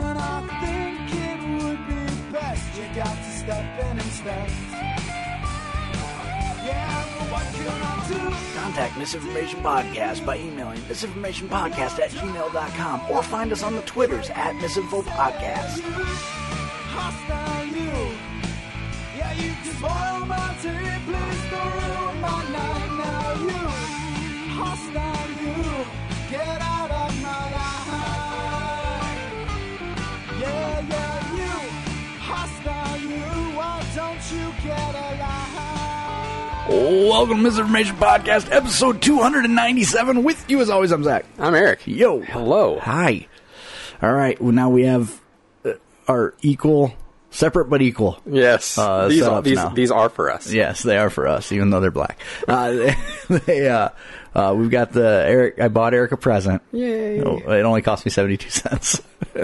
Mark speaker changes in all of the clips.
Speaker 1: And I think it would be best you got to step in and step. Yeah, but what can I do?
Speaker 2: Contact Misinformation Podcast by emailing misinformationpodcast at gmail.com or find us on the Twitters at misinfopodcast.
Speaker 1: Hostile you. Yeah, you can spoil my day, please don't ruin my night. Now you, hostile you, get out of my life. Yeah, yeah, you, hostile you. Why don't you get alive?
Speaker 2: Welcome to Misinformation Podcast, episode 297. With you, as always, I'm Zach.
Speaker 3: I'm Eric.
Speaker 2: Yo.
Speaker 3: Hello.
Speaker 2: Hi. All right. Well, now we have uh, our equal, separate but equal.
Speaker 3: Yes.
Speaker 2: Uh,
Speaker 3: these
Speaker 2: set
Speaker 3: are
Speaker 2: up
Speaker 3: these,
Speaker 2: now.
Speaker 3: these are for us.
Speaker 2: Yes, they are for us, even though they're black. Uh, they, uh, uh, we've got the Eric. I bought Eric a present. Yay!
Speaker 3: Oh.
Speaker 2: It only cost me seventy-two cents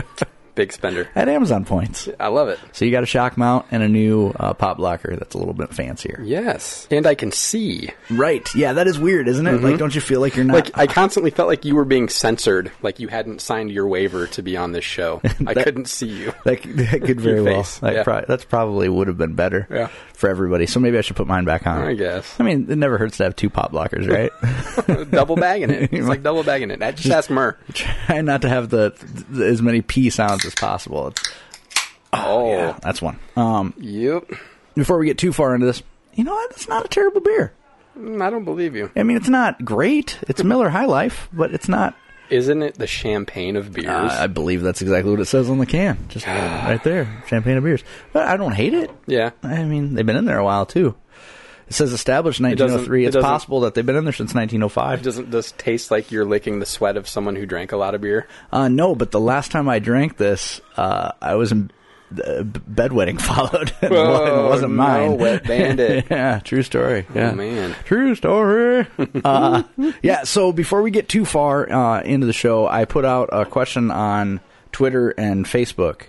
Speaker 3: Big spender.
Speaker 2: at Amazon points.
Speaker 3: I love it.
Speaker 2: So you got a shock mount and a new uh, pop locker that's a little bit fancier.
Speaker 3: Yes. And I can see.
Speaker 2: Right. Yeah, that is weird, isn't it? Like, don't you feel like you're not?
Speaker 3: Mm-hmm. Like I constantly felt like you were being censored, like you hadn't signed your waiver to be on this show. I couldn't see you.
Speaker 2: that, that could very
Speaker 3: Your
Speaker 2: well.
Speaker 3: face,
Speaker 2: That
Speaker 3: yeah.
Speaker 2: prob- that's probably would have been better
Speaker 3: Yeah.
Speaker 2: for everybody. So maybe I should put mine back on.
Speaker 3: I guess.
Speaker 2: I mean, it never hurts to have two pop lockers, right?
Speaker 3: double bagging it. It's like double bagging it. I just asked Mer.
Speaker 2: Try not to have the, the as many p sounds as possible. It's,
Speaker 3: Oh.
Speaker 2: yeah, that's one. Um,
Speaker 3: Yep.
Speaker 2: before we get too far into this, you know what? It's not a terrible beer.
Speaker 3: Mm, I don't believe you.
Speaker 2: I mean, it's not great. It's Miller High Life, but it's not
Speaker 3: Isn't it the champagne of beers?
Speaker 2: Uh, I believe that's exactly what it says on the can, just right there, champagne and beers. But I don't hate it.
Speaker 3: yeah.
Speaker 2: I mean, they've been in there a while too. It says established
Speaker 3: doesn't-
Speaker 2: 1903.
Speaker 3: it
Speaker 2: It's
Speaker 3: doesn't-
Speaker 2: possible that they've been in there since
Speaker 3: It
Speaker 2: 1905.
Speaker 3: doesn't this taste like you're licking the sweat of someone who drank a lot of beer?
Speaker 2: Uh, no, but the last time I drank this, uh, I was in uh, b- bedwetting followed. it
Speaker 3: Whoa,
Speaker 2: wasn't
Speaker 3: no,
Speaker 2: mine.
Speaker 3: wet bandit. Oh,
Speaker 2: yeah, true story. Yeah,
Speaker 3: man.
Speaker 2: true story. uh, yeah. So before we get too far uh, into the show, I put out a question on Twitter and Facebook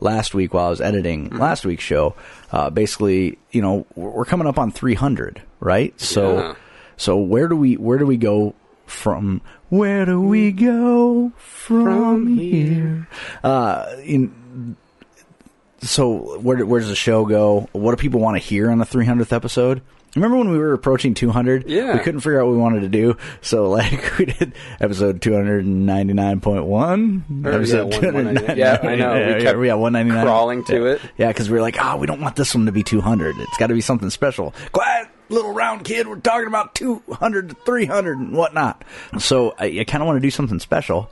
Speaker 2: last week while I was editing last week's show. Uh, basically, you know, we're we're coming up on 300, right? So,
Speaker 3: Yeah.
Speaker 2: so where do we where do we go from? Where do we go from, here? Uh, in so where do- where does the show go? What do people want to hear on the 300th episode? Remember when we were approaching 200?
Speaker 3: Yeah.
Speaker 2: we couldn't figure out what we wanted to do, so like we did episode 299.1,
Speaker 3: Or, yeah,
Speaker 2: episode
Speaker 3: one- 199. Yeah, I know. We
Speaker 2: yeah,
Speaker 3: kept
Speaker 2: yeah, 199
Speaker 3: crawling to
Speaker 2: yeah.
Speaker 3: it.
Speaker 2: Yeah, because we were like, oh, we don't want this one to be 200. It's got to be something special. Quiet, little round kid. We're talking about 200 to 300 and whatnot. So I, I kind of want to do something special.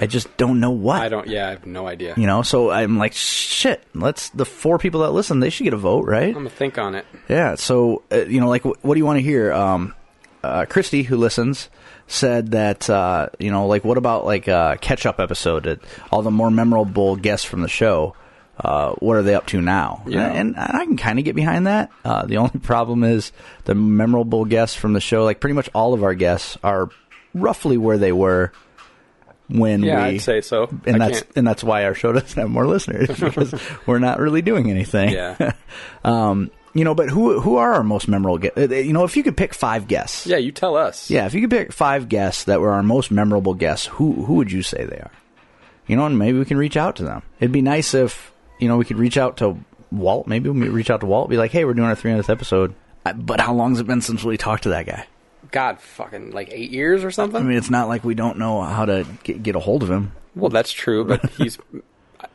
Speaker 2: I just don't know what.
Speaker 3: I don't yeah, I have no idea.
Speaker 2: You know, so I'm like, shit. Let's the four people that listen, they should get a vote, right?
Speaker 3: I'm gonna think on it.
Speaker 2: Yeah. So uh, you know, like, wh- what do you want to hear? Um, uh, Christy, who listens, said that uh, you know, like, what about like a catch-up episode? That all the more memorable guests from the show. Uh, what are they up to now?
Speaker 3: Yeah.
Speaker 2: And, and I can kind of get behind that. Uh, the only problem is the memorable guests from the show. Like pretty much all of our guests are roughly where they were when
Speaker 3: Yeah,
Speaker 2: we
Speaker 3: I'd say so.
Speaker 2: and
Speaker 3: I
Speaker 2: that's
Speaker 3: can't-
Speaker 2: and that's why our show doesn't have more listeners because we're not really doing anything.
Speaker 3: Yeah.
Speaker 2: um, you know, but who who are our most memorable? Gu- uh, you know, if you could pick five guests,
Speaker 3: Yeah, you tell us.
Speaker 2: yeah, if you could pick five guests that were our most memorable guests, who who would you say they are? You know, and maybe we can reach out to them. It'd be nice if you know we could reach out to Walt. Maybe we reach out to Walt, be like, hey, we're doing our 300th episode. Uh, But how long's it been since we talked to that guy?
Speaker 3: God, fucking like eight years or something.
Speaker 2: I mean, it's not like we don't know how to get, get a hold of him.
Speaker 3: well, that's true, but he's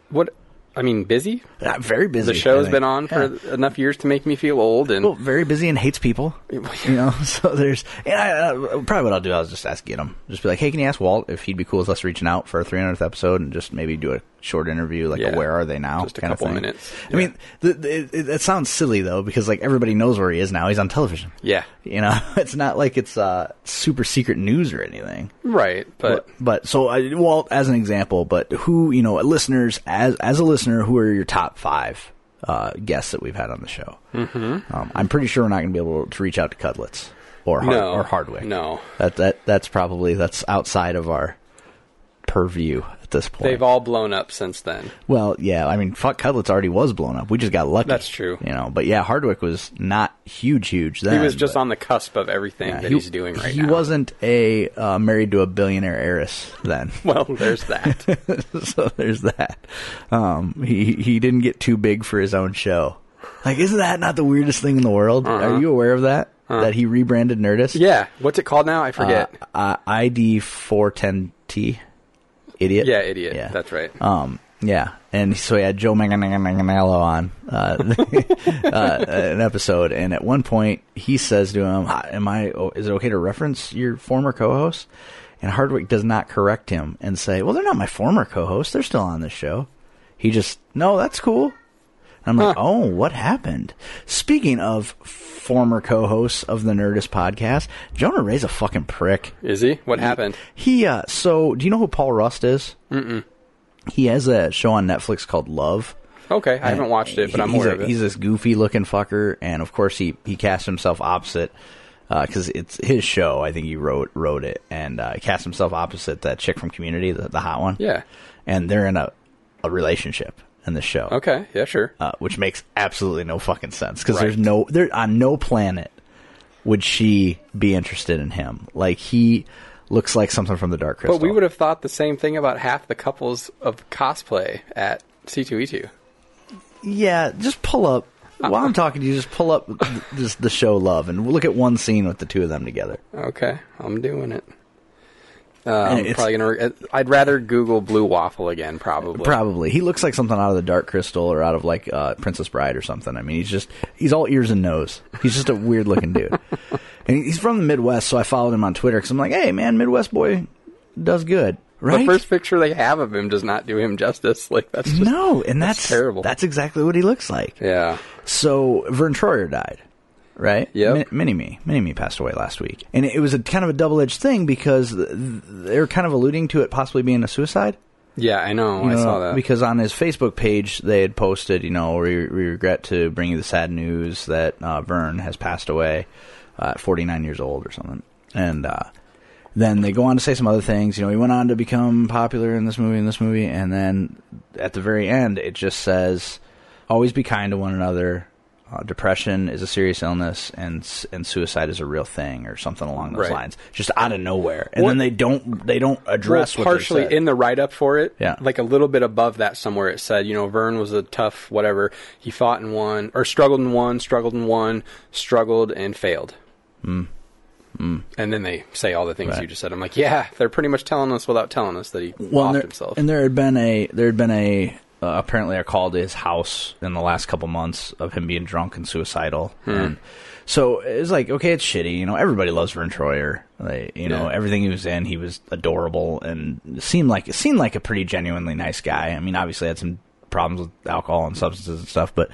Speaker 3: what I mean, busy.
Speaker 2: Uh, very busy.
Speaker 3: The
Speaker 2: I
Speaker 3: show's
Speaker 2: think.
Speaker 3: been on
Speaker 2: Yeah.
Speaker 3: for enough years to make me feel old, and
Speaker 2: Well, very busy and hates people. You know, so there's and I, uh, probably what I'll do. I'll just ask get him. Just be like, hey, can you ask Walt if he'd be cool with us reaching out for a 300th episode and just maybe do a short interview, like
Speaker 3: Yeah.
Speaker 2: a where are they now?
Speaker 3: Just a
Speaker 2: kind of
Speaker 3: couple
Speaker 2: thing.
Speaker 3: minutes.
Speaker 2: I mean, the, the, it, it, it sounds silly though because like everybody knows where he is now. He's on television.
Speaker 3: yeah,
Speaker 2: You know, it's not like it's uh, super secret news or anything.
Speaker 3: right. But,
Speaker 2: but so I, Walt as an example, but who you know listeners as as a listener, who are your top five uh, guests that we've had on the show? Mm-hmm. Um, I'm pretty sure we're not going to be able to reach out to Cudlets or Hard,
Speaker 3: no,
Speaker 2: or Hardwick.
Speaker 3: No,
Speaker 2: that that that's probably that's outside of our purview at this point.
Speaker 3: they've all blown up since then.
Speaker 2: well, yeah, I mean, fuck, Cudlets already was blown up. We just got lucky.
Speaker 3: That's true.
Speaker 2: you know. But yeah, Hardwick was not huge, huge. Then
Speaker 3: He was just
Speaker 2: but-
Speaker 3: on the cusp of everything
Speaker 2: yeah,
Speaker 3: that
Speaker 2: he-
Speaker 3: he's doing right
Speaker 2: he
Speaker 3: now.
Speaker 2: wasn't a uh, married to a billionaire heiress then.
Speaker 3: Well, there's that.
Speaker 2: so there's that. Um, he he didn't get too big for his own show. Like, isn't that not the weirdest thing in the world? Are you aware of that? That he rebranded Nerdist.
Speaker 3: Uh-huh. yeah, what's it called now? I
Speaker 2: Uh,
Speaker 3: forget.
Speaker 2: uh, ID 410T. Idiot.
Speaker 3: yeah, idiot.
Speaker 2: yeah.
Speaker 3: That's right.
Speaker 2: Um, yeah, and so he had Joe Manganiello on uh, uh, an episode, and at one point he says to him, "Hi, "Am I? oh, Is it okay to reference your former co-host?" And Hardwick does not correct him and say, "Well, they're not my former co-host; they're still on this show." He just, "No, that's cool." And I'm like,
Speaker 3: Huh.
Speaker 2: "Oh, what happened?" Speaking of former co-hosts of the Nerdist podcast, Jonah Ray's a fucking prick.
Speaker 3: Is he? What happened?
Speaker 2: He uh so do you know who Paul Rust is? Mm-mm. He has a show on Netflix called Love.
Speaker 3: Okay, I haven't watched it, but I'm
Speaker 2: he's
Speaker 3: aware
Speaker 2: a,
Speaker 3: of it.
Speaker 2: He's this goofy looking fucker, and of course he he cast himself opposite because it's his show. I think he wrote wrote it and uh, cast himself opposite that chick from Community, the, the hot one.
Speaker 3: Yeah.
Speaker 2: and they're in a a relationship in the show.
Speaker 3: Okay, yeah, sure.
Speaker 2: Uh, which makes absolutely no fucking sense because
Speaker 3: Right.
Speaker 2: there's no there on no planet would she be interested in him. Like he looks like something from the Dark Crystal.
Speaker 3: But we would have thought the same thing about half the couples of cosplay at E C2E2.
Speaker 2: Yeah, just pull up. While I'm talking to you, just pull up th- just the show Love and look at one scene with the two of them together.
Speaker 3: Okay, I'm doing it. Uh,
Speaker 2: And
Speaker 3: I'm
Speaker 2: it's-
Speaker 3: probably gonna. Re- I'd rather Google blue waffle again, probably.
Speaker 2: Probably. He looks like something out of the Dark Crystal or out of like uh, Princess Bride or something. I mean, he's just, he's all ears and nose. He's just a weird looking dude. And he's from the Midwest, so I followed him on Twitter because I'm like, hey, man, Midwest boy does good. Right?
Speaker 3: The first picture they have of him does not do him justice. Like that's just,
Speaker 2: no, and that's,
Speaker 3: that's terrible.
Speaker 2: That's exactly what he looks like.
Speaker 3: yeah.
Speaker 2: So Vern Troyer died, right?
Speaker 3: Yep.
Speaker 2: Mi- Mini Me, Mini Me passed away last week, and it was a kind of a double edged thing because th- they're kind of alluding to it possibly being a suicide.
Speaker 3: Yeah, I know. I
Speaker 2: You know,
Speaker 3: saw that.
Speaker 2: because on his Facebook page they had posted, you know, we, we regret to bring you the sad news that uh, Vern has passed away uh, at 49 years old or something, and uh, then they go on to say some other things. You know, he went on to become popular in this movie and this movie, and then at the very end it just says, "Always be kind to one another." Uh, depression is a serious illness, and s- and suicide is a real thing, or something along those
Speaker 3: Right.
Speaker 2: lines. Just out of nowhere, and
Speaker 3: What-
Speaker 2: then they don't they don't address
Speaker 3: Well,
Speaker 2: what they
Speaker 3: partially
Speaker 2: said.
Speaker 3: in the write up for it.
Speaker 2: Yeah.
Speaker 3: Like a little bit above that somewhere it said, you know, Vern was a tough whatever. He fought and won or struggled and won, struggled and won, struggled and failed. Mm. And then they say all the things
Speaker 2: Right.
Speaker 3: you just said. I'm like, yeah, they're pretty much telling us without telling us that he
Speaker 2: well,
Speaker 3: offed
Speaker 2: and there,
Speaker 3: himself.
Speaker 2: And there had been a there had been a uh, apparently a call to his house in the last couple months of him being drunk and suicidal.
Speaker 3: Hmm.
Speaker 2: And so it's like okay, it's shitty. You know, everybody loves Vern Troyer. They, you know,
Speaker 3: Yeah.
Speaker 2: everything he was in, he was adorable and seemed like seemed like a pretty genuinely nice guy. I mean, obviously had some problems with alcohol and substances and stuff, but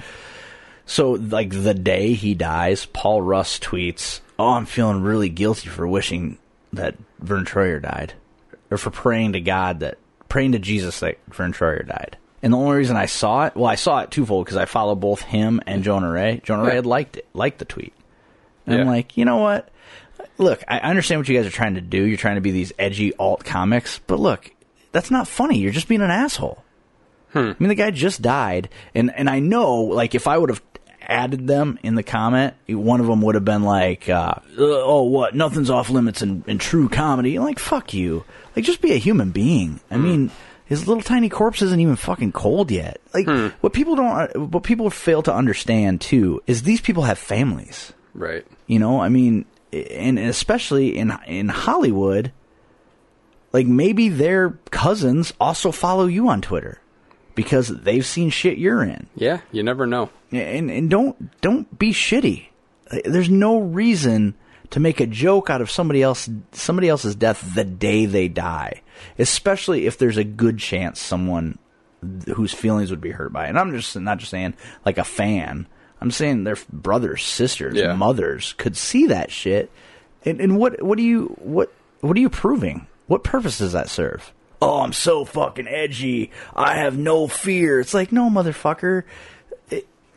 Speaker 2: so, like, the day he dies, Paul Russ tweets, Oh, I'm feeling really guilty for wishing that Vern Troyer died. Or for praying to God that, praying to Jesus that Vern Troyer died. And the only reason I saw it, well, I saw it twofold because I follow both him and Jonah Ray. Jonah Ray
Speaker 3: Yeah.
Speaker 2: had liked it, liked the tweet. And I'm
Speaker 3: Yeah.
Speaker 2: like, you know what? Look, I understand what you guys are trying to do. You're trying to be these edgy alt comics, but look, that's not funny. You're just being an asshole. I mean, the guy just died, and and I know, like, if I would have added them in the comment, one of them would have been like, uh, "Oh, what? Nothing's off limits in, in true comedy." Like, fuck you. Like, just be a human being. I mean, his little tiny corpse isn't even fucking cold yet. Like, what people don't, uh, what people fail to understand too is these people have families.
Speaker 3: right.
Speaker 2: You know, I mean, and especially in in Hollywood, like maybe their cousins also follow you on Twitter because they've seen shit you're in.
Speaker 3: Yeah, you never know.
Speaker 2: and and don't don't be shitty. There's no reason to make a joke out of somebody else somebody else's death the day they die, especially if there's a good chance someone th- whose feelings would be hurt by it. And I'm just not just saying like a fan. I'm saying their brothers, sisters,
Speaker 3: Yeah.
Speaker 2: mothers could see that shit. And and what what do you what what are you proving? What purpose does that serve? Oh, I'm so fucking edgy. I have no fear. It's like, no, motherfucker.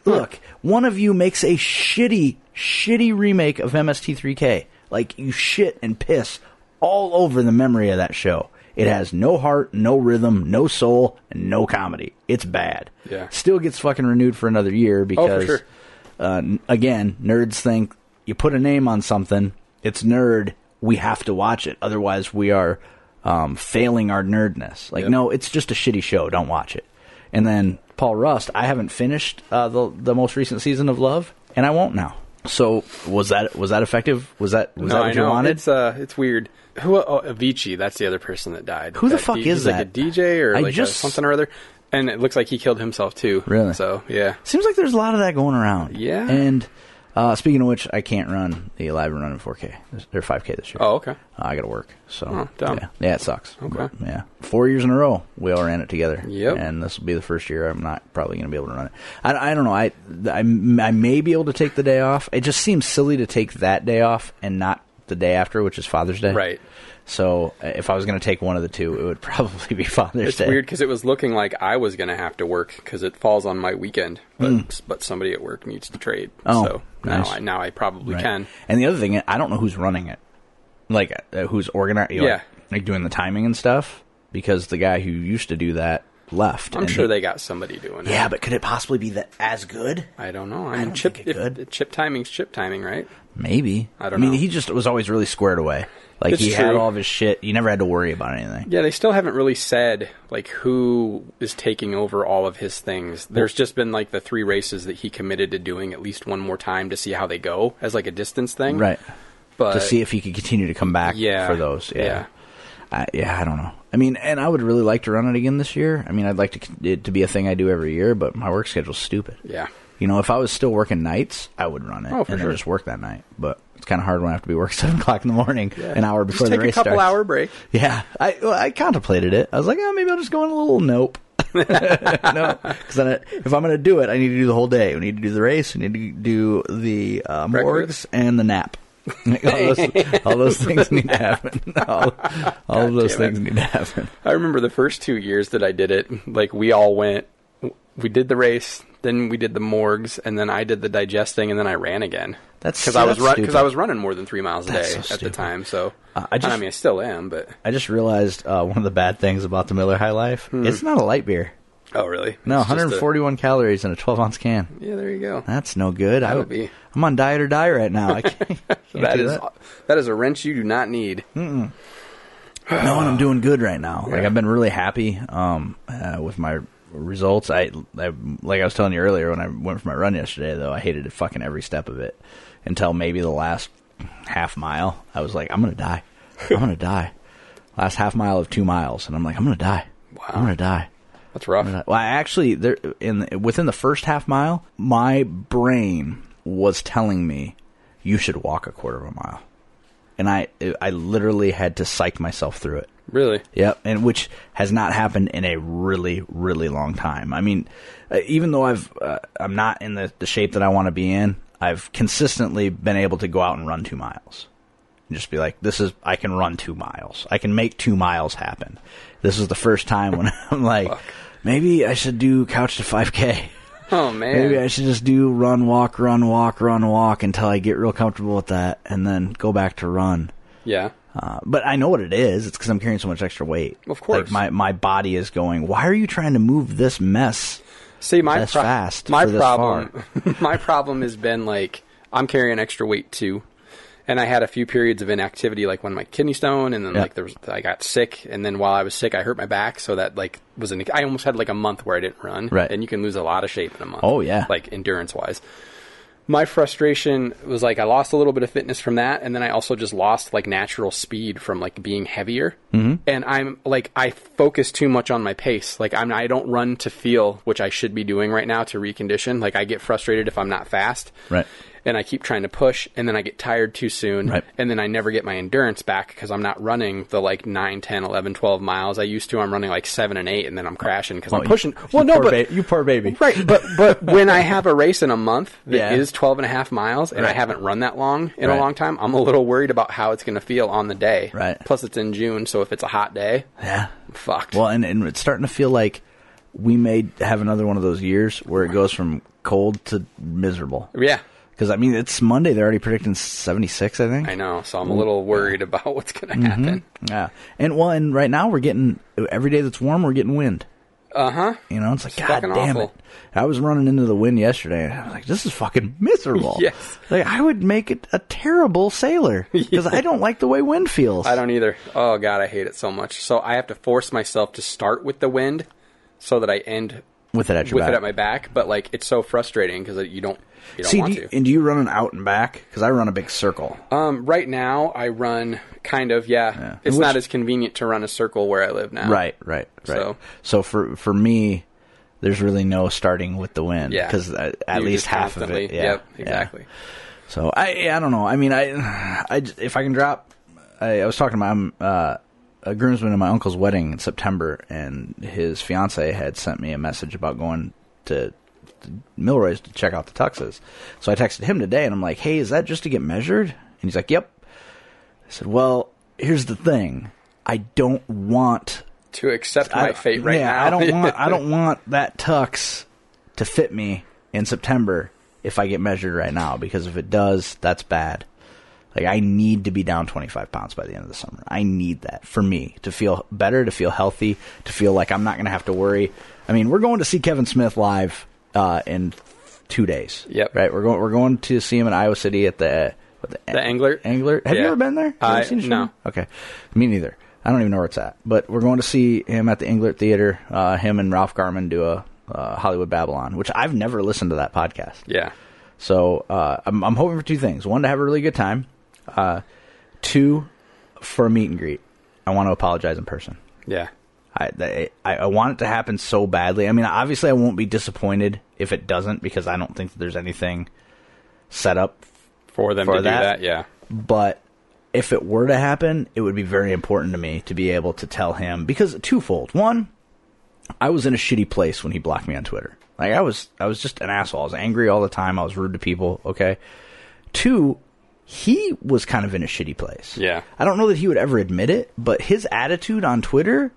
Speaker 2: Look, one of you makes a shitty, shitty remake of MST3K. Like, you shit and piss all over the memory of that show. It has no heart, no rhythm, no soul, and no comedy. It's bad.
Speaker 3: Yeah.
Speaker 2: Still gets fucking renewed for another year because,
Speaker 3: Oh, sure.
Speaker 2: uh, n- again, nerds think you put a name on something, it's nerd, we have to watch it. Otherwise, we are um, failing our nerdness. Like,
Speaker 3: Yep.
Speaker 2: no, it's just a shitty show. Don't watch it. And then Paul Rust, I haven't finished uh, the the most recent season of Love, and I won't now. So was that was that effective? Was that was
Speaker 3: no,
Speaker 2: that what
Speaker 3: I
Speaker 2: you
Speaker 3: know.
Speaker 2: wanted?
Speaker 3: It's uh, it's weird. Who? Oh, Avicii. That's the other person that died.
Speaker 2: Who the
Speaker 3: That
Speaker 2: fuck
Speaker 3: D-
Speaker 2: is
Speaker 3: he's Like a
Speaker 2: that?
Speaker 3: DJ or
Speaker 2: I
Speaker 3: like a
Speaker 2: just-
Speaker 3: something or other. And it looks like he killed himself too.
Speaker 2: Really?
Speaker 3: So yeah.
Speaker 2: Seems like there's a lot of that going around.
Speaker 3: Yeah.
Speaker 2: And uh, speaking of which, I can't run the live run in 4K. They're 5K this year.
Speaker 3: Oh, okay.
Speaker 2: Uh, I got to work. So
Speaker 3: Oh, dumb.
Speaker 2: yeah, yeah, it sucks.
Speaker 3: Okay.
Speaker 2: But, yeah, four years in a row we all ran it together.
Speaker 3: Yep.
Speaker 2: And this will be the first year I'm not probably going to be able to run it. I, I don't know. I, I I may be able to take the day off. It just seems silly to take that day off and not the day after, which is Father's Day.
Speaker 3: Right.
Speaker 2: So uh, if I was going to take one of the two, it would probably be Father's
Speaker 3: It's
Speaker 2: Day.
Speaker 3: weird because it was looking like I was going to have to work because it falls on my weekend, but but somebody at work needs to trade.
Speaker 2: Hmm. Oh,
Speaker 3: so
Speaker 2: nice.
Speaker 3: now I now I probably
Speaker 2: Right.
Speaker 3: can.
Speaker 2: And the other thing, I don't know who's running it, like uh, who's organizing,
Speaker 3: Yeah.
Speaker 2: like, like doing the timing and stuff, because the guy who used to do that left.
Speaker 3: I'm
Speaker 2: and
Speaker 3: sure
Speaker 2: he-
Speaker 3: they got somebody doing it.
Speaker 2: Yeah, but could it possibly be that as good?
Speaker 3: I don't know. I mean,
Speaker 2: don't
Speaker 3: chip
Speaker 2: think it
Speaker 3: if-
Speaker 2: could.
Speaker 3: chip timing's chip timing, right?
Speaker 2: Maybe.
Speaker 3: I
Speaker 2: I
Speaker 3: don't
Speaker 2: mean,
Speaker 3: know.
Speaker 2: he just was always really squared away. Like
Speaker 3: It's
Speaker 2: he had
Speaker 3: true.
Speaker 2: all of his shit. You never had to worry about anything.
Speaker 3: Yeah, they still haven't really said like who is taking over all of his things. There's just been like the three races that he committed to doing at least one more time to see how they go as like a distance thing.
Speaker 2: Right.
Speaker 3: But
Speaker 2: to see if he could continue to come back
Speaker 3: Uh, yeah,
Speaker 2: for those. Yeah. I, yeah, I don't know. I mean, and I would really like to run it again this year. I mean, I'd like to, it to be a thing I do every year, but my work schedule's stupid.
Speaker 3: Yeah.
Speaker 2: You know, if I was still working nights, I would run it
Speaker 3: Oh, for
Speaker 2: and
Speaker 3: sure.
Speaker 2: then just work that night. But it's kind of hard when I have to be work seven o'clock in the morning, an hour before
Speaker 3: Just
Speaker 2: the
Speaker 3: take
Speaker 2: race
Speaker 3: a couple
Speaker 2: starts.
Speaker 3: hour break.
Speaker 2: Yeah, I well, I contemplated it. I was like, oh, maybe I'll just go on a little nope. no, because then I, if I'm going to do it, I need to do the whole day. We need to do the race. We need to do the uh, morgues
Speaker 3: Breakfast.
Speaker 2: and the nap. all, those, all those things need to happen. All, all of those
Speaker 3: damn it.
Speaker 2: things need to happen.
Speaker 3: I remember the first two years that I did it, like we all went, we did the race, then we did the morgues, and then I did the digesting, and then I ran again.
Speaker 2: That's-
Speaker 3: because I was
Speaker 2: that's
Speaker 3: run because
Speaker 2: stupid.
Speaker 3: I was running more than three miles a
Speaker 2: That's so
Speaker 3: day at the
Speaker 2: stupid.
Speaker 3: time. So
Speaker 2: Uh, I just-
Speaker 3: mean, I still am, but
Speaker 2: I just realized uh, one of the bad things about the Miller High Life. It's not a light beer.
Speaker 3: oh really?
Speaker 2: No,
Speaker 3: Hmm. It's just a-
Speaker 2: 141 calories in a 12 ounce can.
Speaker 3: yeah, there you go.
Speaker 2: That's no good. I,
Speaker 3: That'll be-
Speaker 2: I'm on diet or die right now. I can't, can't
Speaker 3: That
Speaker 2: do Hmm.
Speaker 3: is that is a wrench you do not need.
Speaker 2: no, and I'm doing good right now. Like I've been really happy um, uh, with my results. I, I like I was telling you earlier when I went for my run yesterday, though I hated it fucking every step of it until maybe the last half mile. I was like, I'm gonna die. I'm gonna die. Last half mile of two miles, and I'm like, I'm gonna die. I'm gonna die. Uh,
Speaker 3: That's rough.
Speaker 2: Well, I actually there in the, within the first half mile, my brain was telling me you should walk a quarter of a mile, and I I literally had to psych myself through it.
Speaker 3: Really?
Speaker 2: Yep, and which has not happened in a really, really long time. I mean, uh, even though I've uh, I'm not in the, the shape that I want to be in, I've consistently been able to go out and run two miles, and just be like, this is I can run two miles, I can make two miles happen. This is the first time when I'm like, maybe I should do couch to five k.
Speaker 3: Oh man.
Speaker 2: Maybe I should just do run, walk, run, walk, run, walk until I get real comfortable with that, and then go back to run.
Speaker 3: yeah.
Speaker 2: Uh, but I know what it is. It's because I'm carrying so much extra weight.
Speaker 3: Of
Speaker 2: like
Speaker 3: course.
Speaker 2: my my body is going. Why are you trying to move this mess?
Speaker 3: See, my
Speaker 2: That's
Speaker 3: pro-
Speaker 2: fast
Speaker 3: My
Speaker 2: for this
Speaker 3: problem. my problem has been like I'm carrying extra weight too, and I had a few periods of inactivity, like when my kidney stone, and then
Speaker 2: Yeah.
Speaker 3: like there was I got sick, and then while I was sick, I hurt my back, so that like was an I almost had like a month where I didn't run.
Speaker 2: Right.
Speaker 3: And you can lose a lot of shape in a month.
Speaker 2: Oh, yeah.
Speaker 3: Like endurance wise. my frustration was like I lost a little bit of fitness from that, and then I also just lost like natural speed from like being heavier. Mm-hmm. And I'm like I focus too much on my pace. Like I'm I don't run to feel, which I should be doing right now to recondition. Like I get frustrated if I'm not fast.
Speaker 2: Right.
Speaker 3: And I keep trying to push, and then I get tired too soon,
Speaker 2: Right.
Speaker 3: and then I never get my endurance back because I'm not running the like 9, 10, 11, 12 miles I used to. I'm running like 7 and 8, and then I'm crashing because
Speaker 2: Oh,
Speaker 3: I'm
Speaker 2: you-
Speaker 3: pushing.
Speaker 2: you
Speaker 3: well, no,
Speaker 2: poor
Speaker 3: but
Speaker 2: ba- you poor baby.
Speaker 3: Right, but but when I have a race in a month that is
Speaker 2: Yeah.
Speaker 3: 12 and a half miles and I
Speaker 2: Right.
Speaker 3: haven't run that long in
Speaker 2: Right.
Speaker 3: a long time, I'm a little worried about how it's going to feel on the day.
Speaker 2: Right.
Speaker 3: Plus, it's in June, so if it's a hot day,
Speaker 2: Yeah.
Speaker 3: I'm fucked.
Speaker 2: Well, and, and it's starting to feel like we may have another one of those years where it goes from cold to miserable.
Speaker 3: yeah,
Speaker 2: Because I mean, it's Monday. They're already predicting seventy six. I think.
Speaker 3: I know. So I'm a
Speaker 2: Mm-hmm.
Speaker 3: little worried about what's going to happen.
Speaker 2: Yeah. And well, and right now we're getting every day that's warm, we're getting wind. Uh huh. You know, it's like God
Speaker 3: Uh-huh. fucking
Speaker 2: damn
Speaker 3: awful.
Speaker 2: it. I was running into the wind yesterday, and I was like, "This is fucking miserable."
Speaker 3: Yes.
Speaker 2: Like I would make it a terrible sailor because I don't like the way wind feels.
Speaker 3: I don't either. Oh god, I hate it so much. So I have to force myself to start with the wind, so that I end
Speaker 2: with it at your
Speaker 3: with
Speaker 2: back.
Speaker 3: it at my back. But like, it's so frustrating because you don't you don't
Speaker 2: See,
Speaker 3: want
Speaker 2: do you,
Speaker 3: to.
Speaker 2: and do you run an out and back? Because I run a big circle.
Speaker 3: Um, right now, I run kind of, yeah.
Speaker 2: Yeah.
Speaker 3: It's
Speaker 2: Which-
Speaker 3: not as convenient to run a circle where I live now.
Speaker 2: Right, right, right.
Speaker 3: So-
Speaker 2: So, for for me, there's really no starting with the wind.
Speaker 3: Yeah.
Speaker 2: because at
Speaker 3: You
Speaker 2: least
Speaker 3: just
Speaker 2: half of it.
Speaker 3: constantly-
Speaker 2: Yeah,
Speaker 3: Yep,
Speaker 2: yeah.
Speaker 3: exactly.
Speaker 2: So I I don't know. I mean I I j- if I can drop. I, I was talking to my um, uh, a groomsman at my uncle's wedding in September, and his fiance had sent me a message about going to. to Milroy's to check out the tuxes. So I texted him today and I'm like, hey, is that just to get measured? And he's like, yep. I said, well, here's the thing. I don't want
Speaker 3: To accept my
Speaker 2: I-
Speaker 3: fate right
Speaker 2: yeah,
Speaker 3: now.
Speaker 2: I don't want I don't want that tux to fit me in September if I get measured right now because if it does, that's bad. Like I need to be down 25 pounds by the end of the summer. I need that for me to feel better, to feel healthy, to feel like I'm not going to have to worry. I mean, we're going to see Kevin Smith live uh, in two days.
Speaker 3: Yep.
Speaker 2: Right. We're going. We're going to see him in Iowa City at the what
Speaker 3: The Angler?
Speaker 2: Angler. Have you
Speaker 3: Yeah.
Speaker 2: ever been there? Have you
Speaker 3: I-
Speaker 2: ever seen his
Speaker 3: no.
Speaker 2: show? Okay. Me neither. I don't even know where it's at. But we're going to see him at the Engler Theater. Uh, him and Ralph Garman do a uh, Hollywood Babylon, which I've never listened to that podcast.
Speaker 3: Yeah.
Speaker 2: So uh, I'm, I'm hoping for two things: one, to have a really good time; uh, two, for a meet and greet. I want to apologize in person.
Speaker 3: Yeah.
Speaker 2: I, they- I I want it to happen so badly. I mean, obviously, I won't be disappointed if it doesn't because I don't think that there's anything set up
Speaker 3: For them
Speaker 2: For
Speaker 3: to
Speaker 2: that?
Speaker 3: do that, yeah.
Speaker 2: but if it were to happen, it would be very important to me to be able to tell him because twofold. One, I was in a shitty place when he blocked me on Twitter. Like I was I was just an asshole. I was angry all the time. I was rude to people, okay? Two, he was kind of in a shitty place.
Speaker 3: Yeah.
Speaker 2: I don't know that he would ever admit it, but his attitude on Twitter,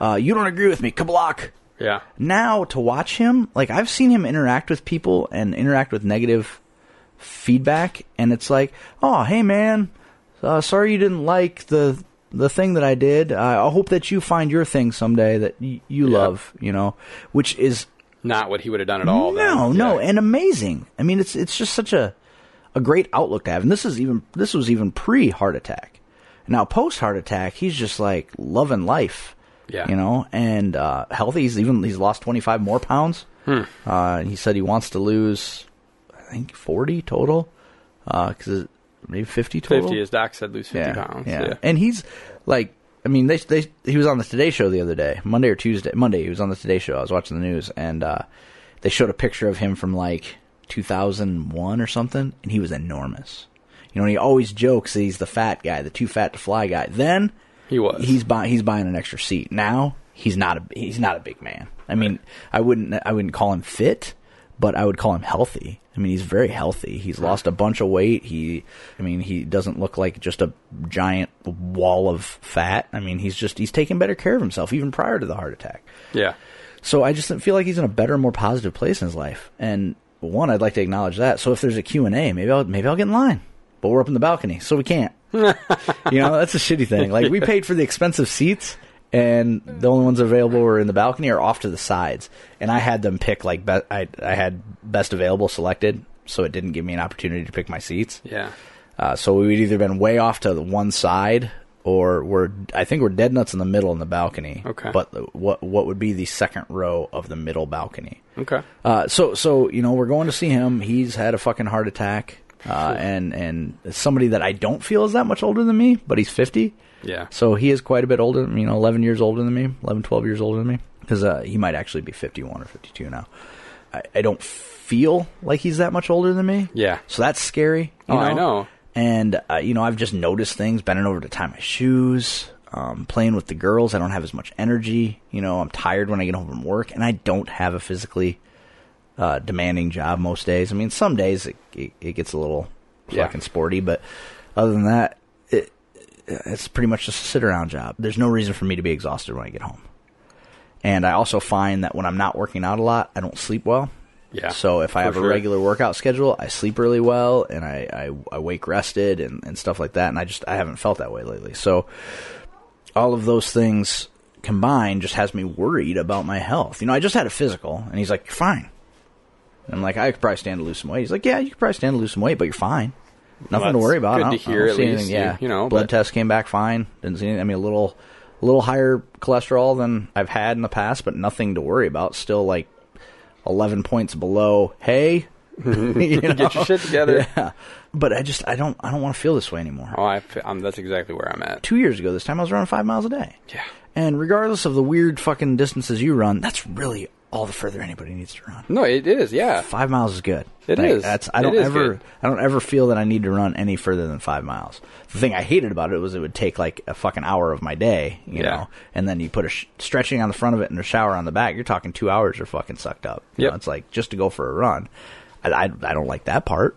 Speaker 2: uh, you don't agree with me, kablock
Speaker 3: Yeah.
Speaker 2: now to watch him, like I've seen him interact with people and interact with negative feedback, and it's like, oh, hey man, uh, sorry you didn't like the the thing that I did. I I hope that you find your thing someday that y- you
Speaker 3: Yeah.
Speaker 2: love, you know, which is
Speaker 3: Not what he would have done at all. then.
Speaker 2: no, no,
Speaker 3: Yeah.
Speaker 2: and amazing. I mean, it's it's just such a a great outlook to have. And this is even this was even pre heart attack. Now post heart attack, he's just like loving life.
Speaker 3: Yeah.
Speaker 2: you know, and uh, healthy. He's even he's lost twenty five more pounds.
Speaker 3: Hmm.
Speaker 2: Uh, and he said he wants to lose, I think forty total, because maybe fifty total.
Speaker 3: 50, as Doc said, lose 50 pounds. Yeah.
Speaker 2: And he's like, I mean, they they he was on the Today Show the other day, Monday or Tuesday. Monday he was on the Today Show. I was watching the news, and uh, they showed a picture of him from like 2001 or something, and he was enormous. You know, and he always jokes that he's the fat guy, the too fat to fly guy. Then
Speaker 3: He was.
Speaker 2: He's buying. He's buying an extra seat now. He's not a. He's not a big man. I mean, I wouldn't. I wouldn't call him fit, but I would call him healthy. I mean, he's very healthy. He's lost a bunch of weight. He. I mean, he doesn't look like just a giant wall of fat. I mean, he's just. He's taking better care of himself even prior to the heart attack.
Speaker 3: yeah.
Speaker 2: So I just feel like he's in a better, more positive place in his life. And one, I'd like to acknowledge that. So if there's a Q and A, maybe I'll maybe I'll get in line. But we're up in the balcony, so we can't. you know, that's a shitty thing. Like we paid for the expensive seats, and the only ones available were in the balcony or off to the sides. And I had them pick like be- I I had best available selected, so it didn't give me an opportunity to pick my seats.
Speaker 3: Yeah.
Speaker 2: Uh, so we would either been way off to the one side or we're I think we're dead nuts in the middle in the balcony.
Speaker 3: Okay.
Speaker 2: But the- what what would be the second row of the middle balcony?
Speaker 3: Okay.
Speaker 2: Uh, so so you know we're going to see him. He's had a fucking heart attack. Uh, and and somebody that I don't feel is that much older than me, but he's fifty.
Speaker 3: Yeah.
Speaker 2: So he is quite a bit older, you know, 11 years older than me, 11, 12 years older than me, because uh, he might actually be 51 or 52 now. I, I don't feel like he's that much older than me.
Speaker 3: Yeah.
Speaker 2: So that's scary. you
Speaker 3: Oh, I know.
Speaker 2: And, uh, you know, I've just noticed things, bending over to tie my shoes, um, playing with the girls. I don't have as much energy. You know, I'm tired when I get home from work, and I don't have a physically uh, demanding job most days. I mean, some days it, it, it gets a little
Speaker 3: Yeah.
Speaker 2: fucking sporty, but other than that, it, it's pretty much just a sit around job. There's no reason for me to be exhausted when I get home. And I also find that when I'm not working out a lot, I don't sleep well.
Speaker 3: Yeah.
Speaker 2: So if I
Speaker 3: For
Speaker 2: have a
Speaker 3: sure.
Speaker 2: regular workout schedule, I sleep really well and I, I, I wake rested and, and stuff like that. And I just I haven't felt that way lately. So all of those things combined just has me worried about my health. You know, I just had a physical and he's like, You're fine. And I'm like, I could probably stand to lose some weight. He's like, Yeah, you could probably stand to lose some weight, but you're fine. Nothing to
Speaker 3: that's
Speaker 2: worry about.
Speaker 3: good
Speaker 2: I don't,
Speaker 3: to hear
Speaker 2: I don't
Speaker 3: at
Speaker 2: see
Speaker 3: least,
Speaker 2: anything.
Speaker 3: you-
Speaker 2: Yeah,
Speaker 3: you know,
Speaker 2: blood
Speaker 3: but-
Speaker 2: test came back fine. Didn't see anything. I mean, a little, a little higher cholesterol than I've had in the past, but nothing to worry about. Still like eleven points below. Hey, you know?
Speaker 3: Get your shit together.
Speaker 2: Yeah. But I just I don't I don't want to feel this way anymore.
Speaker 3: Oh, I, am that's exactly where I'm at.
Speaker 2: Two years ago, this time I was running five miles a day.
Speaker 3: Yeah.
Speaker 2: And regardless of the weird fucking distances you run, that's really all the further anybody needs to run.
Speaker 3: No, it is. Yeah.
Speaker 2: Five miles is good.
Speaker 3: It
Speaker 2: It is.
Speaker 3: is.
Speaker 2: That's I
Speaker 3: It
Speaker 2: don't
Speaker 3: is
Speaker 2: ever
Speaker 3: good.
Speaker 2: I don't ever feel that I need to run any further than five miles. The thing I hated about it was it would take like a fucking hour of my day, you
Speaker 3: Yeah.
Speaker 2: know, and then you put a sh- stretching on the front of it and a shower on the back. You're talking two hours are fucking sucked up. You
Speaker 3: Yep.
Speaker 2: know, it's like just to go for a run. I, I, I don't like that part.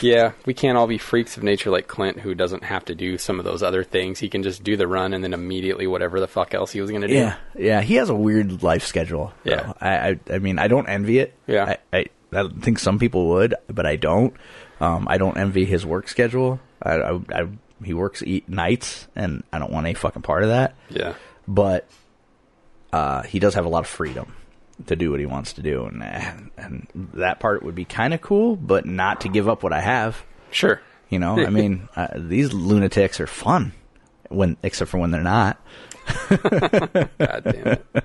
Speaker 3: Yeah. We can't all be freaks of nature like Clint, who doesn't have to do some of those other things. He can just do the run and then immediately whatever the fuck else he was going to do.
Speaker 2: Yeah, yeah. He has a weird life schedule. though.
Speaker 3: Yeah.
Speaker 2: I, I, I mean, I don't envy it.
Speaker 3: Yeah.
Speaker 2: I, I, I think some people would, but I don't. Um, I don't envy his work schedule. I, I, I he works eat nights, and I don't want any fucking part of that.
Speaker 3: Yeah.
Speaker 2: But uh, he does have a lot of freedom to do what he wants to do, and and that part would be kind of cool, but not to give up what I have.
Speaker 3: Sure.
Speaker 2: You know, I mean, uh, these lunatics are fun when, except for when they're not.
Speaker 3: God damn it. Uh-huh.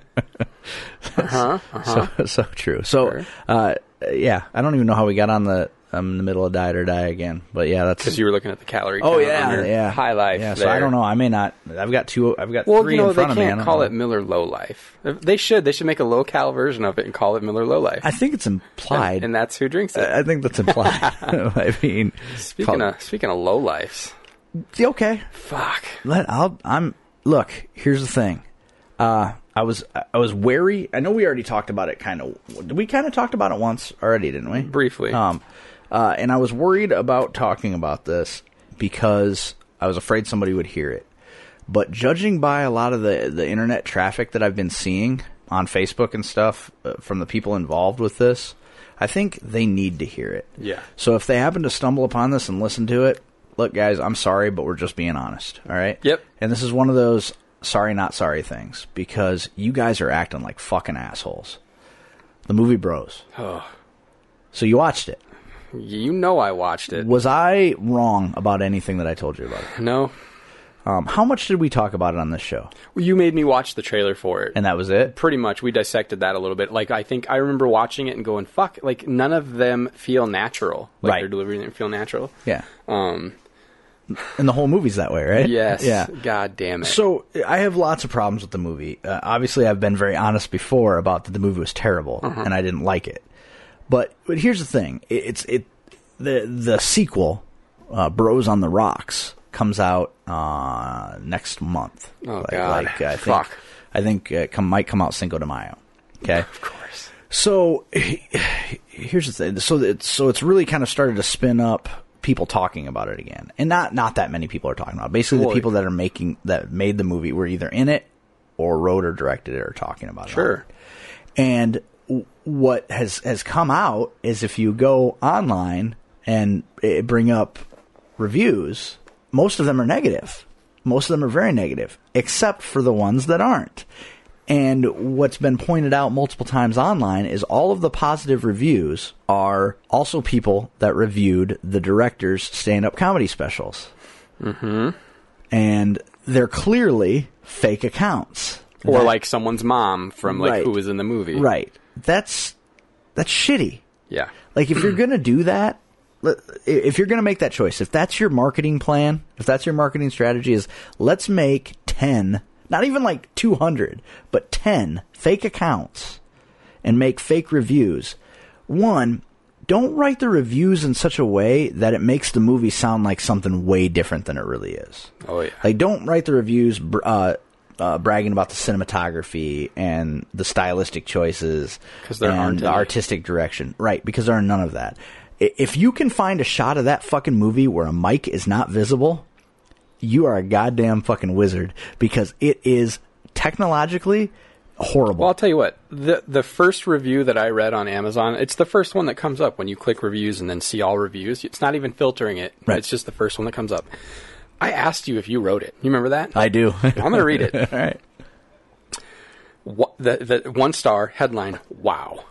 Speaker 3: Uh-huh.
Speaker 2: so so true. So
Speaker 3: Sure.
Speaker 2: uh, yeah, I don't even know how we got on the I'm in the middle of diet or die again, but yeah, that's
Speaker 3: Because you were looking at the calorie
Speaker 2: oh
Speaker 3: count
Speaker 2: yeah
Speaker 3: on your
Speaker 2: yeah
Speaker 3: high life.
Speaker 2: Yeah, so
Speaker 3: there.
Speaker 2: I don't know. I may not. I've got two. I've got
Speaker 3: Well,
Speaker 2: three
Speaker 3: you know,
Speaker 2: in
Speaker 3: they
Speaker 2: front of me. I
Speaker 3: can't
Speaker 2: don't
Speaker 3: call
Speaker 2: know.
Speaker 3: it Miller Low Life. They should. They should make a low cal version of it and call it Miller Low Life.
Speaker 2: I think it's implied.
Speaker 3: and, and that's who drinks it.
Speaker 2: I think that's implied. I mean,
Speaker 3: speaking
Speaker 2: probably-
Speaker 3: of speaking of low lifes,
Speaker 2: Yeah, okay.
Speaker 3: fuck.
Speaker 2: Let I'll I'm look. Here's the thing. Uh, I was I was wary. I know we already talked about it. Kind of. We kind of talked about it once already, didn't we?
Speaker 3: Briefly.
Speaker 2: Um, uh, and I was worried about talking about this because I was afraid somebody would hear it. But judging by a lot of the the internet traffic that I've been seeing on Facebook and stuff uh, from the people involved with this, I think they need to hear it.
Speaker 3: Yeah.
Speaker 2: So if they happen to stumble upon this and listen to it, look, guys, I'm sorry, but we're just being honest. All right.
Speaker 3: Yep.
Speaker 2: And this is one of those sorry, not sorry things because you guys are acting like fucking assholes. The movie Bros.
Speaker 3: Oh,
Speaker 2: So you watched it.
Speaker 3: you know I watched it.
Speaker 2: Was I wrong about anything that I told you about? it?
Speaker 3: No,
Speaker 2: Um, how much did we talk about it on this show?
Speaker 3: you made me watch the trailer for it.
Speaker 2: And that was it.
Speaker 3: pretty much we dissected that a little bit. Like I think I remember watching it and going, "Fuck!" Like none of them feel natural. Like
Speaker 2: Right.
Speaker 3: they're delivering them feel natural.
Speaker 2: Yeah.
Speaker 3: Um.
Speaker 2: And the whole movie's that way, right?
Speaker 3: Yes.
Speaker 2: Yeah.
Speaker 3: God damn it.
Speaker 2: So I have lots of problems with the movie. Uh, obviously, I've been very honest before about that the movie was terrible
Speaker 3: Uh-huh.
Speaker 2: and I didn't like it. But but here's the thing: it, it's it the the sequel, uh, Bros on the Rocks, comes out uh, next month.
Speaker 3: Oh, God.
Speaker 2: I think,
Speaker 3: Fuck.
Speaker 2: I think uh, come might come out Cinco de Mayo. Okay.
Speaker 3: of course.
Speaker 2: So here's the thing. So it's so it's really kind of started to spin up people talking about it again, and not not that many people are talking about. it. Basically,
Speaker 3: Well,
Speaker 2: the people that are making that made the movie were either in it or wrote or directed it or talking about it.
Speaker 3: Sure.
Speaker 2: And w- what has has come out is if you go online and eh, bring up reviews, most of them are negative. Most of them are very negative, except for the ones that aren't. And what's been pointed out multiple times online is all of the positive reviews are also people that reviewed the director's stand-up comedy specials. and they're clearly fake accounts.
Speaker 3: or like someone's mom from like
Speaker 2: Right.
Speaker 3: who was in the movie.
Speaker 2: Right. That's that's shitty.
Speaker 3: Yeah.
Speaker 2: Like if you're gonna do that, let- if you're gonna make that choice, if that's your marketing plan, if that's your marketing strategy, is let's make ten, not even like two hundred, but ten fake accounts, and make fake reviews. One, don't write the reviews in such a way that it makes the movie sound like something way different than it really is.
Speaker 3: Oh yeah.
Speaker 2: Like, don't write the reviews br- uh, uh, bragging about the cinematography and the stylistic choices
Speaker 3: 'Cause there
Speaker 2: and
Speaker 3: aren't
Speaker 2: the
Speaker 3: any.
Speaker 2: artistic direction, right? Because there are none of that. I- If you can find a shot of that fucking movie where a mic is not visible, you are a goddamn fucking wizard because it is technologically horrible.
Speaker 3: Well, I'll tell you what. The the first review that I read on Amazon, it's the first one that comes up when you click reviews and then see all reviews. It's not even filtering it.
Speaker 2: Right.
Speaker 3: It's just the first one that comes up. I asked you if you wrote it. You remember that?
Speaker 2: I do.
Speaker 3: I'm going to read it.
Speaker 2: All right.
Speaker 3: Wha- the, the one star headline wow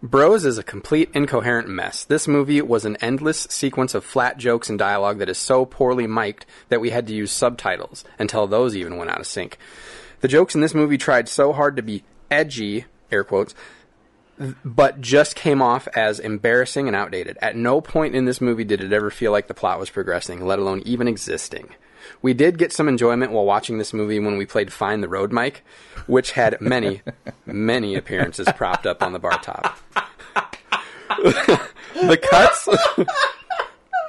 Speaker 3: bros is a complete incoherent mess this movie was an endless sequence of flat jokes and dialogue that is so poorly mic'd that we had to use subtitles until those even went out of sync the jokes in this movie tried so hard to be edgy air quotes but just came off as embarrassing and outdated. At no point in this movie did it ever feel like the plot was progressing, let alone even existing. We did get some enjoyment while watching this movie when we played Find the Road Mike, which had many, many appearances propped up on the bar top. the cuts.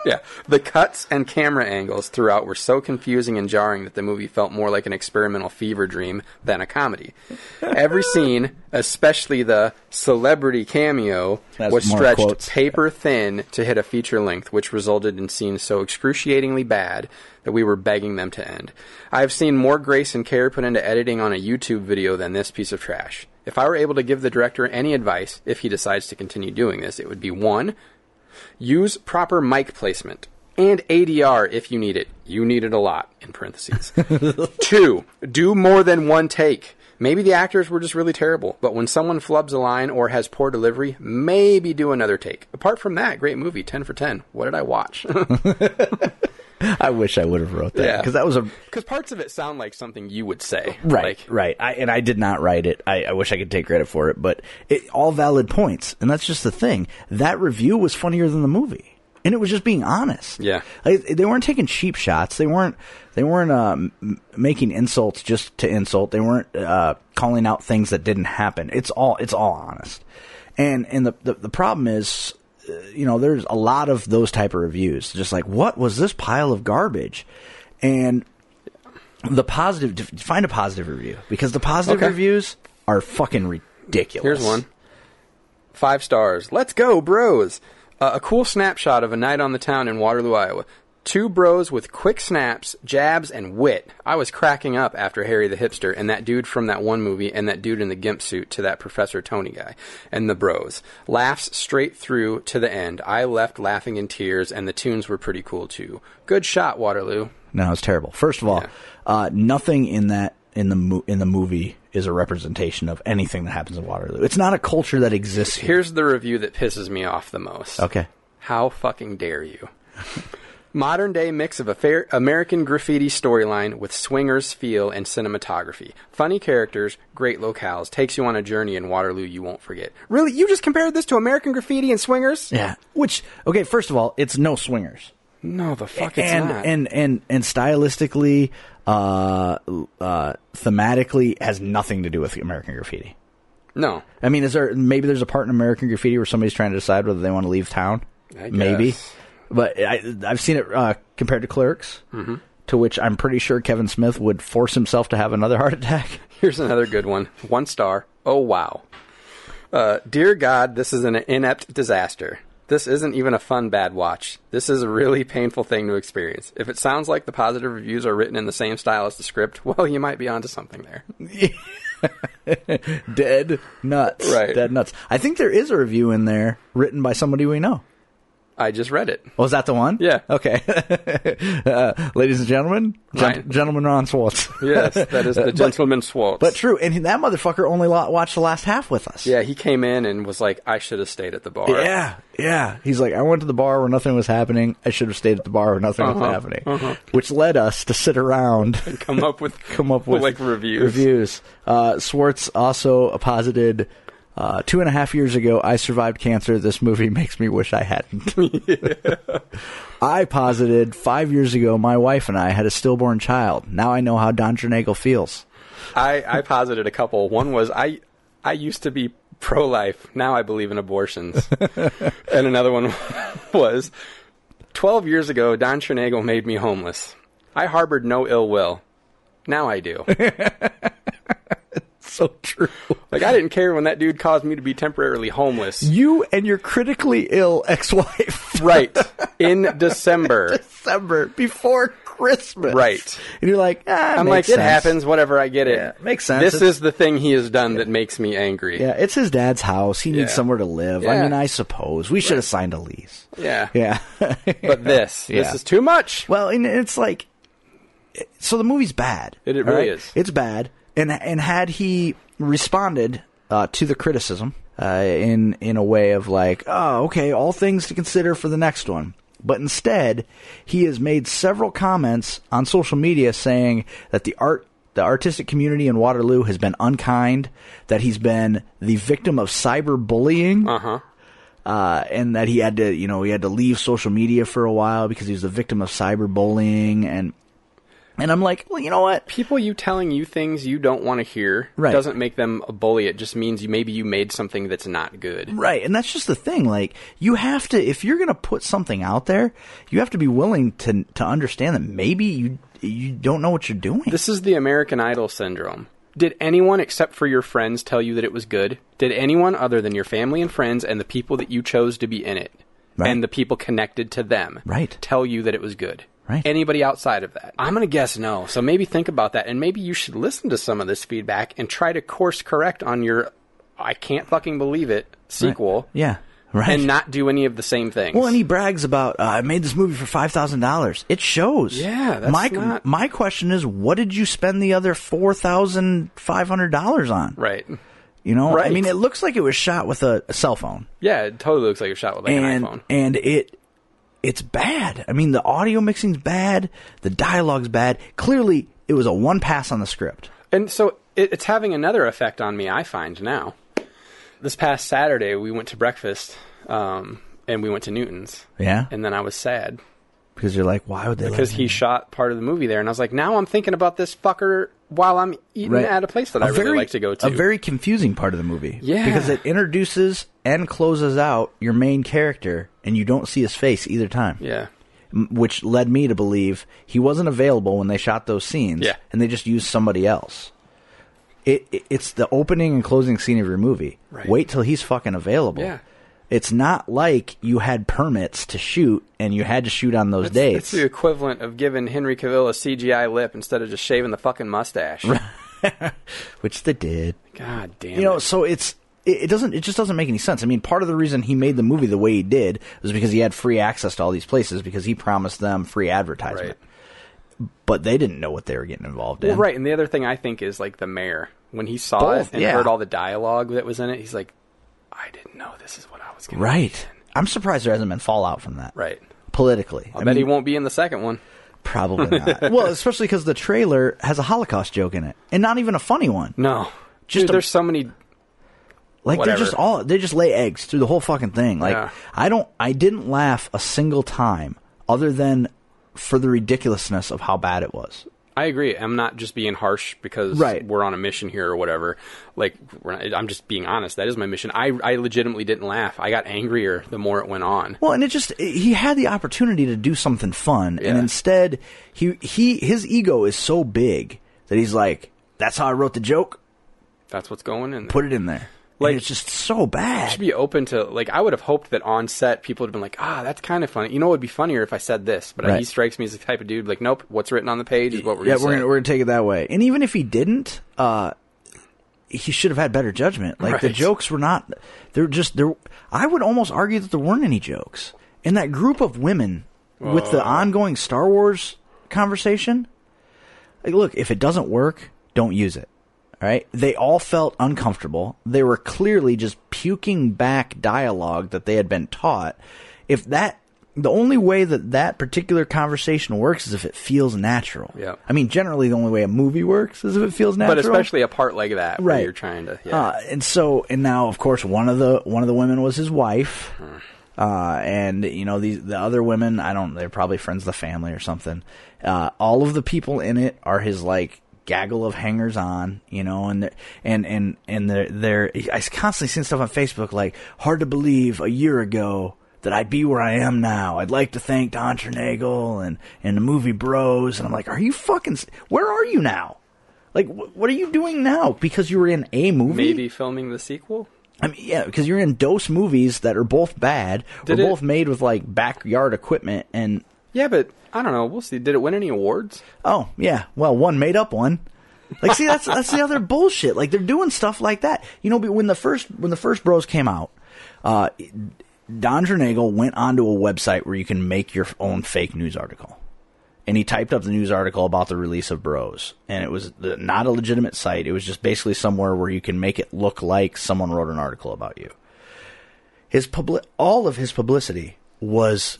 Speaker 3: Yeah, the cuts and camera angles throughout were so confusing and jarring that the movie felt more like an experimental fever dream than a comedy. Every scene, especially the celebrity cameo,
Speaker 2: That's
Speaker 3: was
Speaker 2: more
Speaker 3: stretched
Speaker 2: quotes.
Speaker 3: paper thin to hit a feature length, which resulted in scenes so excruciatingly bad that we were begging them to end. I've seen more grace and care put into editing on a YouTube video than this piece of trash. If I were able to give the director any advice, if he decides to continue doing this, it would be one, Use proper mic placement and ADR if you need it. You need it a lot, in parentheses. Two, do more than one take. Maybe the actors were just really terrible, but when someone flubs a line or has poor delivery, maybe do another take. Apart from that, great movie, 10 for 10. What did I watch?
Speaker 2: I wish I would have wrote that
Speaker 3: Yeah.
Speaker 2: because that was a
Speaker 3: Because parts of it sound like something you would say.
Speaker 2: Right,
Speaker 3: Like,
Speaker 2: right. I, and I did not write it. I, I wish I could take credit for it, but it, all valid points. And that's just the thing. That review was funnier than the movie, and it was just being honest.
Speaker 3: Yeah.
Speaker 2: Like, they weren't taking cheap shots. They weren't. They weren't uh, m- making insults just to insult. They weren't uh, calling out things that didn't happen. It's all. It's all honest. And and the the, the problem is. uh, You know, there's a lot of those type of reviews. Just like, what was this pile of garbage? And the positive def- find a positive review because the positive
Speaker 3: Okay.
Speaker 2: reviews are fucking ridiculous.
Speaker 3: Here's one. Five stars. Let's go, bros. Uh, a cool snapshot of a night on the town in Waterloo, Iowa. Two bros with quick snaps, jabs, and wit. I was cracking up after Harry the Hipster and that dude from that one movie and that dude in the gimp suit to that Professor Tony guy and the bros. Laughs straight through to the end. I left laughing in tears and the tunes were pretty cool too. Good shot, Waterloo.
Speaker 2: No, it's terrible. First of all, uh, nothing in that in the mo- in the movie is a representation of anything that happens in Waterloo. It's not a culture that exists here.
Speaker 3: Here's the review that pisses me off the most.
Speaker 2: Okay.
Speaker 3: How fucking dare you? Modern day mix of a fair American graffiti storyline with swingers feel and cinematography. Funny characters, great locales, takes you on a journey in Waterloo you won't forget. Really? You just compared this to American graffiti and swingers?
Speaker 2: Yeah. Which okay, first of all, it's no swingers.
Speaker 3: No, the fuck it's
Speaker 2: and
Speaker 3: not.
Speaker 2: and and and stylistically, uh, uh, thematically, has nothing to do with American graffiti.
Speaker 3: no.
Speaker 2: I mean, is there maybe there's a part in American Graffiti where somebody's trying to decide whether they want to leave town?
Speaker 3: I
Speaker 2: Maybe,
Speaker 3: guess.
Speaker 2: but I, I've seen it uh, compared to Clerks,
Speaker 3: Mm-hmm.
Speaker 2: to which I'm pretty sure Kevin Smith would force himself to have another heart attack.
Speaker 3: Here's another good one. One star. Oh, wow. Uh, dear God, this is an inept disaster. This isn't even a fun bad watch. This is a really painful thing to experience. If it sounds like the positive reviews are written in the same style as the script, well, you might be onto something there.
Speaker 2: Dead nuts,
Speaker 3: Right.
Speaker 2: Dead nuts. I think there is a review in there written by somebody we know.
Speaker 3: I just read it.
Speaker 2: Was that the one?
Speaker 3: Yeah.
Speaker 2: Okay. uh, ladies and gentlemen, gen-
Speaker 3: Right.
Speaker 2: gentleman Ron Swartz.
Speaker 3: Yes, that is the gentleman Swartz.
Speaker 2: but true, and that motherfucker only lo- watched the last half with us.
Speaker 3: yeah, he came in and was like, "I should have stayed at the bar."
Speaker 2: Yeah, yeah. He's like, I went to the bar where nothing was happening. I should have stayed at the bar where nothing was
Speaker 3: Uh-huh,
Speaker 2: happening, which led us to sit around,
Speaker 3: come up with
Speaker 2: come up with
Speaker 3: like reviews.
Speaker 2: Reviews. Uh, Swartz also posited uh, two and a half years ago. I survived cancer. This movie makes me wish I hadn't. I posited five years ago. My wife and I had a stillborn child. Now I know how Don Jernagel feels.
Speaker 3: I I posited a couple. One was I I used to be pro life. Now I believe in abortions. and another one was twelve years ago. Don Trinagel made me homeless. I harbored no ill will. Now I do.
Speaker 2: So true.
Speaker 3: Like I didn't care when that dude caused me to be temporarily homeless.
Speaker 2: You and your critically ill ex-wife.
Speaker 3: Right in December.
Speaker 2: December before Christmas.
Speaker 3: Right.
Speaker 2: And you're like, ah,
Speaker 3: I'm like,
Speaker 2: makes
Speaker 3: it
Speaker 2: sense."
Speaker 3: happens. Whatever, I get it.
Speaker 2: Yeah, makes sense.
Speaker 3: This
Speaker 2: It's-
Speaker 3: is the thing he has done that makes me angry.
Speaker 2: Yeah, it's his dad's house. He needs
Speaker 3: Yeah.
Speaker 2: somewhere to live. I
Speaker 3: Yeah.
Speaker 2: mean, I suppose we should have signed a lease.
Speaker 3: Yeah.
Speaker 2: Yeah.
Speaker 3: But this,
Speaker 2: Yeah.
Speaker 3: this is too much.
Speaker 2: well, and it's like, so the movie's bad.
Speaker 3: It- it
Speaker 2: all
Speaker 3: really is.
Speaker 2: It's bad. And and had he responded uh, to the criticism uh, in in a way of like, oh, okay, all things to consider for the next one. But instead, he has made several comments on social media saying that the art the artistic community in Waterloo has been unkind, that he's been the victim of cyberbullying.
Speaker 3: Uh huh.
Speaker 2: uh, and that he had to, you know, he had to leave social media for a while because he was the victim of cyberbullying, and and I'm like, well, you know what?
Speaker 3: people you telling you things you don't want to hear
Speaker 2: Right.
Speaker 3: doesn't make them a bully. It just means you maybe you made something that's not good.
Speaker 2: Right, and that's just the thing. Like, you have to if you're gonna put something out there, you have to be willing to to understand that maybe you you don't know what you're doing.
Speaker 3: This is the American Idol syndrome. Did anyone except for your friends tell you that it was good? Did anyone other than your family and friends and the people that you chose to be in it
Speaker 2: Right.
Speaker 3: and the people connected to them
Speaker 2: Right.
Speaker 3: tell you that it was good?
Speaker 2: Right.
Speaker 3: Anybody outside of that? I'm going to guess no. So maybe think about that and maybe you should listen to some of this feedback and try to course correct on your I can't fucking believe it sequel.
Speaker 2: yeah, right.
Speaker 3: And not do any of the same things.
Speaker 2: Well, and he brags about uh, I made this movie for five thousand dollars. It shows.
Speaker 3: Yeah, that's
Speaker 2: my
Speaker 3: not-
Speaker 2: my question is, what did you spend the other four thousand five hundred dollars on?
Speaker 3: Right.
Speaker 2: You know, I
Speaker 3: Right.
Speaker 2: mean, it looks like it was shot with a, a cell phone,
Speaker 3: Yeah, it totally looks like a shot with like an
Speaker 2: and
Speaker 3: iPhone.
Speaker 2: and it it's bad. I mean, the audio mixing's bad, the dialogue's bad. Clearly, it was a one pass on the script.
Speaker 3: And so it, it's having another effect on me, I find now. This past Saturday, we went to breakfast um, and we went to Newton's.
Speaker 2: Yeah,
Speaker 3: And then I was sad
Speaker 2: because you're like, why would they?
Speaker 3: because
Speaker 2: let
Speaker 3: he shot part of the movie there. And I was like, now I'm thinking about this fucker while I'm eating
Speaker 2: Right.
Speaker 3: at a place that I really like to go to.
Speaker 2: A very confusing part of the movie.
Speaker 3: Yeah.
Speaker 2: Because it introduces and closes out your main character, and you don't see his face either time.
Speaker 3: yeah.
Speaker 2: M- Which led me to believe he wasn't available when they shot those scenes,
Speaker 3: Yeah.
Speaker 2: and they just used somebody else. It, it It's the opening and closing scene of your movie.
Speaker 3: Right.
Speaker 2: Wait till he's fucking available.
Speaker 3: Yeah.
Speaker 2: It's not like you had permits to shoot and you had to shoot on those
Speaker 3: It's,
Speaker 2: dates.
Speaker 3: it's the equivalent of giving Henry Cavill a CGI lip instead of just shaving the fucking mustache.
Speaker 2: which they did.
Speaker 3: God damn
Speaker 2: you know
Speaker 3: it.
Speaker 2: so it's it it doesn't it just doesn't make any sense i mean part of the reason he made the movie the way he did was because he had free access to all these places because he promised them free advertisement but they didn't know what they were getting involved in
Speaker 3: Well, right, and the other thing I think is like the mayor when he saw
Speaker 2: Both,
Speaker 3: it and
Speaker 2: yeah.
Speaker 3: heard all the dialogue that was in it, he's like, "I didn't know this is what I was going
Speaker 2: right i'm surprised there hasn't been fallout from that
Speaker 3: Right.
Speaker 2: politically
Speaker 3: I, bet he won't be in the second one.
Speaker 2: probably not well especially because the trailer has a holocaust joke in it and not even a funny one
Speaker 3: No,
Speaker 2: Just
Speaker 3: just
Speaker 2: a-
Speaker 3: there's so many.
Speaker 2: Like
Speaker 3: Whatever.
Speaker 2: they're just all they just lay eggs through the whole fucking thing. Like
Speaker 3: Yeah.
Speaker 2: I don't I didn't laugh a single time other than for the ridiculousness of how bad it was.
Speaker 3: I agree. I'm not just being harsh because
Speaker 2: Right.
Speaker 3: we're on a mission here or whatever. Like we're not, I'm just being honest. That is my mission. I I legitimately didn't laugh. I got angrier the more it went on.
Speaker 2: Well, and it just he had the opportunity to do something fun, and
Speaker 3: Yeah.
Speaker 2: instead he he his ego is so big that he's like, "That's how I wrote the joke.
Speaker 3: That's what's going in. There.
Speaker 2: Put it in there." Like
Speaker 3: Like-
Speaker 2: it's just so
Speaker 3: should
Speaker 2: bad.
Speaker 3: be open to like I would have hoped that on set people would have been like, ah, that's kind of funny. You know, it would be funnier if I said this, but
Speaker 2: Right.
Speaker 3: he strikes me as the type of dude like, nope, what's written on the page is what we're
Speaker 2: yeah,
Speaker 3: gonna
Speaker 2: we're
Speaker 3: say.
Speaker 2: gonna, we're gonna take it that way. And even if he didn't, uh, he should have had better judgment. Like the
Speaker 3: Right.
Speaker 2: jokes were not. They're just there. I would almost argue that there weren't any jokes. And that group of women with
Speaker 3: Oh.
Speaker 2: the ongoing Star Wars conversation, like, look, if it doesn't work, don't use it. All right? They all felt uncomfortable. They were clearly just puking back dialogue that they had been taught. If that, the only way that that particular conversation works is if it feels natural.
Speaker 3: Yeah.
Speaker 2: I mean, generally, the only way a movie works is if it feels natural.
Speaker 3: But especially a part like that where
Speaker 2: Right.
Speaker 3: you're trying to. Yeah.
Speaker 2: Uh, and so, and now, of course, one of the one of the women was his wife,
Speaker 3: Hmm.
Speaker 2: uh, and you know these the other women. I don't. They're probably friends of the family or something. Uh, all of the people in it are his like gaggle of hangers on, you know, and they're, and and and they're they're. I constantly seeing stuff on Facebook like hard to believe a year ago. That I'd be where I am now. I'd like to thank Don Ternagel and, and the movie Bros. And I'm like, are you fucking? s- Where are you now? Like, wh- what are you doing now? Because you were in a movie.
Speaker 3: Maybe filming the sequel?
Speaker 2: I mean, yeah, because you're in dose movies that are both bad.
Speaker 3: Did
Speaker 2: They're
Speaker 3: it-
Speaker 2: both made with like backyard equipment, and
Speaker 3: Yeah, but I don't know. We'll see. Did it win any awards?
Speaker 2: oh yeah, well one made up one. Like, see, that's that's the other bullshit. Like they're doing stuff like that. You know, but when the first when the first Bros came out, uh, Don Jernagel went onto a website where you can make your own fake news article. and he typed up the news article about the release of Bros. And it was the, not a legitimate site. It was just basically somewhere where you can make it look like someone wrote an article about you. His public, all of his publicity was.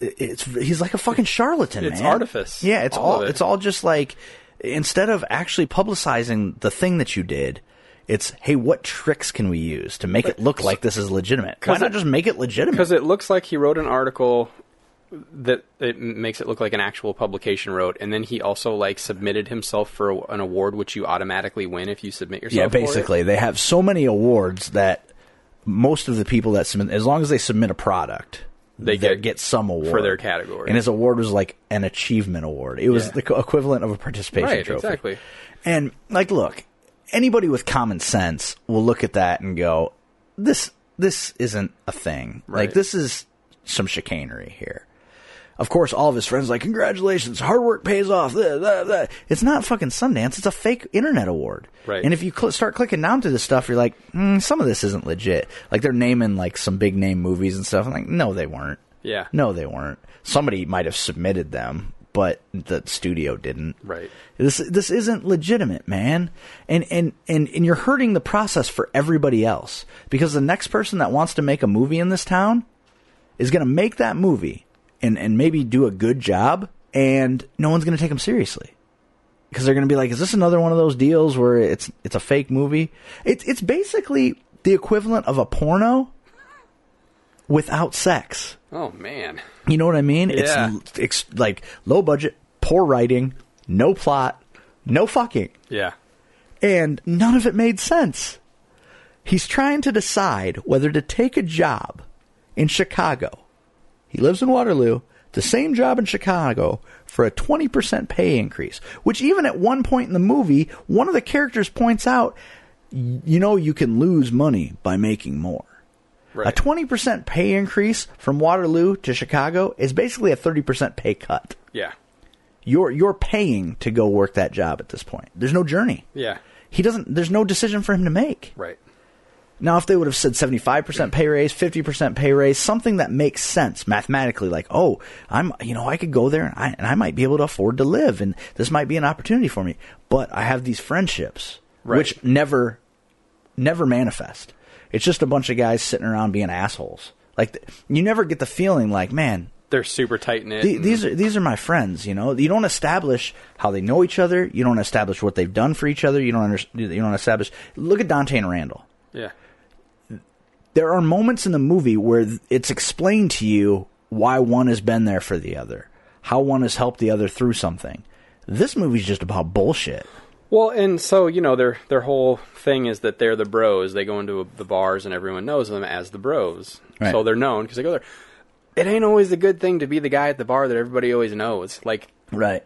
Speaker 2: it- It's he's like a fucking charlatan.
Speaker 3: It's
Speaker 2: man.
Speaker 3: artifice.
Speaker 2: Yeah, it's
Speaker 3: All
Speaker 2: all,
Speaker 3: of it.
Speaker 2: it's all just like instead of actually publicizing the thing that you did. It's hey, what tricks can we use to make it look like this is legitimate? Why
Speaker 3: 'Cause
Speaker 2: not
Speaker 3: it-
Speaker 2: just make it legitimate?
Speaker 3: Because it looks like he wrote an article that it m- makes it look like an actual publication wrote, and then he also like submitted himself for a, an award, which you automatically win if you submit yourself.
Speaker 2: Yeah,
Speaker 3: for it.
Speaker 2: basically, they have so many awards that most of the people that submit, as long as they submit a product,
Speaker 3: They
Speaker 2: they're-
Speaker 3: get-
Speaker 2: some award
Speaker 3: their category.
Speaker 2: And his award was like an achievement award. It was
Speaker 3: Yeah.
Speaker 2: the co- equivalent of a participation
Speaker 3: right?
Speaker 2: trophy.
Speaker 3: Exactly.
Speaker 2: And like, look, anybody with common sense will look at that and go, "This, this isn't a thing. Like,
Speaker 3: Right.
Speaker 2: this is some chicanery here." Of course, all of his friends are like, "Congratulations, hard work pays off." blah, blah, blah." It's not fucking Sundance; it's a fake internet award.
Speaker 3: Right.
Speaker 2: And if you cl- start clicking down to this stuff, you're like, mm, "Some of this isn't legit." Like they're naming like some big name movies and stuff. I'm like, "No, they weren't."
Speaker 3: Yeah.
Speaker 2: No, they weren't. Somebody might have submitted them, but the studio didn't.
Speaker 3: Right.
Speaker 2: This this isn't legitimate, man. And and and and you're hurting the process for everybody else because the next person that wants to make a movie in this town is going to make that movie and and maybe do a good job and no one's going to take them seriously. Cuz they're going to be like, is this another one of those deals where it's it's a fake movie? It's it's basically the equivalent of a porno without sex.
Speaker 3: Oh man.
Speaker 2: You know what I mean?
Speaker 3: Yeah.
Speaker 2: It's, it's like low budget, poor writing, no plot, no fucking,
Speaker 3: Yeah.
Speaker 2: and none of it made sense. He's trying to decide whether to take a job in Chicago. He lives in Waterloo, the same job in Chicago for a 20% pay increase, which even at one point in the movie, one of the characters points out, "Y- you know, you can lose money by making more.
Speaker 3: Right.
Speaker 2: A 20% pay increase from Waterloo to Chicago is basically a 30% pay cut.
Speaker 3: yeah.
Speaker 2: You're you're paying to go work that job at this point. There's no journey.
Speaker 3: Yeah.
Speaker 2: He doesn't there's no decision for him to make.
Speaker 3: Right.
Speaker 2: Now if they would have said 75% pay raise, 50% pay raise, something that makes sense mathematically like, "Oh, I'm you know, I could go there and I and I might be able to afford to live and this might be an opportunity for me, but I have these friendships
Speaker 3: Right.
Speaker 2: which never never manifest. It's just a bunch of guys sitting around being assholes. Like th- you never get the feeling like, man,
Speaker 3: They're super tight knit.
Speaker 2: th- these are these are my friends. You know, you don't establish how they know each other. You don't establish what they've done for each other. You don't under- you don't establish. Look at Dante and Randall.
Speaker 3: yeah.
Speaker 2: There are moments in the movie where th- it's explained to you why one has been there for the other, how one has helped the other through something. This movie's just about bullshit.
Speaker 3: Well, and so you know their their whole thing is that they're the bros. They go into the bars and everyone knows them as the bros,
Speaker 2: Right.
Speaker 3: so they're known because they go there. It ain't always a good thing to be the guy at the bar that everybody always knows. Like,
Speaker 2: Right.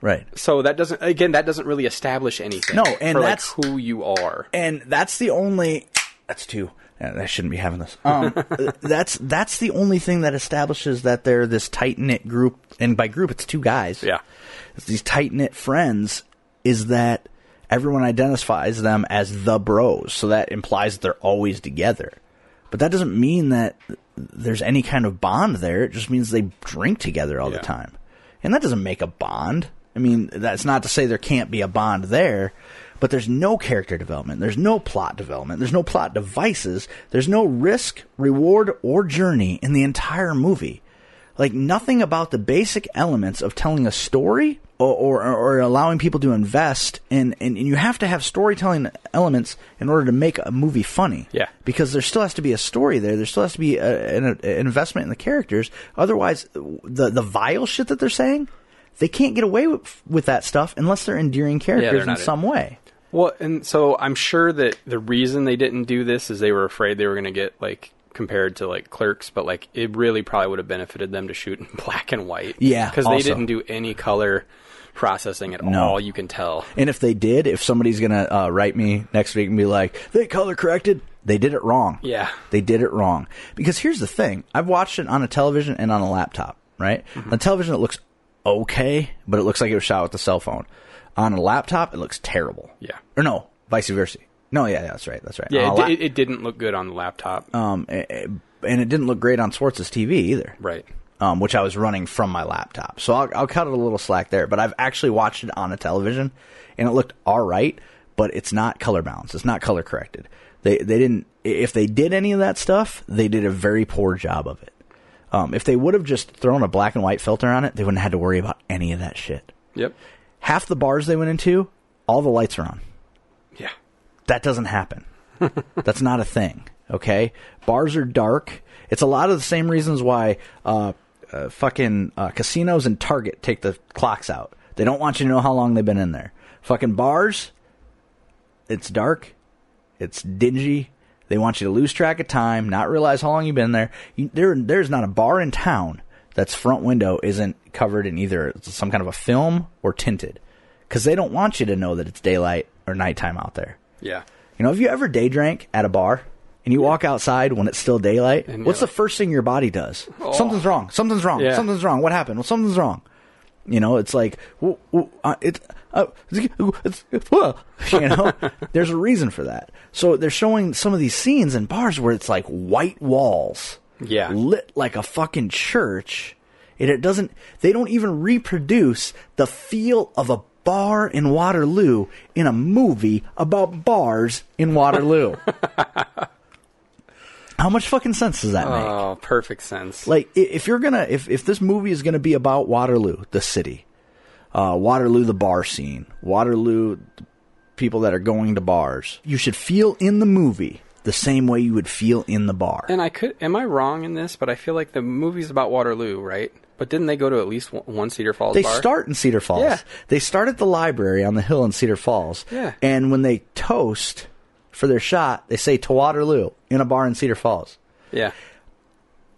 Speaker 2: Right.
Speaker 3: so that doesn't again that doesn't really establish anything.
Speaker 2: No, and
Speaker 3: for,
Speaker 2: that's-
Speaker 3: like who you are.
Speaker 2: and that's the only that's two Uh, i shouldn't be having this um uh, that's that's the only thing that establishes that they're this tight-knit group and by group it's two guys
Speaker 3: Yeah.
Speaker 2: it's these tight-knit friends is that everyone identifies them as the bros so that implies that they're always together but that doesn't mean that there's any kind of bond there. It just means they drink together all
Speaker 3: Yeah.
Speaker 2: the time. And that doesn't make a bond. I mean, that's not to say there can't be a bond there, but there's no character development. There's no plot development. There's no plot devices. There's no risk, reward, or journey in the entire movie. Like nothing about the basic elements of telling a story or, or, or allowing people to invest in, and, and you have to have storytelling elements in order to make a movie funny
Speaker 3: Yeah.
Speaker 2: because there still has to be a story there. There still has to be a, an, an investment in the characters. Otherwise, the the vile shit that they're saying, they can't get away with, with that stuff unless they're endearing characters in
Speaker 3: not-
Speaker 2: some way.
Speaker 3: Well, and so I'm sure that the reason they didn't do this is they were afraid they were going to get like compared to like clerks, but like it really probably would have benefited them to shoot in black and white.
Speaker 2: Yeah,
Speaker 3: Because they
Speaker 2: also.
Speaker 3: didn't do any color processing at
Speaker 2: No.
Speaker 3: all, you can tell.
Speaker 2: And if they did, if somebody's gonna uh, write me next week and be like, they color corrected, they did it wrong.
Speaker 3: Yeah.
Speaker 2: they did it wrong. Because here's the thing: I've watched it on a television and on a laptop. Right
Speaker 3: Mm-hmm.
Speaker 2: on television, it looks okay, but it looks like it was shot with a cell phone. On a laptop, it looks terrible.
Speaker 3: Yeah.
Speaker 2: or no, vice versa. No, yeah, yeah, that's right. That's right. On
Speaker 3: Yeah, it,
Speaker 2: a lap-
Speaker 3: di- it, it didn't look good on the laptop.
Speaker 2: um, eh, eh, and it didn't look great on Swartz's TV either,
Speaker 3: right.
Speaker 2: um, which I was running from my laptop. So I'll, I'll cut it a little slack there. But I've actually watched it on a television, and it looked all right, but it's not color balanced. It's not color corrected. They they didn't. i- If they did any of that stuff, they did a very poor job of it. Um, if they would have just thrown a black and white filter on it, they wouldn't have had to worry about any of that shit.
Speaker 3: Yep.
Speaker 2: Half the bars they went into, all the lights are on
Speaker 3: Yeah.
Speaker 2: that doesn't happen. That's not a thing. Okay, bars are dark. It's a lot of the same reasons why uh, uh, fucking uh, casinos and Target take the clocks out. They don't want you to know how long they've been in there. Fucking bars, it's dark, it's dingy. They want you to lose track of time, not realize how long you've been there. You, there, there's not a bar in town that's front window isn't covered in either some kind of a film or tinted, because they don't want you to know that it's daylight or nighttime out there.
Speaker 3: Yeah.
Speaker 2: You know, have you ever day drank at a bar and you walk outside when it's still daylight?
Speaker 3: And
Speaker 2: What's
Speaker 3: you're
Speaker 2: the
Speaker 3: like-
Speaker 2: first thing your body does? Something's wrong. Something's wrong.
Speaker 3: Yeah.
Speaker 2: Something's wrong. What happened? Well, something's wrong. You know, it's like w- w- uh, it. Uh, it's, it's, whoa. you know, there's a reason for that. So they're showing some of these scenes in bars where it's like white walls,
Speaker 3: Yeah.
Speaker 2: lit like a fucking church. And it doesn't. They don't even reproduce the feel of a bar in Waterloo in a movie about bars in Waterloo. How much fucking sense does that make?
Speaker 3: Oh, perfect sense.
Speaker 2: Like i- if you're gonna if if this movie is gonna be about Waterloo, the city, uh, Waterloo, the bar scene, Waterloo, the people that are going to bars, you should feel in the movie the same way you would feel in the bar.
Speaker 3: and I could, am I wrong in this? But I feel like the movie's about Waterloo, right? But didn't they go to at least one, one Cedar Falls
Speaker 2: They
Speaker 3: bar?
Speaker 2: start in Cedar Falls.
Speaker 3: Yeah.
Speaker 2: They start at the library on the hill in Cedar Falls.
Speaker 3: Yeah.
Speaker 2: And when they toast for their shot, they say to Waterloo in a bar in Cedar Falls.
Speaker 3: Yeah.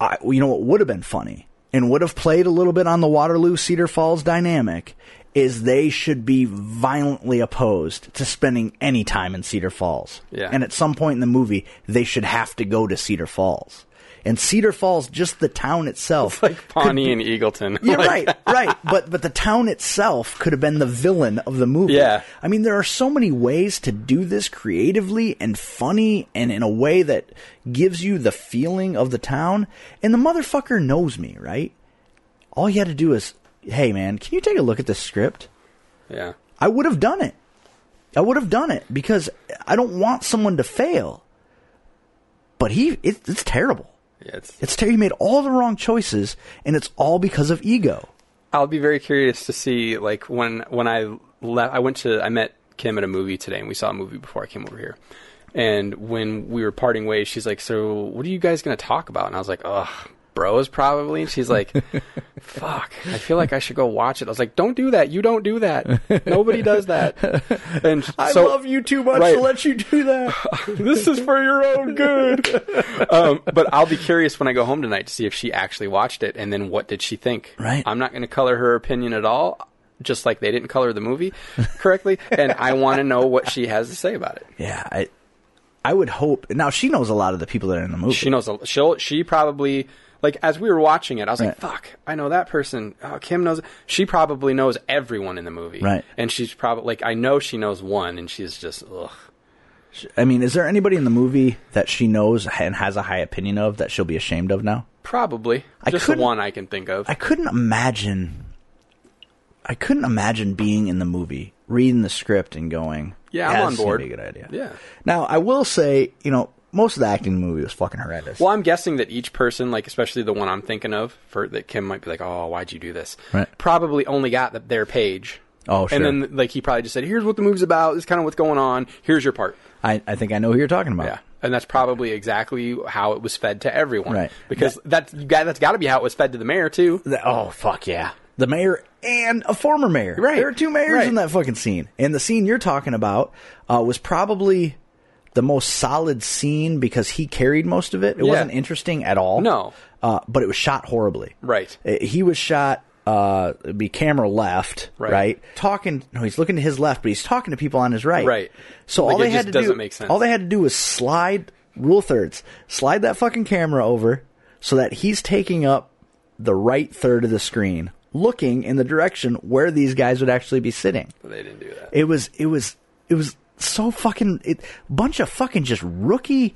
Speaker 2: I, you know what would have been funny and would have played a little bit on the Waterloo Cedar Falls dynamic is they should be violently opposed to spending any time in Cedar Falls.
Speaker 3: Yeah.
Speaker 2: And at some point in the movie, they should have to go to Cedar Falls. And Cedar Falls, just the town itself,
Speaker 3: Like Pawnee and Eagleton.
Speaker 2: yeah,
Speaker 3: Like-
Speaker 2: right, right. But but the town itself could have been the villain of the movie.
Speaker 3: Yeah.
Speaker 2: I mean, there are so many ways to do this creatively and funny and in a way that gives you the feeling of the town. And the motherfucker knows me, right? All he had to do is, hey man, can you take a look at this script?
Speaker 3: Yeah.
Speaker 2: I would have done it. I would have done it because I don't want someone to fail. But he, it, it's terrible.
Speaker 3: Yeah, it's,
Speaker 2: It's ter- he made all the wrong choices, and it's all because of ego.
Speaker 3: I'll be very curious to see like when when I left. I went to I met Kim at a movie today, and we saw a movie before I came over here. And when we were parting ways, she's like, "So what are you guys going to talk about?" And I was like, "Ugh, bros, probably." And she's like, "Fuck, I feel like I should go watch it." I was like, "Don't do that. You don't do that. Nobody does that." And so,
Speaker 2: you too much
Speaker 3: Right.
Speaker 2: you do that.
Speaker 3: this is for your own good. um, but I'll be curious when I go home tonight to see if she actually watched it and then what did she think.
Speaker 2: Right.
Speaker 3: I'm not going to color her opinion at all, just like they didn't color the movie correctly. and I want to know what she has to say about it.
Speaker 2: yeah, I, I would hope. Now she knows a lot of the people that are in the movie.
Speaker 3: She knows. a- She'll. She probably. Like as we were watching it, I was like,
Speaker 2: Right.
Speaker 3: "Fuck, I know that person." Oh, Kim knows. She probably knows everyone in the movie,
Speaker 2: Right.
Speaker 3: And she's probably like, I know she knows one, and she's just ugh.
Speaker 2: I mean, is there anybody in the movie that she knows and has a high opinion of that she'll be ashamed of now?
Speaker 3: Probably.
Speaker 2: I
Speaker 3: just the
Speaker 2: couldn't-
Speaker 3: one I can think of.
Speaker 2: I couldn't imagine. I couldn't imagine being in the movie, reading the script, and going,
Speaker 3: Yeah, I'm on
Speaker 2: this is gonna
Speaker 3: board."
Speaker 2: be a good idea."
Speaker 3: Yeah.
Speaker 2: Now, I will say, you know, most of the acting in the movie was fucking horrendous.
Speaker 3: Well, I'm guessing that each person, like especially the one I'm thinking of, for that Kim might be like, "Oh, why'd you do this?"
Speaker 2: Right.
Speaker 3: Probably only got the, their page.
Speaker 2: Oh, sure.
Speaker 3: And then like he probably just said, "Here's what the movie's about. This is kind of what's going on. Here's your part."
Speaker 2: I, I think I know who you're talking about.
Speaker 3: Yeah. And that's probably exactly how it was fed to everyone.
Speaker 2: Right.
Speaker 3: Because that's you got that's got to be how it was fed to the mayor too.
Speaker 2: The- oh fuck yeah, the mayor and a former mayor.
Speaker 3: Right.
Speaker 2: there are two mayors
Speaker 3: Right.
Speaker 2: in that fucking scene. And the scene you're talking about uh, was probably the most solid scene because he carried most of it. It
Speaker 3: Yeah.
Speaker 2: wasn't interesting at all.
Speaker 3: No.
Speaker 2: uh, but it was shot horribly.
Speaker 3: Right.
Speaker 2: Uh, he was shot. Uh, it'd be camera left, right.
Speaker 3: Right.
Speaker 2: Talking, no, he's looking to his left, but he's talking to people on his right.
Speaker 3: Right.
Speaker 2: So
Speaker 3: Like,
Speaker 2: all
Speaker 3: it
Speaker 2: they
Speaker 3: just
Speaker 2: had to do,
Speaker 3: doesn't make sense.
Speaker 2: all they had to do was slide rule thirds, slide that fucking camera over so that he's taking up the right third of the screen, looking in the direction where these guys would actually be sitting.
Speaker 3: But they didn't do that.
Speaker 2: It was it was it was so fucking it bunch of fucking just rookie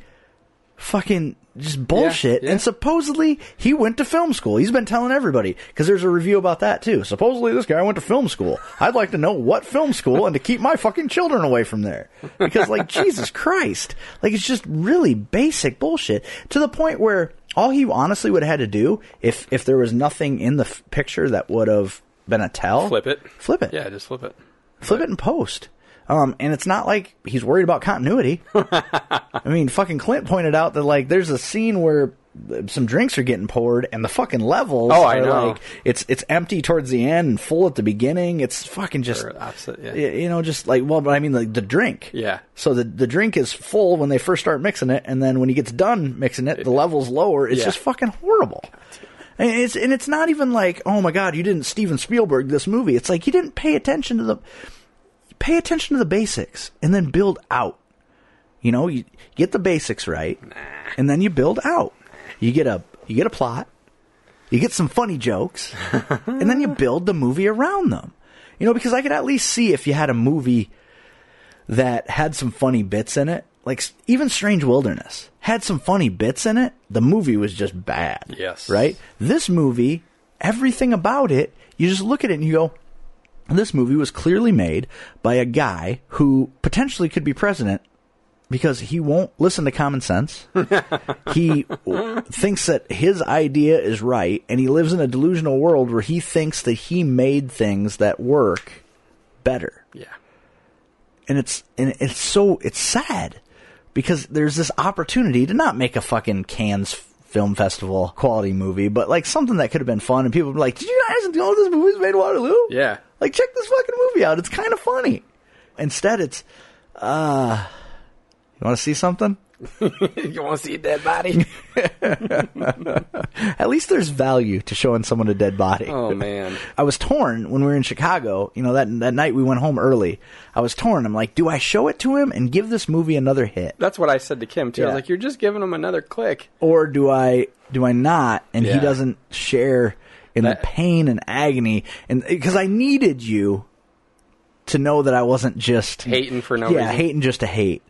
Speaker 2: fucking just bullshit.
Speaker 3: yeah.
Speaker 2: And supposedly he went to film school. He's been telling everybody because there's a review about that too. Supposedly this guy went to film school. I'd like to know what film school and to keep my fucking children away from there because like Jesus Christ, like it's just really basic bullshit to the point where all he honestly would have had to do if if there was nothing in the f- picture that would have been a tell
Speaker 3: Flip it.
Speaker 2: flip it
Speaker 3: Yeah, just flip it.
Speaker 2: flip it and post. Um, and it's not like he's worried about continuity. I mean, fucking Clint pointed out that like there's a scene where uh, some drinks are getting poured and the fucking levels
Speaker 3: Oh, I
Speaker 2: are
Speaker 3: know.
Speaker 2: like it's it's empty towards the end and full at the beginning. It's fucking just
Speaker 3: Or opposite, yeah.
Speaker 2: y- you know, just like well, but I mean like the drink.
Speaker 3: Yeah.
Speaker 2: So the the drink is full when they first start mixing it, and then when he gets done mixing it, the level's lower. It's
Speaker 3: Yeah.
Speaker 2: just fucking horrible. And it's and it's not even like, oh my god, you didn't Steven Spielberg this movie. It's like you didn't pay attention to the pay attention to the basics and then build out. You know, you get the basics right, and then you build out. You get a you get a plot, you get some funny jokes, and then you build the movie around them. You know, because I could at least see if you had a movie that had some funny bits in it. Like s- even Strange Wilderness had some funny bits in it. The movie was just bad.
Speaker 3: Yes.
Speaker 2: Right? This movie, everything about it, you just look at it and you go, this movie was clearly made by a guy who potentially could be president because he won't listen to common sense. he thinks that his idea is right, and he lives in a delusional world where he thinks that he made things that work better.
Speaker 3: Yeah.
Speaker 2: And it's and it's so it's sad because there's this opportunity to not make a fucking Cannes film festival quality movie, but like something that could have been fun, and people would be like, "Did you guys know this movie's made in Waterloo?"
Speaker 3: Yeah.
Speaker 2: Like, check this fucking movie out. It's kind of funny. Instead, it's, uh, you want to see something?
Speaker 3: you want to see a dead body?
Speaker 2: At least there's value to showing someone a dead body.
Speaker 3: oh man.
Speaker 2: I was torn when we were in Chicago. You know, that, that night we went home early. I was torn. I'm like, do I show it to him and give this movie another hit?
Speaker 3: That's what I said to Kim too. I
Speaker 2: Yeah.
Speaker 3: was like, "You're just giving him another click."
Speaker 2: Or do I, do I not? And he
Speaker 3: Yeah.
Speaker 2: doesn't share in
Speaker 3: That-
Speaker 2: the pain and agony. And, cause I needed you to know that I wasn't just
Speaker 3: Hating for no
Speaker 2: yeah,
Speaker 3: reason.
Speaker 2: hating just to hate.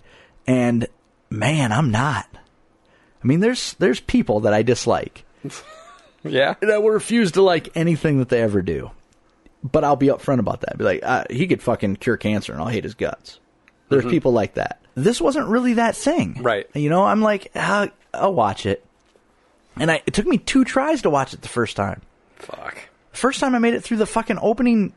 Speaker 2: And man, I'm not. I mean, there's there's people that I dislike
Speaker 3: Yeah.
Speaker 2: that will refuse to like anything that they ever do. But I'll be upfront about that. Be like, uh, he could fucking cure cancer, and I'll hate his guts. There's people like that. This wasn't really that thing,
Speaker 3: Right.
Speaker 2: You know, I'm like, ah, I'll watch it, and I it took me two tries to watch it the first time.
Speaker 3: Fuck.
Speaker 2: First time I made it through the fucking opening.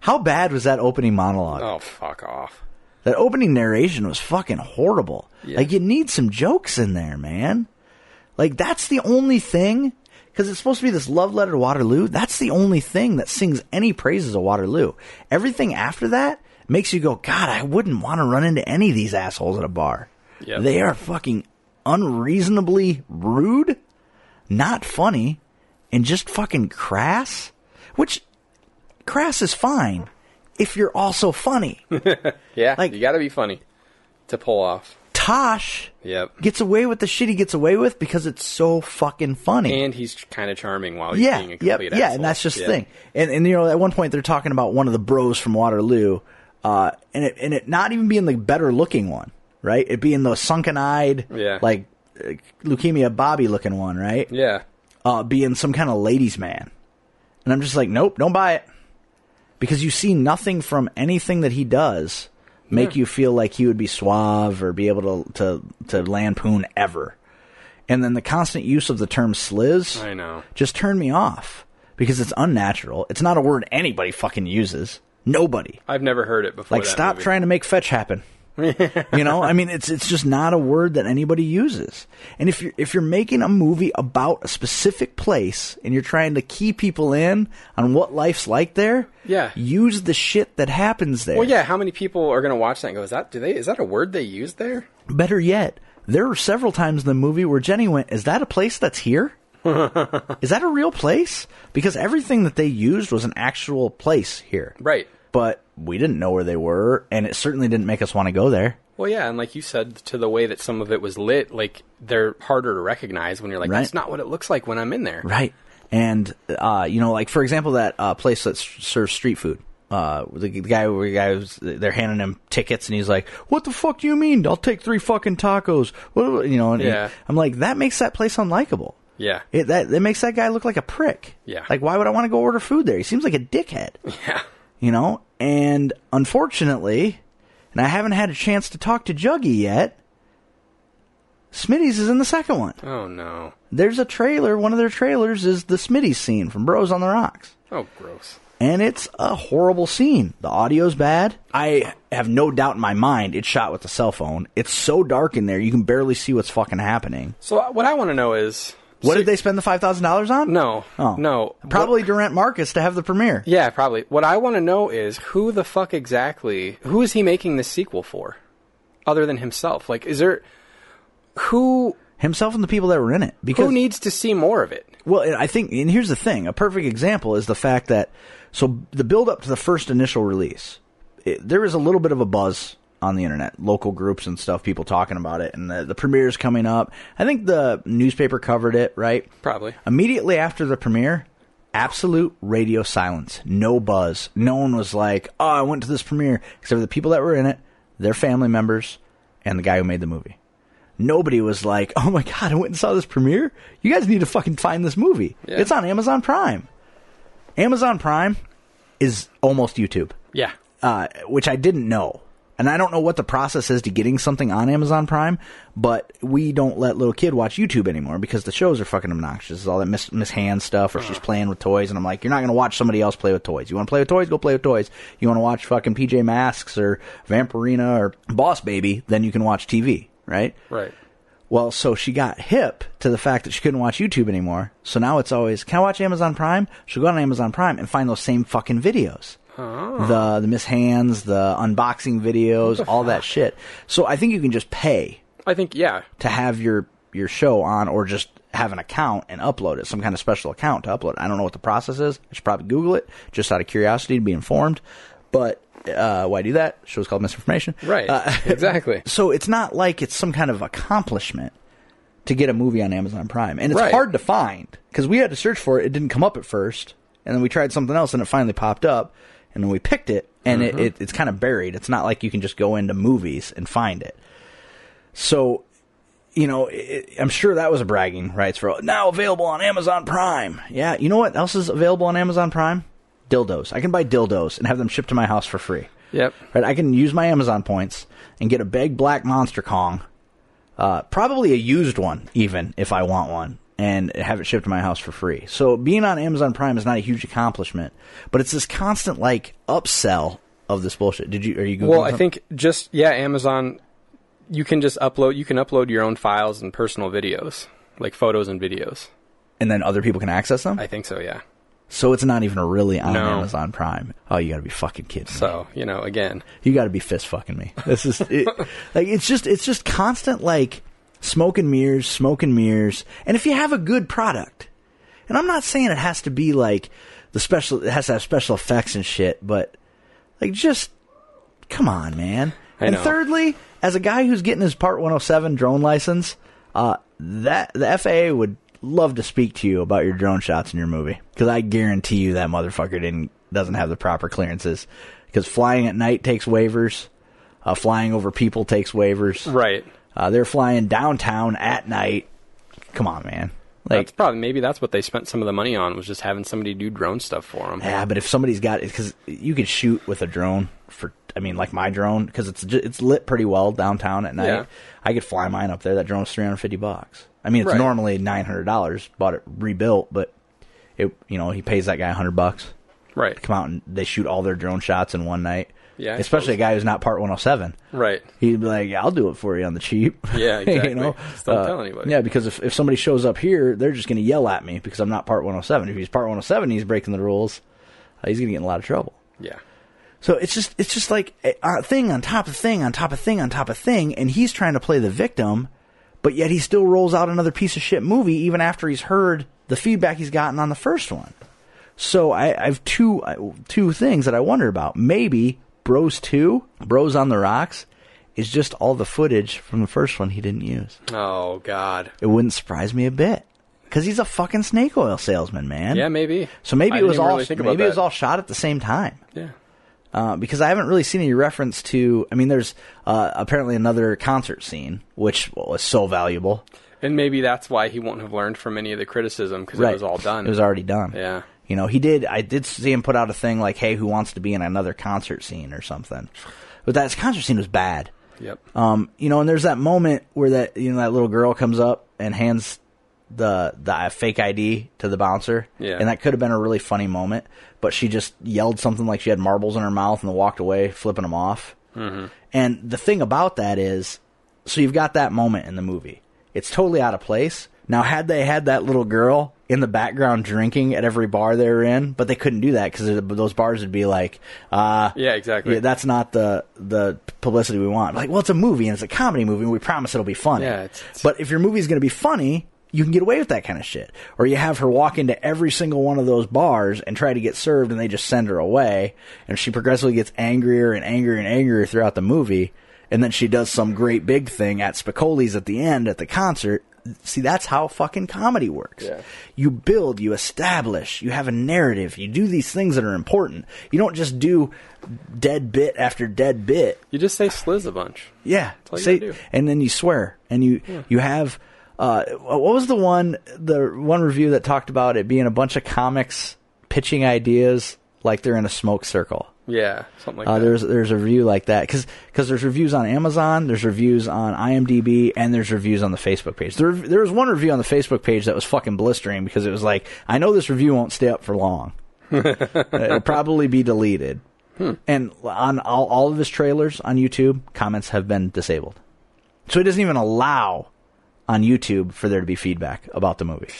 Speaker 2: How bad was that opening monologue?
Speaker 3: Oh, fuck off.
Speaker 2: That opening narration was fucking horrible.
Speaker 3: Yeah.
Speaker 2: Like you need some jokes in there, man. Like that's the only thing cuz it's supposed to be this love letter to Waterloo. That's the only thing that sings any praises of Waterloo. Everything after that makes you go, "God, I wouldn't want to run into any of these assholes at a bar."
Speaker 3: Yep.
Speaker 2: They are fucking unreasonably rude, not funny, and just fucking crass, which crass is fine if you're also funny.
Speaker 3: Yeah.
Speaker 2: Like-
Speaker 3: you got to be funny to pull off.
Speaker 2: Tosh
Speaker 3: Yep.
Speaker 2: gets away with the shit he gets away with because it's so fucking funny.
Speaker 3: and he's kind of charming while he's
Speaker 2: yeah,
Speaker 3: being a
Speaker 2: yeah,
Speaker 3: complete
Speaker 2: yeah,
Speaker 3: asshole.
Speaker 2: and that's just
Speaker 3: Yeah.
Speaker 2: the thing. And and you know, at one point they're talking about one of the bros from Waterloo, uh, and it and it not even being the better looking one. right? It being the sunken eyed,
Speaker 3: Yeah.
Speaker 2: like uh, leukemia Bobby looking one, right?
Speaker 3: Yeah.
Speaker 2: Uh, being some kind of ladies' man. And I'm just like, nope, don't buy it. Because you see nothing from anything that he does make you feel like he would be suave or be able to, to, to lampoon ever. And then the constant use of the term sliz
Speaker 3: I know.
Speaker 2: just turn me off because it's unnatural. It's not a word anybody fucking uses. Nobody.
Speaker 3: I've never heard it before.
Speaker 2: Like
Speaker 3: that
Speaker 2: stop
Speaker 3: movie.
Speaker 2: trying to make fetch happen. you know, I mean it's it's just not a word that anybody uses. And if you're if you're making a movie about a specific place and you're trying to key people in on what life's like there,
Speaker 3: Yeah.
Speaker 2: use the shit that happens there.
Speaker 3: Well, yeah. How many people are going to watch that and go, "Is that do they? Is that a word they use there?"
Speaker 2: Better yet, there were several times in the movie where Jenny went, Is that a place that's here? Is that a real place? Because everything that they used was an actual place here.
Speaker 3: Right.
Speaker 2: But we didn't know where they were, and it certainly didn't make us want to go there.
Speaker 3: Well, yeah, and like you said, to the way that some of it was lit, like they're harder to recognize when you're like,
Speaker 2: Right.
Speaker 3: "That's not what it looks like when I'm in there."
Speaker 2: Right. And, uh, you know, like, for example, that uh, place that s- serves street food. Uh, the, the guy, the guy was, they're handing him tickets, and he's like, "What the fuck do you mean? I'll take three fucking tacos." What, you know? And he-
Speaker 3: Yeah.
Speaker 2: I'm like, that makes that place unlikable.
Speaker 3: Yeah.
Speaker 2: It, that it makes that guy look like a prick.
Speaker 3: Yeah.
Speaker 2: Like, why would I want to go order food there? He seems like a dickhead.
Speaker 3: Yeah.
Speaker 2: You know. And unfortunately, and I haven't had a chance to talk to Juggy yet. Smitty's is in the second one.
Speaker 3: Oh no.
Speaker 2: There's a trailer. One of their trailers is the Smitty's scene from Bros on the Rocks
Speaker 3: Oh, gross.
Speaker 2: and it's a horrible scene. The audio's bad. I have no doubt in my mind it's shot with a cell phone. It's so dark in there you can barely see what's fucking happening.
Speaker 3: So uh, what I want to know is,
Speaker 2: What
Speaker 3: so-
Speaker 2: did they spend the five thousand dollars on?
Speaker 3: No.
Speaker 2: oh
Speaker 3: No.
Speaker 2: probably Durant Marcus to have the premiere.
Speaker 3: Yeah, probably. What I want to know is who the fuck exactly? Who is he making this sequel for, other than himself? Like, is there who
Speaker 2: Himself and the people that were in it. Because
Speaker 3: who needs to see more of it?
Speaker 2: Well, and I think, and here's the thing: a perfect example is the fact that so the build up to the first initial release, it, there is a little bit of a buzz on the internet, local groups and stuff, people talking about it, and the, the premiere is coming up. I think the newspaper covered it, right?
Speaker 3: Probably.
Speaker 2: Immediately after the premiere, absolute radio silence, no buzz. No one was like, "Oh, I went to this premiere," except for the people that were in it, their family members, and the guy who made the movie nobody was like, "Oh my god, I went and saw this premiere. You guys need to fucking find this movie.
Speaker 3: Yeah.
Speaker 2: It's on Amazon Prime." Amazon Prime is almost YouTube,
Speaker 3: Yeah.
Speaker 2: uh, which I didn't know, and I don't know what the process is to getting something on Amazon Prime. But we don't let little kid watch YouTube anymore because the shows are fucking obnoxious. It's all that Miss Miss Hand stuff, or she's playing with toys, and I'm like, "You're not gonna watch somebody else play with toys. You want to play with toys? Go play with toys. You want to watch fucking PJ Masks or Vampirina or Boss Baby? Then you can watch TV, right?"
Speaker 3: Right.
Speaker 2: Well, so she got hip to the fact that she couldn't watch YouTube anymore. So now it's always, can I watch Amazon Prime? She'll go on Amazon Prime and find those same fucking videos. The the Miss Hands, the unboxing videos, all that shit. So I think you can just pay
Speaker 3: I think yeah.
Speaker 2: to have your your show on or just have an account and upload it, some kind of special account to upload. it. I don't know what the process is. I should probably Google it just out of curiosity to be informed. But uh, why do that? show's called Misinformation. Uh,
Speaker 3: Right. exactly.
Speaker 2: So it's not like it's some kind of accomplishment to get a movie on Amazon Prime, and it's
Speaker 3: Right.
Speaker 2: hard to find because we had to search for it. It didn't come up at first, and then we tried something else, and it finally popped up, and then we picked it, and it,
Speaker 3: Mm-hmm.
Speaker 2: it, it's kind of buried. It's not like you can just go into movies and find it. So, you know, it, I'm sure that was a bragging rights for now available on Amazon Prime. Yeah, you know what else is available on Amazon Prime? Dildos. I can buy dildos and have them shipped to my house for free.
Speaker 3: Yep.
Speaker 2: Right, I can use my Amazon points and get a big black monster Kong, uh, probably a used one even if I want one, and have it shipped to my house for free. So being on Amazon Prime is not a huge accomplishment, but it's this constant like upsell of this bullshit. Did you are you Googling
Speaker 3: Well, I
Speaker 2: something?
Speaker 3: think just yeah, Amazon. You can just upload. You can upload your own files and personal videos, like photos and videos.
Speaker 2: and then other people can access them,
Speaker 3: I think so. Yeah.
Speaker 2: so it's not even really on
Speaker 3: No.
Speaker 2: Amazon Prime. Oh, you got to be fucking kidding me.
Speaker 3: So you know, again,
Speaker 2: you got to be fist fucking me. This is it, like it's just it's just constant like smoke and mirrors, smoke and mirrors. And if you have a good product, and I'm not saying it has to be like the special, it has to have special effects and shit, but like just come on, man.
Speaker 3: I
Speaker 2: and
Speaker 3: know.
Speaker 2: thirdly, as a guy who's getting his Part 107 drone license, uh, that the FAA would love to speak to you about your drone shots in your movie because I guarantee you that motherfucker didn't doesn't have the proper clearances because flying at night takes waivers. Uh, flying over people takes waivers.
Speaker 3: Right.
Speaker 2: Uh, they're flying downtown at night. Come on, man. Like,
Speaker 3: that's probably maybe that's what they spent some of the money on was just having somebody do drone stuff for them.
Speaker 2: yeah, but if somebody's got it, because you could shoot with a drone for, I mean, like my drone, because it's ju- it's lit pretty well downtown at night.
Speaker 3: Yeah.
Speaker 2: I could fly mine up there. That drone's three hundred fifty bucks. I mean, it's
Speaker 3: Right.
Speaker 2: normally nine hundred dollars. Bought it rebuilt, but it, you know, he pays that guy hundred bucks.
Speaker 3: Right.
Speaker 2: Come out and they shoot all their drone shots in one night.
Speaker 3: Yeah, I
Speaker 2: especially a
Speaker 3: suppose.
Speaker 2: guy who's not part one hundred seven.
Speaker 3: Right.
Speaker 2: He'd be like, "I'll do it for you on the cheap."
Speaker 3: Yeah, exactly.
Speaker 2: you know, Uh,
Speaker 3: Just don't tell anybody.
Speaker 2: Yeah, because if, if somebody shows up here, they're just going to yell at me because I'm not part 107. If he's part 107, he's breaking the rules. Uh, he's going to get in a lot of trouble.
Speaker 3: Yeah.
Speaker 2: So it's just it's just like a, a thing on top of thing on top of thing on top of thing, and he's trying to play the victim, but yet he still rolls out another piece of shit movie even after he's heard the feedback he's gotten on the first one. So I, I have two I- two things that I wonder about. Maybe Bros Two, Bros on the Rocks, is just all the footage from the first one he didn't use.
Speaker 3: Oh God.
Speaker 2: It wouldn't surprise me a bit because he's a fucking snake oil salesman, man.
Speaker 3: Yeah, maybe.
Speaker 2: So maybe
Speaker 3: I
Speaker 2: it was
Speaker 3: didn't
Speaker 2: all
Speaker 3: really think about
Speaker 2: maybe it was
Speaker 3: that.
Speaker 2: all shot at the same time
Speaker 3: Yeah.
Speaker 2: uh, because I haven't really seen any reference to. I mean, there's uh, apparently another concert scene, which was so valuable.
Speaker 3: And maybe that's why he won't have learned from any of the criticism because it was all done.
Speaker 2: It was already done.
Speaker 3: Yeah.
Speaker 2: You know, he did. I did see him put out a thing like, "Hey, who wants to be in another concert scene or something?" But that concert scene was bad.
Speaker 3: Yep.
Speaker 2: Um, you know, and there's that moment where that you know that little girl comes up and hands the the fake ID to the bouncer.
Speaker 3: Yeah.
Speaker 2: And that could have been a really funny moment, but she just yelled something like she had marbles in her mouth and walked away, flipping them off. Mm-hmm. And the thing about that is, so you've got that moment in the movie. It's totally out of place. Now, had they had that little girl in the background drinking at every bar they were in, but they couldn't do that because those bars would be like, uh,
Speaker 3: Yeah, exactly.
Speaker 2: yeah, that's not the the publicity we want. Like, well, it's a movie and it's a comedy movie, and we promise it'll be funny.
Speaker 3: Yeah, it's- it's-
Speaker 2: but if your movie's going to be funny, you can get away with that kind of shit. Or you have her walk into every single one of those bars and try to get served, and they just send her away, and she progressively gets angrier and angrier and angrier throughout the movie, and then she does some great big thing at Spicoli's at the end at the concert. See, that's how fucking comedy works. You build, you establish, you have a narrative, you do these things that are important. You don't just do dead bit after dead bit.
Speaker 3: you just say sliz a bunch.
Speaker 2: Yeah.
Speaker 3: all you
Speaker 2: Say-
Speaker 3: gotta do.
Speaker 2: And then you swear and you you have uh what was the one the one review that talked about it being a bunch of comics pitching ideas like they're in a smoke circle.
Speaker 3: Yeah. Something like
Speaker 2: Uh,
Speaker 3: that.
Speaker 2: there's there's a review like that because there's reviews on Amazon, there's reviews on IMDb, and there's reviews on the Facebook page. There there was one review on the Facebook page that was fucking blistering because it was like, I know this review won't stay up for long. It'll probably be deleted.
Speaker 3: Hmm.
Speaker 2: And on all, all of his trailers on YouTube, comments have been disabled, so it doesn't even allow on YouTube for there to be feedback about the movie,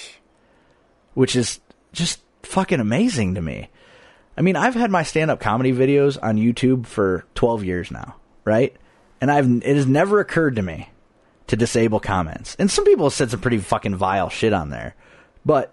Speaker 2: which is just fucking amazing to me. I mean, I've had my stand-up comedy videos on YouTube for 12 years now, right? And I've it has never occurred to me to disable comments. And some people have said some pretty fucking vile shit on there. But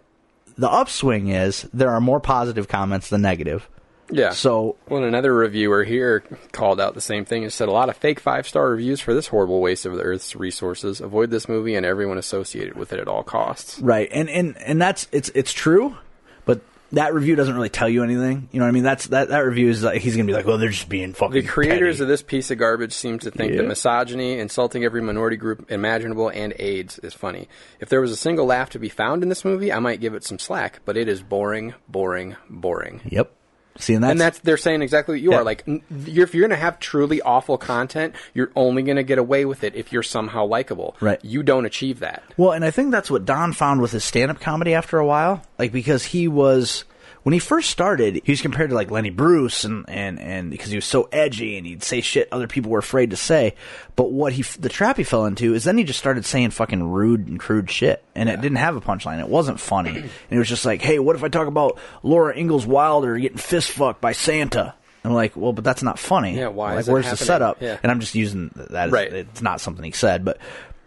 Speaker 2: the upswing is there are more positive comments than negative.
Speaker 3: yeah.
Speaker 2: So,
Speaker 3: Well, another reviewer here called out the same thing and said a lot of fake five star reviews for this horrible waste of the Earth's resources. Avoid this movie and everyone associated with it at all costs.
Speaker 2: right. And and and that's it's it's true, but that review doesn't really tell you anything. You know what I mean? That's that that review is like he's going to be like, "Well, they're just being fucking
Speaker 3: The creators
Speaker 2: petty.
Speaker 3: of this piece of garbage seem to think
Speaker 2: Yeah.
Speaker 3: that misogyny, insulting every minority group imaginable, and AIDS is funny. If there was a single laugh to be found in this movie, I might give it some slack, but it is boring, boring, boring.
Speaker 2: Yep. See, and that's,
Speaker 3: and that's they're saying exactly what you
Speaker 2: Yeah.
Speaker 3: are. Like, n- you're, if you're going to have truly awful content, you're only going to get away with it if you're somehow likable.
Speaker 2: Right.
Speaker 3: You don't achieve that.
Speaker 2: Well, and I think that's what Don found with his stand up comedy after a while. Like, because he was, when he first started, he was compared to like Lenny Bruce and, and, and because he was so edgy and he'd say shit other people were afraid to say. But what he, f- the trap he fell into is then he just started saying fucking rude and crude shit. And it didn't have a punchline. It wasn't funny. and it was just like, hey, what if I talk about Laura Ingalls Wilder getting fist fucked by Santa? And I'm like, well, but that's not funny.
Speaker 3: Yeah, why
Speaker 2: Like,
Speaker 3: is that
Speaker 2: where's the
Speaker 3: happening?
Speaker 2: setup?
Speaker 3: Yeah.
Speaker 2: And I'm just using th- that as,
Speaker 3: Right.
Speaker 2: it's not something he said, but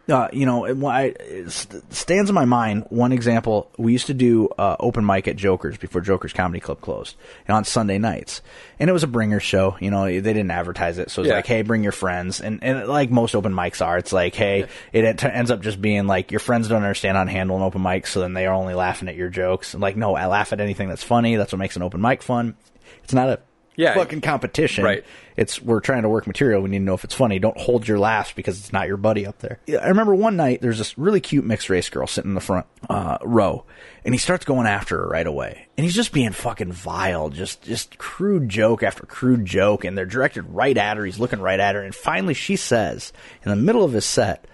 Speaker 2: uh, you know, it, why- it st- stands in my mind. One example: we used to do uh, open mic at Joker's before Joker's Comedy Club closed and on Sunday nights, and it was a bringer show. You know, they didn't advertise it, so it's
Speaker 3: Yeah.
Speaker 2: like, hey, bring your friends, and and like most open mics are, it's like, hey, it, en- ends up just being like your friends don't understand how to handle an open mic, so then they are only laughing at your jokes. And like, no, I laugh at anything that's funny. That's what makes an open mic fun. It's not a
Speaker 3: Yeah.
Speaker 2: fucking competition.
Speaker 3: Right.
Speaker 2: It's we're trying to work material. We need to know if it's funny. Don't hold your laughs because it's not your buddy up there. Yeah, I remember one night there's this really cute mixed race girl sitting in the front uh, row, and he starts going after her right away, and he's just being fucking vile, just just crude joke after crude joke, and they're directed right at her. He's looking right at her, and finally she says in the middle of his set,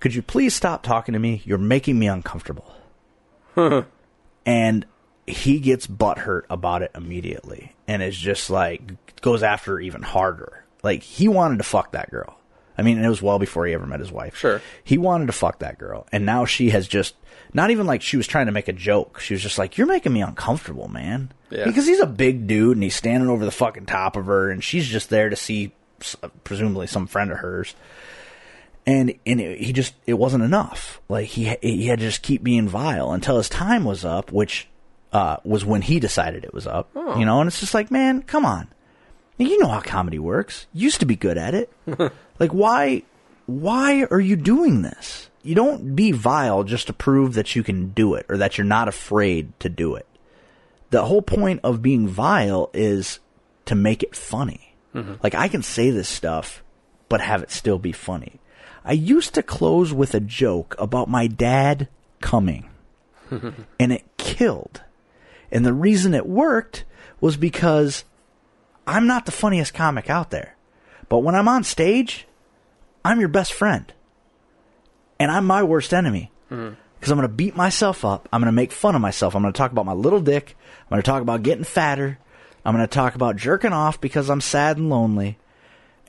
Speaker 2: "Could you please stop talking to me? You're making me uncomfortable." and he gets butthurt about it immediately and is just like goes after her even harder. Like he wanted to fuck that girl. I mean, and it was well before he ever met his wife.
Speaker 3: Sure.
Speaker 2: He wanted to fuck that girl. And now she has just not even like she was trying to make a joke. She was just like, You're making me uncomfortable, man.
Speaker 3: Yeah.
Speaker 2: Because he's a big dude and he's standing over the fucking top of her and she's just there to see s- presumably some friend of hers and and it, he just it wasn't enough. Like he he had to just keep being vile until his time was up, which uh, was when he decided it was up. You know, and it's just like, man, come on, you know how comedy works. You used to be good at it. like why why are you doing this? You don't be vile just to prove that you can do it or that you're not afraid to do it. The whole point of being vile is to make it funny. Like I can say this stuff but have it still be funny. I used to close with a joke about my dad coming, and it killed. And the reason it worked was because I'm not the funniest comic out there. But when I'm on stage, I'm your best friend. And I'm my worst enemy. Because I'm going to beat myself up. I'm going to make fun of myself. I'm going to talk about my little dick. I'm going to talk about getting fatter. I'm going to talk about jerking off because I'm sad and lonely.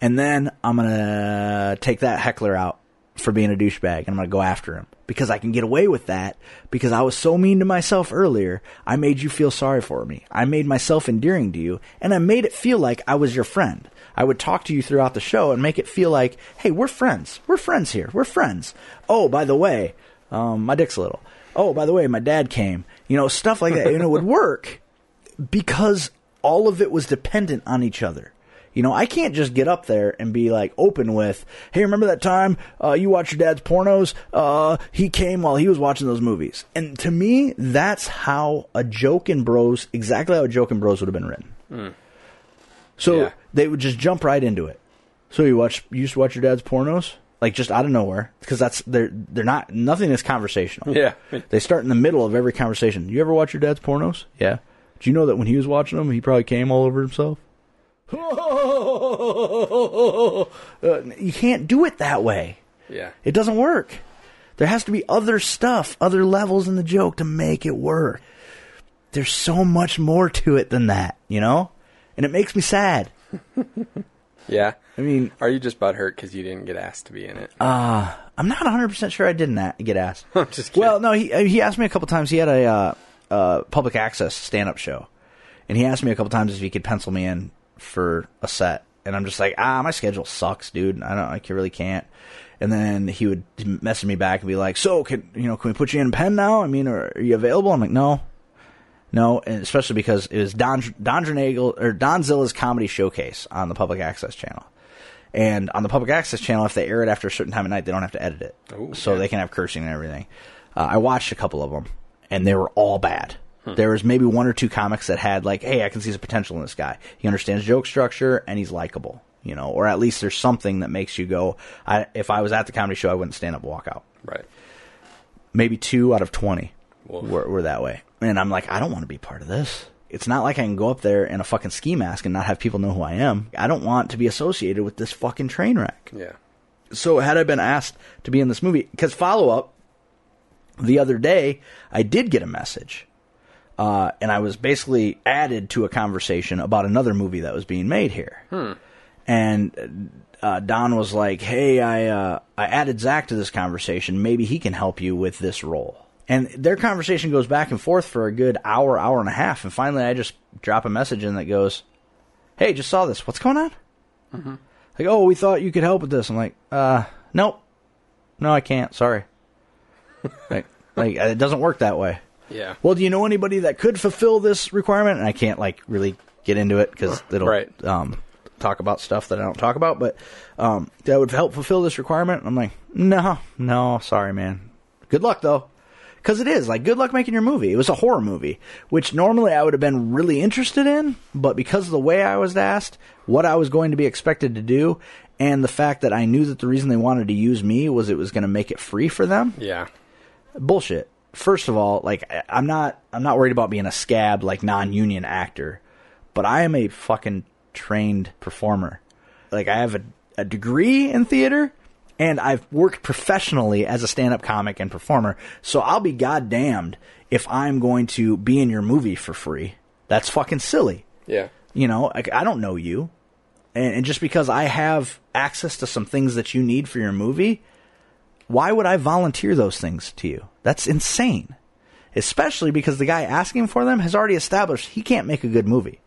Speaker 2: And then I'm going to take that heckler out for being a douchebag and I'm going to go after him because I can get away with that because I was so mean to myself earlier. I made you feel sorry for me. I made myself endearing to you and I made it feel like I was your friend. I would talk to you throughout the show and make it feel like, hey, we're friends. We're friends here. We're friends. Oh, by the way, um, my dick's little. Oh, by the way, my dad came. You know, stuff like that. and it would work because all of it was dependent on each other. You know, I can't just get up there and be like open with, "Hey, remember that time uh, you watched your dad's pornos? Uh, he came while he was watching those movies." And to me, that's how a joke in Bros, exactly how a joke in Bros would have been written. So
Speaker 3: Hmm. Yeah.
Speaker 2: they would just jump right into it. So you watch, you used to watch your dad's pornos, like just out of nowhere, because that's they're they're not nothing is conversational.
Speaker 3: Yeah.
Speaker 2: They start in the middle of every conversation. You ever watch your dad's pornos? Yeah. Do you know that when he was watching them, he probably came all over himself? Uh, you can't do it that way.
Speaker 3: Yeah.
Speaker 2: It doesn't work. There has to be other stuff, other levels in the joke to make it work. There's so much more to it than that, you know? And it makes me sad.
Speaker 3: Yeah.
Speaker 2: I mean,
Speaker 3: Are you just butthurt because you didn't get asked to be in
Speaker 2: Uh,
Speaker 3: it?
Speaker 2: I'm not 100% sure I didn't a- get asked.
Speaker 3: I'm just kidding.
Speaker 2: Well, no, he uh, he asked me a couple times. He had a uh, uh, public access stand up show, and he asked me a couple times if he could pencil me in for a set. And I'm just like, ah, my schedule sucks, dude. I don't, I can- really can't. And then he would message me back and be like, so can you know, can we put you in pen now? I mean, are, are you available? I'm like, no, no, and especially because it was Don Dondrenagel or Donzilla's comedy showcase on the public access channel. And on the public access channel, if they air it after a certain time at night, they don't have to edit it, so they can have cursing and everything. Uh, I watched a couple of them, and they were all bad. There was maybe one or two comics that had like, "Hey, I can see some potential in this guy. He understands joke structure, and he's likable." You know, or at least there's something that makes you go. I, if I was at the comedy show, I wouldn't stand up, and walk out
Speaker 3: right.
Speaker 2: maybe two out of 20 were, were that way. And I'm like, I don't want to be part of this. It's not like I can go up there in a fucking ski mask and not have people know who I am. I don't want to be associated with this fucking train wreck.
Speaker 3: Yeah.
Speaker 2: So, had I been asked to be in this movie, because follow up, the other day, I did get a message. Uh, and I was basically added to a conversation about another movie that was being made here. And uh, Don was like, "Hey, I uh, I added Zach to this conversation. Maybe he can help you with this role." And their conversation goes back and forth for a good hour, hour and a half. And finally, I just drop a message in that goes, "Hey, just saw this. What's going on?" Like, "Oh, we thought you could help with this." I'm like, "Uh, nope, no, I can't. Sorry." like, like uh, it doesn't work that way
Speaker 3: Yeah.
Speaker 2: well, do you know anybody that could fulfill this requirement? And I can't like really get into it because it'll
Speaker 3: Right.
Speaker 2: um, talk about stuff that I don't talk about. But um, that would help fulfill this requirement. And I'm like, no, no, sorry, man. Good luck though. Because it is like good luck making your movie. It was a horror movie, which normally I would have been really interested in, but because of the way I was asked, what I was going to be expected to do, and the fact that I knew that the reason they wanted to use me was it was going to make it free for them.
Speaker 3: Yeah.
Speaker 2: Bullshit. First of all, like I- I'm not I'm not worried about being a scab like non-union actor, but I am a fucking trained performer. Like I have a, a degree in theater and I've worked professionally as a stand-up comic and performer. So I'll be goddamned if I'm going to be in your movie for free. That's fucking silly
Speaker 3: Yeah.
Speaker 2: you know like, i don't know you and, and just because i have access to some things that you need for your movie why would i volunteer those things to you that's insane especially because the guy asking for them has already established he can't make a good movie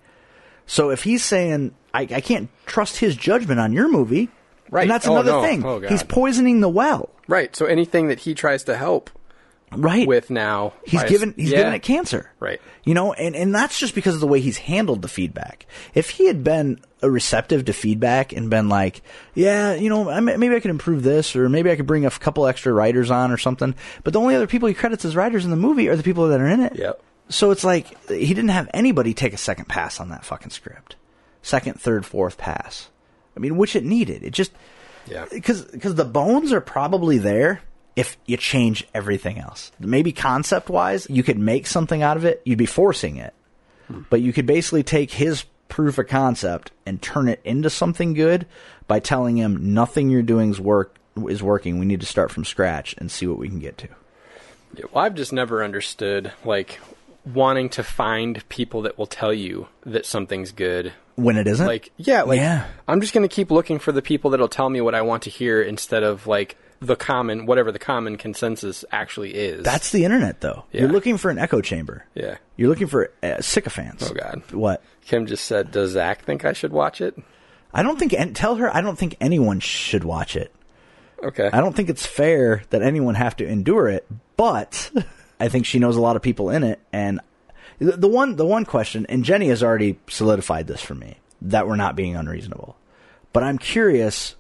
Speaker 2: so if he's saying i, I can't trust his judgment on your movie
Speaker 3: Right.
Speaker 2: and that's
Speaker 3: Oh,
Speaker 2: another
Speaker 3: no.
Speaker 2: thing
Speaker 3: Oh, God.
Speaker 2: he's poisoning the well
Speaker 3: Right. So anything that he tries to help
Speaker 2: right
Speaker 3: with now,
Speaker 2: he's
Speaker 3: I-
Speaker 2: given he's
Speaker 3: yeah.
Speaker 2: given it cancer
Speaker 3: Right.
Speaker 2: you know and and that's just because of the way he's handled the feedback if he had been a receptive to feedback and been like yeah you know I may- maybe i could improve this or maybe i could bring a f- couple extra writers on or something but the only other people he credits as writers in the movie are the people that are in it
Speaker 3: Yep.
Speaker 2: so it's like he didn't have anybody take a second pass on that fucking script second third fourth pass i mean which it needed it just
Speaker 3: Yeah.
Speaker 2: because because the bones are probably there if you change everything else. Maybe concept wise, you could make something out of it. You'd be forcing it, but you could basically take his proof of concept and turn it into something good by telling him nothing you're doing's work is working. We need to start from scratch and see what we can get to.
Speaker 3: Yeah, Well, I've just never understood like wanting to find people that will tell you that something's good.
Speaker 2: When it isn't,
Speaker 3: Like, yeah, like
Speaker 2: Yeah.
Speaker 3: I'm just going to keep looking for the people that'll tell me what I want to hear instead of like the common whatever the common consensus actually is.
Speaker 2: that's the internet, though.
Speaker 3: Yeah.
Speaker 2: You're looking for an echo chamber.
Speaker 3: Yeah.
Speaker 2: You're looking for uh, sycophants.
Speaker 3: Oh, God.
Speaker 2: What?
Speaker 3: Kim just said, "Does Zach think I should watch it?"
Speaker 2: I don't think. And tell her I don't think anyone should watch it.
Speaker 3: Okay.
Speaker 2: I don't think it's fair that anyone have to endure it, but I think she knows a lot of people in it. And the, the one, the one question, and Jenny has already solidified this for me that we're not being unreasonable. But I'm curious.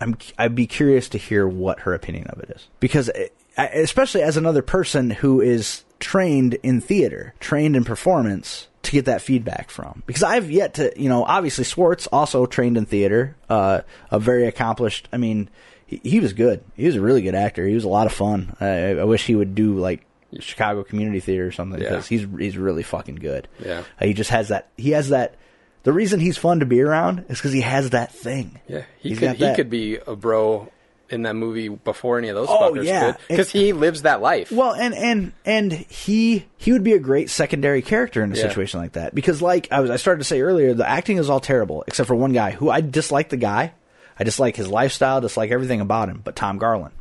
Speaker 2: I'm I'd be curious to hear what her opinion of it is because, eh, I- especially as another person who is trained in theater, trained in performance. To get that feedback from, because I've yet to, you know, obviously Swartz also trained in theater, uh, a very accomplished. I mean, he, he was good. He was a really good actor. He was a lot of fun. I, I wish he would do like Chicago Community Theater or something
Speaker 3: Yeah.
Speaker 2: because he's he's really fucking good.
Speaker 3: Yeah.
Speaker 2: Uh, he just has that. He has that. The reason he's fun to be around is because he has that thing.
Speaker 3: Yeah, he
Speaker 2: He's
Speaker 3: could
Speaker 2: got
Speaker 3: he
Speaker 2: that-
Speaker 3: could be a bro in that movie before any of those
Speaker 2: Oh,
Speaker 3: fuckers
Speaker 2: yeah.
Speaker 3: could because he lives that life.
Speaker 2: Well, and and and he he would be a great secondary character in a
Speaker 3: Yeah.
Speaker 2: situation like that because, like I was, I started to say earlier, the acting is all terrible except for one guy who I dislike. The guy, I dislike his lifestyle, dislike everything about him. But Tom Garland,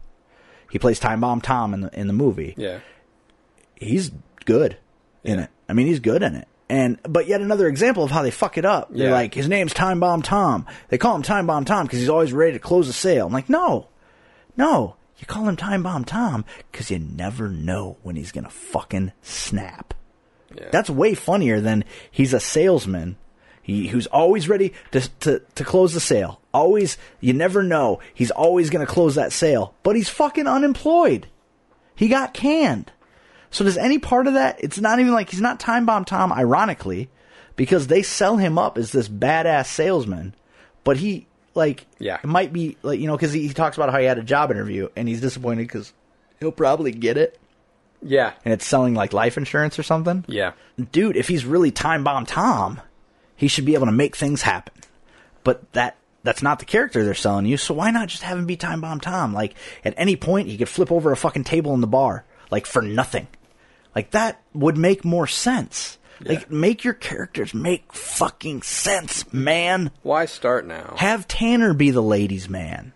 Speaker 2: he plays Time Bomb Tom in the in the movie.
Speaker 3: yeah,
Speaker 2: he's good in it. I mean, he's good in it. And but yet another example of how they fuck it up. They're
Speaker 3: Yeah.
Speaker 2: like, his name's Time Bomb Tom. They call him Time Bomb Tom because he's always ready to close a sale. I'm like, no, no, you call him Time Bomb Tom because you never know when he's gonna fucking snap. That's way funnier than he's a salesman. He, who's always ready to, to, to close the sale. Always, you never know. He's always going to close that sale, but he's fucking unemployed. He got canned. So does any part of that? It's not even like he's not time bomb Tom, ironically, because they sell him up as this badass salesman, but he like
Speaker 3: Yeah.
Speaker 2: it might be like you know because he, he talks about how he had a job interview and he's disappointed because he'll probably get it
Speaker 3: yeah,
Speaker 2: and it's selling like life insurance or something.
Speaker 3: yeah,
Speaker 2: Dude, if he's really time bomb Tom, he should be able to make things happen. But that that's not the character they're selling you. So why not just have him be time bomb Tom? Like at any point he could flip over a fucking table in the bar like for nothing. Like that would make more sense. Like make your characters make fucking sense, man.
Speaker 3: Why start now?
Speaker 2: Have Tanner be the ladies' man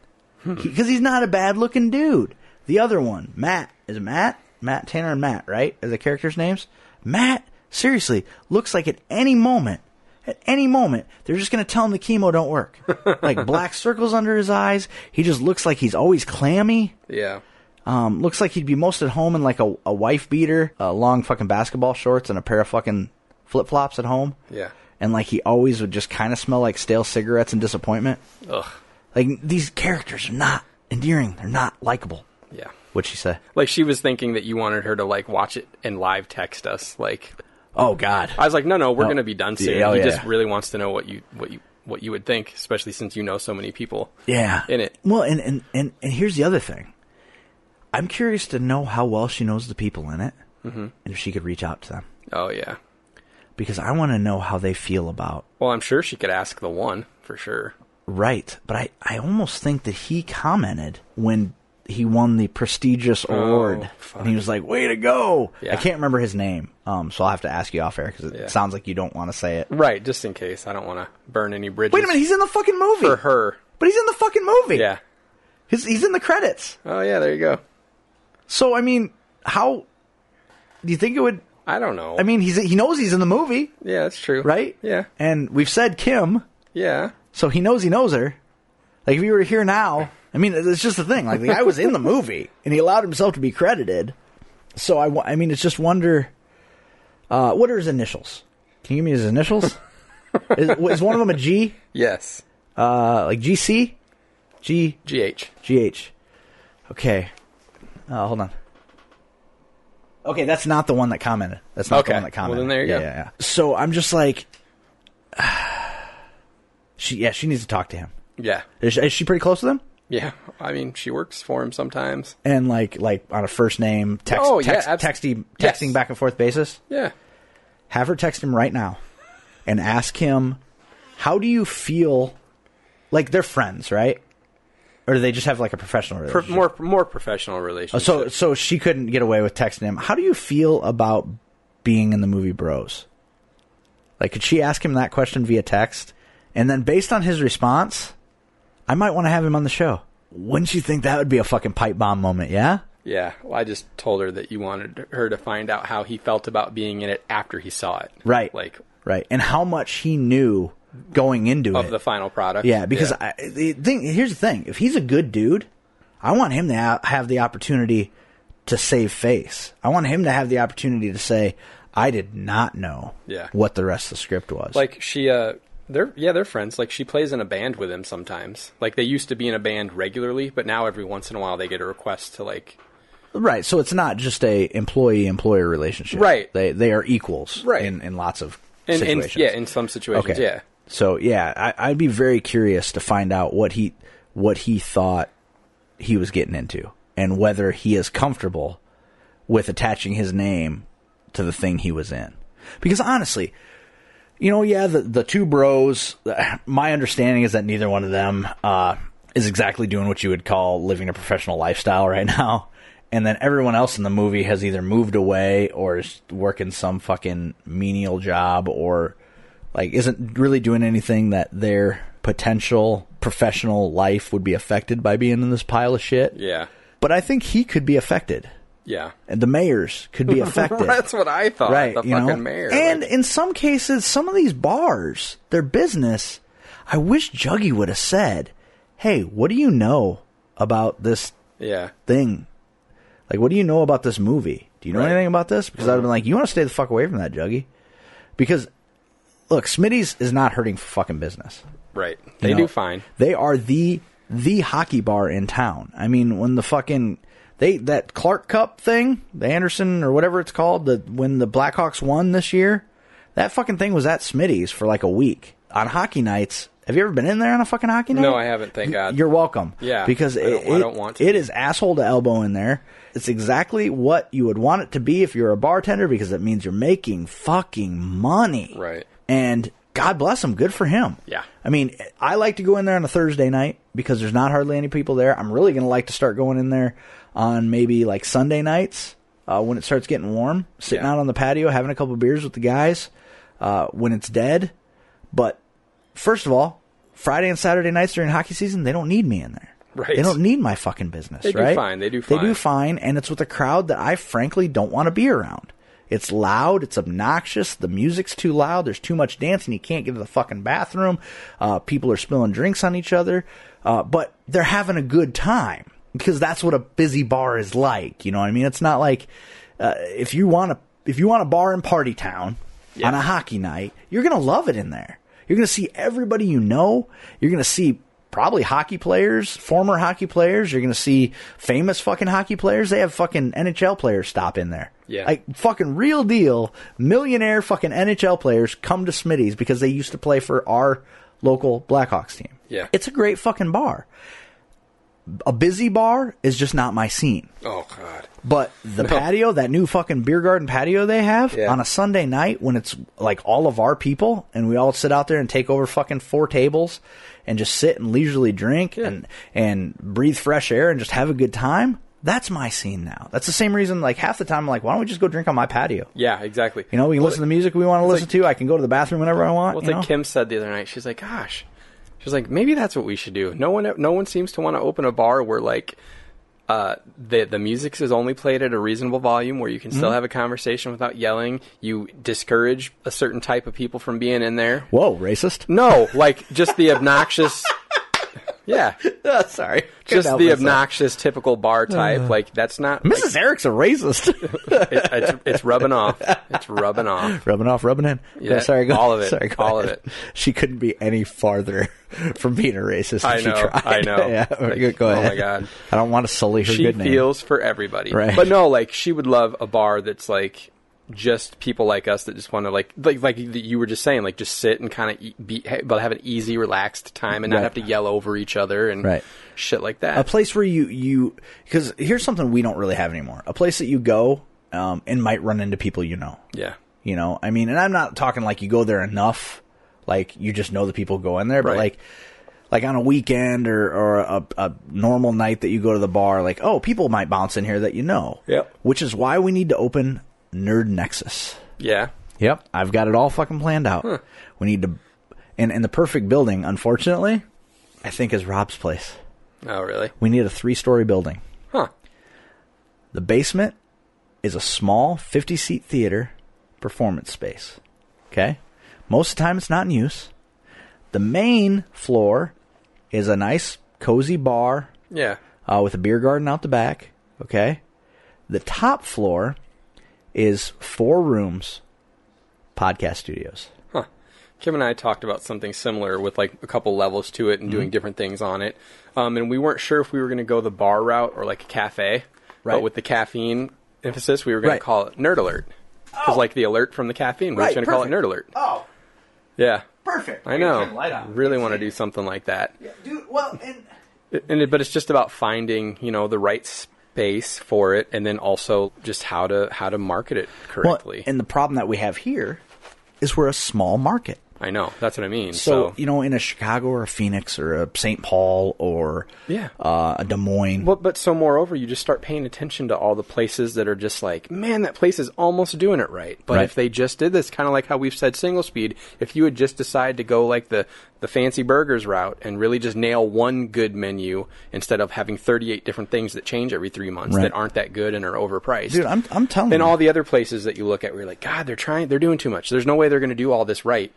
Speaker 2: because he's not a bad looking dude. The other one, Matt, is it Matt? Matt Tanner and Matt, right? Are the characters' names? Matt, seriously, looks like at any moment, at any moment, they're just gonna tell him the chemo don't work. like black circles under his eyes. He just looks like he's always clammy.
Speaker 3: yeah,
Speaker 2: Um, looks like he'd be most at home in like a, a wife beater, uh, long fucking basketball shorts, and a pair of fucking flip flops at home.
Speaker 3: yeah.
Speaker 2: And like he always would just kind of smell like stale cigarettes and disappointment.
Speaker 3: Ugh.
Speaker 2: Like these characters are not endearing. They're not likable.
Speaker 3: Yeah.
Speaker 2: What'd she say?
Speaker 3: Like she was thinking that you wanted her to like watch it and live text us. Like
Speaker 2: Oh God.
Speaker 3: I was like, no, no, we're
Speaker 2: No.
Speaker 3: gonna be done soon.
Speaker 2: Yeah, oh,
Speaker 3: he
Speaker 2: yeah.
Speaker 3: just really wants to know what you what you what you would think, especially since you know so many people.
Speaker 2: yeah.
Speaker 3: in it.
Speaker 2: Well, and, and and and here's the other thing. I'm curious to know how well she knows the people in it,
Speaker 3: Mm-hmm.
Speaker 2: and if she could reach out to them
Speaker 3: Oh yeah.
Speaker 2: because I want to know how they feel about
Speaker 3: Well, I'm sure she could ask the one for sure.
Speaker 2: Right, but I, I almost think that he commented when he won the prestigious award,
Speaker 3: Oh, fuck.
Speaker 2: and he was like, "Way to go!"
Speaker 3: Yeah.
Speaker 2: I can't remember his name, um, so I'll have to ask you off air because it
Speaker 3: Yeah.
Speaker 2: sounds like you don't want to say it.
Speaker 3: Right, just in case. I don't want to burn any bridges.
Speaker 2: Wait a minute, he's in the fucking movie
Speaker 3: for her.
Speaker 2: but he's in the fucking movie.
Speaker 3: Yeah.
Speaker 2: he's, he's in the credits.
Speaker 3: Oh yeah, there you go.
Speaker 2: So I mean, how do you think it would?
Speaker 3: I don't know.
Speaker 2: I mean, he's he knows he's in the movie,
Speaker 3: yeah, that's true.
Speaker 2: right?
Speaker 3: Yeah.
Speaker 2: and we've said Kim,
Speaker 3: Yeah.
Speaker 2: so he knows he knows her. Like if he were here now, I mean, it's just the thing. Like the guy was in the movie, and he allowed himself to be credited. So I, wa- I mean, it's just wonder. Uh, what are his initials? Can you give me his initials? is, is one of them a G?
Speaker 3: Yes.
Speaker 2: Uh, like GC, G
Speaker 3: GH.
Speaker 2: GH. Okay. Uh, hold on. Okay, that's not the one that commented. That's not
Speaker 3: Okay.
Speaker 2: the one that
Speaker 3: Well,
Speaker 2: commented.
Speaker 3: then there you
Speaker 2: yeah,
Speaker 3: go.
Speaker 2: Yeah, yeah. So I'm just like, she yeah, she needs to talk to him.
Speaker 3: Yeah.
Speaker 2: Is she, is she pretty close to them?
Speaker 3: Yeah. I mean, she works for him sometimes.
Speaker 2: And like like on a first name text,
Speaker 3: Oh, yeah,
Speaker 2: text
Speaker 3: abs-
Speaker 2: texty,
Speaker 3: Yes.
Speaker 2: texting back and forth basis.
Speaker 3: Yeah.
Speaker 2: Have her text him right now, and ask him, how do you feel? Like they're friends, right? Or do they just have like a professional
Speaker 3: Pro-
Speaker 2: relationship?
Speaker 3: more more professional relationship.
Speaker 2: Oh, Uh, so so she couldn't get away with texting him. How do you feel about being in the movie Bros? Like, could she ask him that question via text? And then based on his response, I might want to have him on the show. Wouldn't you think that would be a fucking pipe bomb moment? Yeah.
Speaker 3: yeah, well, I just told her that you wanted her to find out how he felt about being in it after he saw it.
Speaker 2: Right.
Speaker 3: Like
Speaker 2: Right. And how much he knew going into
Speaker 3: of
Speaker 2: it.
Speaker 3: the final product.
Speaker 2: yeah, because I, the thing here's the thing: if he's a good dude, I want him to ha- have the opportunity to save face. I want him to have the opportunity to say, "I did not know
Speaker 3: Yeah.
Speaker 2: what the rest of the script was."
Speaker 3: like she uh they're yeah, they're friends. Like she plays in a band with him sometimes. Like they used to be in a band regularly, but now every once in a while they get a request to like
Speaker 2: right, so it's not just a employee employer relationship.
Speaker 3: Right.
Speaker 2: they they are equals.
Speaker 3: Right.
Speaker 2: in, in lots of
Speaker 3: in, in
Speaker 2: situations.
Speaker 3: yeah, in some situations,
Speaker 2: Okay.
Speaker 3: yeah.
Speaker 2: So yeah, I, I'd be very curious to find out what he what he thought he was getting into, and whether he is comfortable with attaching his name to the thing he was in. Because honestly, you know, yeah, the the two bros. My understanding is that neither one of them uh, is exactly doing what you would call living a professional lifestyle right now. And then everyone else in the movie has either moved away or is working some fucking menial job or like isn't really doing anything that their potential professional life would be affected by being in this pile of shit.
Speaker 3: Yeah.
Speaker 2: But I think he could be affected.
Speaker 3: Yeah.
Speaker 2: And the mayors could be affected.
Speaker 3: That's what I thought.
Speaker 2: right,
Speaker 3: the
Speaker 2: you know?
Speaker 3: fucking mayor.
Speaker 2: And
Speaker 3: like-
Speaker 2: in some cases, some of these bars, their business, I wish Juggy would have said, Hey, what do you know about this
Speaker 3: yeah.
Speaker 2: thing? Like, what do you know about this movie? Do you know
Speaker 3: Right.
Speaker 2: anything about this? Because I'd have been like, you want to stay the fuck away from that, Juggy. Because, look, Smitty's is not hurting for fucking business.
Speaker 3: Right.
Speaker 2: You
Speaker 3: They
Speaker 2: know,
Speaker 3: do fine.
Speaker 2: They are the the hockey bar in town. I mean, when the fucking they that Clark Cup thing, the Anderson or whatever it's called, the when the Blackhawks won this year, that fucking thing was at Smitty's for like a week on hockey nights. Have you ever been in there on a fucking hockey night?
Speaker 3: No, I haven't, thank God.
Speaker 2: You're welcome.
Speaker 3: Yeah,
Speaker 2: because
Speaker 3: I
Speaker 2: it,
Speaker 3: don't- I
Speaker 2: it-
Speaker 3: don't want to.
Speaker 2: it is asshole to elbow in there. It's exactly what you would want it to be if you're a bartender because it means you're making fucking money.
Speaker 3: Right.
Speaker 2: And God bless him. Good for him.
Speaker 3: Yeah.
Speaker 2: I mean, I like to go in there on a Thursday night because there's not hardly any people there. I'm really going to like to start going in there on maybe like Sunday nights uh, when it starts getting warm, sitting
Speaker 3: Yeah.
Speaker 2: out on the patio, having a couple beers with the guys uh, when it's dead. But first of all, Friday and Saturday nights during hockey season, they don't need me in there.
Speaker 3: Right.
Speaker 2: They don't need my fucking business.
Speaker 3: They do
Speaker 2: right?
Speaker 3: fine. They do
Speaker 2: They do fine,
Speaker 3: fine.
Speaker 2: and it's with a crowd that I frankly don't want to be around. It's loud. It's obnoxious. The music's too loud. There's too much dancing. You can't get to the fucking bathroom. Uh, people are spilling drinks on each other. Uh, but they're having a good time because that's what a busy bar is like. You know what I mean? It's not like uh, if you want a if you want a bar in Party Town on a hockey night, you're gonna love it in there. You're gonna see everybody you know. You're gonna see probably hockey players, former hockey players. You're going to see famous fucking hockey players. They have fucking NHL players stop in there.
Speaker 3: Yeah.
Speaker 2: Like fucking real deal, millionaire fucking NHL players come to Smitty's because they used to play for our local Blackhawks team.
Speaker 3: Yeah.
Speaker 2: It's a great fucking bar. A busy bar is just not my scene.
Speaker 3: Oh god.
Speaker 2: But the patio, that new fucking beer garden patio they have
Speaker 3: Yeah.
Speaker 2: on a Sunday night when it's like all of our people and we all sit out there and take over fucking four tables and just sit and leisurely drink and and breathe fresh air and just have a good time. That's my scene now. That's the same reason like half the time I'm like, why don't we just go drink on my patio?
Speaker 3: Yeah, exactly.
Speaker 2: You know, we can listen to the music we want to listen
Speaker 3: like-
Speaker 2: to. I can go to the bathroom whenever I want.
Speaker 3: Well, it's
Speaker 2: you
Speaker 3: like
Speaker 2: know?
Speaker 3: Kim said the other night. She's like, "Gosh," she's like, "Maybe that's what we should do." No one, no one seems to want to open a bar where like uh, the the music is only played at a reasonable volume, where you can
Speaker 2: Mm-hmm.
Speaker 3: still have a conversation without yelling. You discourage a certain type of people from being in there.
Speaker 2: Whoa, racist.
Speaker 3: No, like just the obnoxious. yeah,
Speaker 2: Sorry. Couldn't
Speaker 3: just
Speaker 2: help
Speaker 3: the
Speaker 2: myself. Uh.
Speaker 3: obnoxious typical bar type. like that's not.
Speaker 2: Mrs. Eric's a racist.
Speaker 3: it- it's, it's rubbing off. It's rubbing off.
Speaker 2: rubbing off, rubbing in.
Speaker 3: Yeah,
Speaker 2: No, sorry, go,
Speaker 3: all of it,
Speaker 2: Sorry, go
Speaker 3: all of
Speaker 2: ahead.
Speaker 3: it.
Speaker 2: She couldn't be any farther from being a racist.
Speaker 3: I
Speaker 2: if
Speaker 3: know,
Speaker 2: She tried.
Speaker 3: I know.
Speaker 2: yeah,
Speaker 3: Like,
Speaker 2: go- go
Speaker 3: oh my
Speaker 2: ahead.
Speaker 3: God.
Speaker 2: I don't want to sully her
Speaker 3: she
Speaker 2: good name.
Speaker 3: feels for everybody.
Speaker 2: Right.
Speaker 3: But no, like she would love a bar that's like just people like us that just want to like like like that you were just saying like just sit and kind of e- be ha- but have an easy relaxed time and not
Speaker 2: Right.
Speaker 3: have to yell over each other and
Speaker 2: Right.
Speaker 3: shit like that.
Speaker 2: a place where you you because here's something we don't really have anymore. A place that you go um, and might run into people you know.
Speaker 3: yeah.
Speaker 2: You know, I mean, and I'm not talking like you go there enough, like you just know the people who go in there, but
Speaker 3: Right.
Speaker 2: like, like on a weekend or or a, a normal night that you go to the bar, like oh, people might bounce in here that you know.
Speaker 3: Yep.
Speaker 2: Which is why we need to open Nerd Nexus.
Speaker 3: Yeah.
Speaker 2: Yep. I've got it all fucking planned out. We need to, and and the perfect building, unfortunately, I think is Rob's place.
Speaker 3: Oh really?
Speaker 2: We need a three story building.
Speaker 3: Huh.
Speaker 2: The basement is a small 50 seat theater performance space. Okay? Most of the time it's not in use. The main floor is a nice, cozy bar
Speaker 3: Yeah.
Speaker 2: uh, with a beer garden out the back. Okay? The top floor is four rooms, podcast studios.
Speaker 3: Huh. Kim and I talked about something similar with like a couple levels to it and
Speaker 2: Mm-hmm.
Speaker 3: doing different things on it. Um, and we weren't sure if we were going to go the bar route or like a cafe.
Speaker 2: Right.
Speaker 3: But with the caffeine emphasis, we were going
Speaker 2: Right.
Speaker 3: to call it Nerd Alert. Because like the alert from the caffeine, we
Speaker 2: Right,
Speaker 3: were going to call it
Speaker 2: perfect.
Speaker 3: Nerd Alert.
Speaker 2: Oh,
Speaker 3: Yeah.
Speaker 2: perfect.
Speaker 3: I know. Really want to do something like that.
Speaker 2: Dude, well, and.
Speaker 3: It- And it, but it's just about finding, you know, the right space for it and then also just how to how to market it
Speaker 2: Well,
Speaker 3: correctly.
Speaker 2: and the problem that we have here is we're a small market.
Speaker 3: I know. That's what I mean.
Speaker 2: So,
Speaker 3: So,
Speaker 2: you know, in a Chicago or a Phoenix or a St. Paul or
Speaker 3: Yeah.
Speaker 2: uh, a Des Moines,
Speaker 3: But but so moreover, you just start paying attention to all the places that are just like, man, that place is almost doing it right. But
Speaker 2: Right.
Speaker 3: if they just did this, kind of like how we've said single speed, if you would just decide to go like the the fancy burgers route and really just nail one good menu instead of having 38 different things that change every three months
Speaker 2: Right.
Speaker 3: that aren't that good and are overpriced.
Speaker 2: dude, I'm I'm telling
Speaker 3: and
Speaker 2: you,
Speaker 3: all the other places that you look at, where you're like, God, they're trying, they're doing too much. There's no way they're going to do all this right.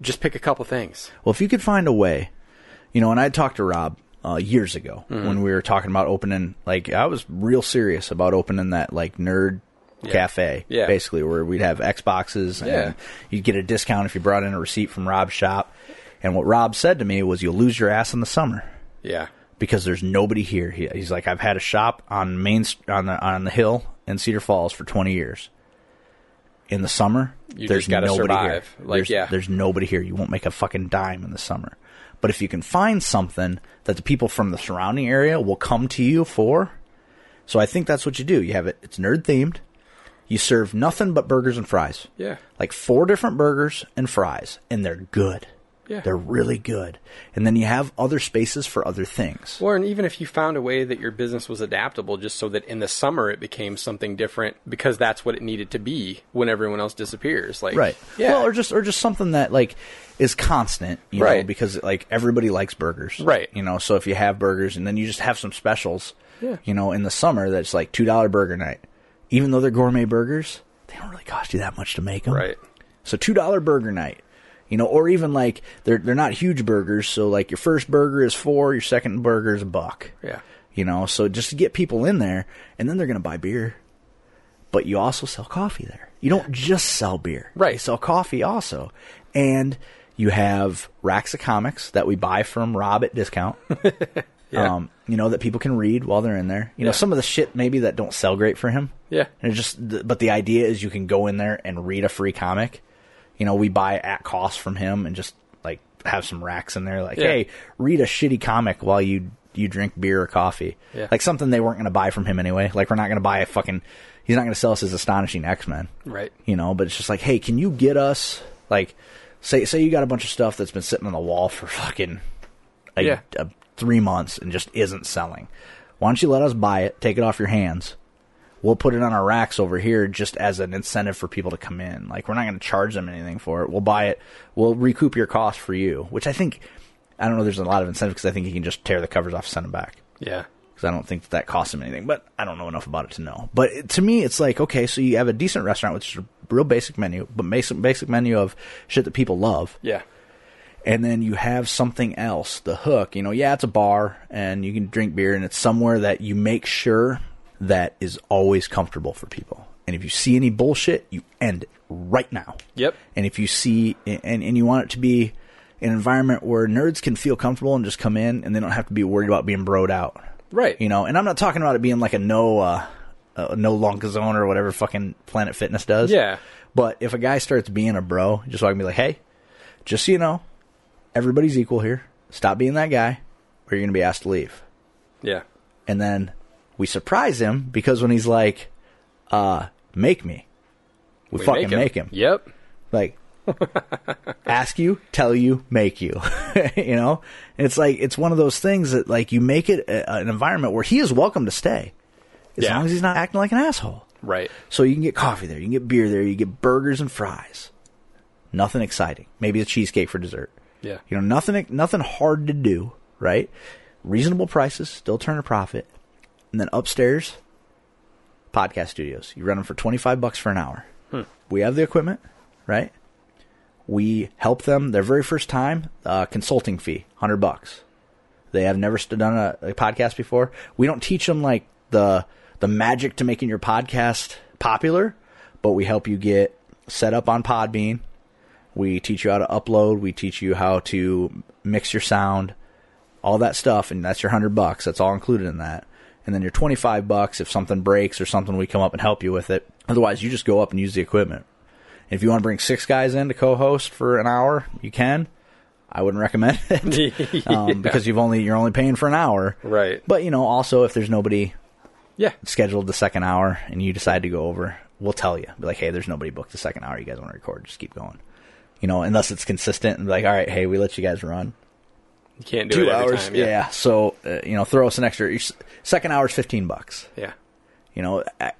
Speaker 3: Just pick a couple things.
Speaker 2: Well, if you could find a way, you know, and I talked to Rob uh, years ago
Speaker 3: Mm-hmm.
Speaker 2: when we were talking about opening, like, I was real serious about opening that, like, nerd cafe,
Speaker 3: Yeah.
Speaker 2: basically, where we'd have Xboxes and
Speaker 3: Yeah.
Speaker 2: you'd get a discount if you brought in a receipt from Rob's shop. And what Rob said to me was, you'll lose your ass in the summer.
Speaker 3: Yeah.
Speaker 2: because there's nobody here. He, he's like, I've had a shop on main St- on the on the hill in Cedar Falls for 20 years. In the summer,
Speaker 3: You
Speaker 2: there's
Speaker 3: just gotta
Speaker 2: nobody
Speaker 3: survive.
Speaker 2: here.
Speaker 3: Like,
Speaker 2: there's,
Speaker 3: yeah.
Speaker 2: there's nobody here. You won't make a fucking dime in the summer. But if you can find something that the people from the surrounding area will come to you for, so I think that's what you do. You have it. It's nerd themed. You serve nothing but burgers and fries
Speaker 3: Yeah.
Speaker 2: like four different burgers and fries, and they're good.
Speaker 3: Yeah.
Speaker 2: They're really good. And then you have other spaces for other things.
Speaker 3: Well, and even if you found a way that your business was adaptable, just so that in the summer it became something different because that's what it needed to be when everyone else disappears. Like,
Speaker 2: Right.
Speaker 3: Yeah.
Speaker 2: Well, or just or just something that like is constant, you know,
Speaker 3: Right.
Speaker 2: because like everybody likes burgers.
Speaker 3: Right.
Speaker 2: You know, so if you have burgers and then you just have some specials,
Speaker 3: Yeah.
Speaker 2: you know, in the summer that's like $2 burger night. Even though they're gourmet burgers, they don't really cost you that much to make them.
Speaker 3: right.
Speaker 2: So two dollar burger night, you know, or even like they're they're not huge burgers. So like your first burger is four, your second burger is a buck.
Speaker 3: Yeah.
Speaker 2: You know, so just to get people in there, and then they're gonna buy beer. But you also sell coffee there. You don't just sell beer,
Speaker 3: Right.
Speaker 2: You sell coffee also, and You have racks of comics that we buy from Rob at discount. Um, you know that people can read while they're in there. You know
Speaker 3: Yeah.
Speaker 2: some of the shit maybe that don't sell great for him.
Speaker 3: Yeah.
Speaker 2: And it just th- but the idea is you can go in there and read a free comic. You know, we buy at cost from him and just like have some racks in there like,
Speaker 3: Yeah.
Speaker 2: "Hey, read a shitty comic while you you drink beer or coffee."
Speaker 3: Yeah.
Speaker 2: Like something they weren't going to buy from him anyway. Like we're not going to buy a fucking he's not going to sell us his astonishing X-Men.
Speaker 3: Right.
Speaker 2: You know, but it's just like, "Hey, can you get us like say say you got a bunch of stuff that's been sitting on the wall for fucking a,
Speaker 3: Yeah.
Speaker 2: a- three months and just isn't selling. Why don't you let us buy it, take it off your hands? We'll put it on our racks over here just as an incentive for people to come in. Like we're not going to charge them anything for it. We'll buy it. We'll recoup your cost for you, which I think I don't know. There's a lot of incentive because I think you can just tear the covers off, send them back
Speaker 3: Yeah.
Speaker 2: because I don't think that, that costs them anything. But I don't know enough about it to know. But it, to me, it's like okay, so you have a decent restaurant which is a real basic menu, but basic basic menu of shit that people love
Speaker 3: Yeah.
Speaker 2: and then you have something else, the hook. You know, yeah, it's a bar and you can drink beer, and it's somewhere that you make sure that is always comfortable for people. And if you see any bullshit, you end it right now.
Speaker 3: Yep.
Speaker 2: And if you see, and, and you want it to be an environment where nerds can feel comfortable and just come in and they don't have to be worried about being broed out.
Speaker 3: Right.
Speaker 2: You know, and I'm not talking about it being like a no, uh, a no long zone or whatever fucking Planet Fitness does.
Speaker 3: Yeah.
Speaker 2: But if a guy starts being a bro, just so I can be like, hey, just so you know, everybody's equal here. Stop being that guy, or you're going to be asked to leave.
Speaker 3: Yeah.
Speaker 2: And then we surprise him because when he's like, uh, make me, we,
Speaker 3: We
Speaker 2: fucking make him.
Speaker 3: Yep.
Speaker 2: Like, ask you, tell you, make you. you know? And it's like, it's one of those things that, like, you make it a, an environment where he is welcome to stay as
Speaker 3: Yeah.
Speaker 2: long as he's not acting like an asshole.
Speaker 3: Right.
Speaker 2: So you can get coffee there, you can get beer there, you get burgers and fries. Nothing exciting. Maybe a cheesecake for dessert.
Speaker 3: Yeah.
Speaker 2: You know, nothing nothing hard to do, right? Reasonable prices, still turn a profit. And then upstairs, podcast studios. You run them for 25 bucks for an hour. We have the equipment, right? We help them their very first time, uh, consulting fee, 100 bucks. They have never st- done a, a podcast before. We don't teach them like the the magic to making your podcast popular, but we help you get set up on Podbean. We teach you how to upload. We teach you how to mix your sound, all that stuff, and that's your hundred bucks. That's all included in that. And then your twenty five bucks if something breaks or something, we come up and help you with it. Otherwise, you just go up and use the equipment. If you want to bring six guys in to co-host for an hour, you can. I wouldn't recommend it um, because you've only you're only paying for an hour,
Speaker 3: Right.
Speaker 2: But you know, also if there's nobody
Speaker 3: Yeah.
Speaker 2: scheduled the second hour and you decide to go over, we'll tell you. Be like, hey, there's nobody booked the second hour. You guys want to record? Just keep going. You know, unless it's consistent and be like, all right, hey, we let you guys run
Speaker 3: You can't do
Speaker 2: two
Speaker 3: it every
Speaker 2: hours.
Speaker 3: time.
Speaker 2: yeah. So uh, you know, throw us an extra. Your s- second hour's fifteen bucks.
Speaker 3: Yeah.
Speaker 2: You know, I,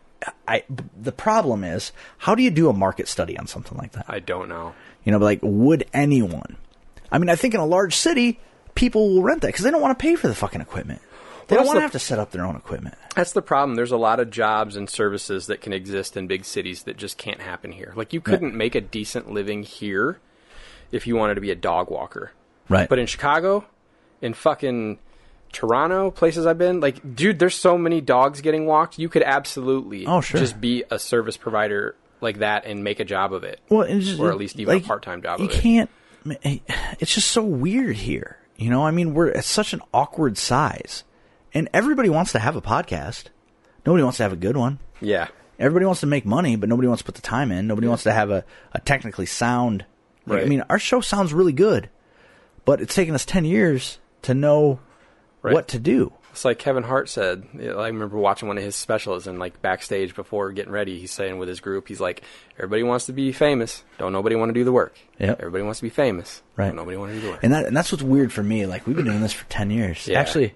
Speaker 2: I the problem is how do you do a market study on something like that?
Speaker 3: I don't know.
Speaker 2: You know, but like, would anyone? I mean, I think in a large city, people will rent that because they don't want to pay for the fucking equipment. They
Speaker 3: Well,
Speaker 2: don't
Speaker 3: that's
Speaker 2: want to
Speaker 3: the-
Speaker 2: have to set up their own equipment.
Speaker 3: That's the problem. There's a lot of jobs and services that can exist in big cities that just can't happen here. Like you couldn't make a decent living here if you wanted to be a dog walker.
Speaker 2: Right.
Speaker 3: But in Chicago, in fucking Toronto, places I've been, like dude, there's so many dogs getting walked. You could absolutely
Speaker 2: Oh, sure.
Speaker 3: just be a service provider like that and make a job of it.
Speaker 2: well, it's just,
Speaker 3: or at least even a
Speaker 2: like,
Speaker 3: part-time job
Speaker 2: You
Speaker 3: of it.
Speaker 2: can't. It's just so weird here. You know, I mean, we're at such an awkward size, and everybody wants to have a podcast. Nobody wants to have a good one.
Speaker 3: Yeah.
Speaker 2: Everybody wants to make money, but nobody wants to put the time in. Nobody wants to have a, a technically sound. like, I
Speaker 3: Right.
Speaker 2: mean, our show sounds really good, but it's taken us 10 years to know
Speaker 3: Right.
Speaker 2: what to do.
Speaker 3: It's like Kevin Hart said. you know, I remember watching one of his specials and like backstage before getting ready, he's saying with his group, he's like, "Everybody wants to be famous. Don't nobody want to do the work.
Speaker 2: Yep.
Speaker 3: Everybody wants to be famous.
Speaker 2: Right.
Speaker 3: Don't nobody want to do the work.
Speaker 2: And that and that's what's weird for me. Like we've been doing this for 10 years.
Speaker 3: Yeah.
Speaker 2: Actually,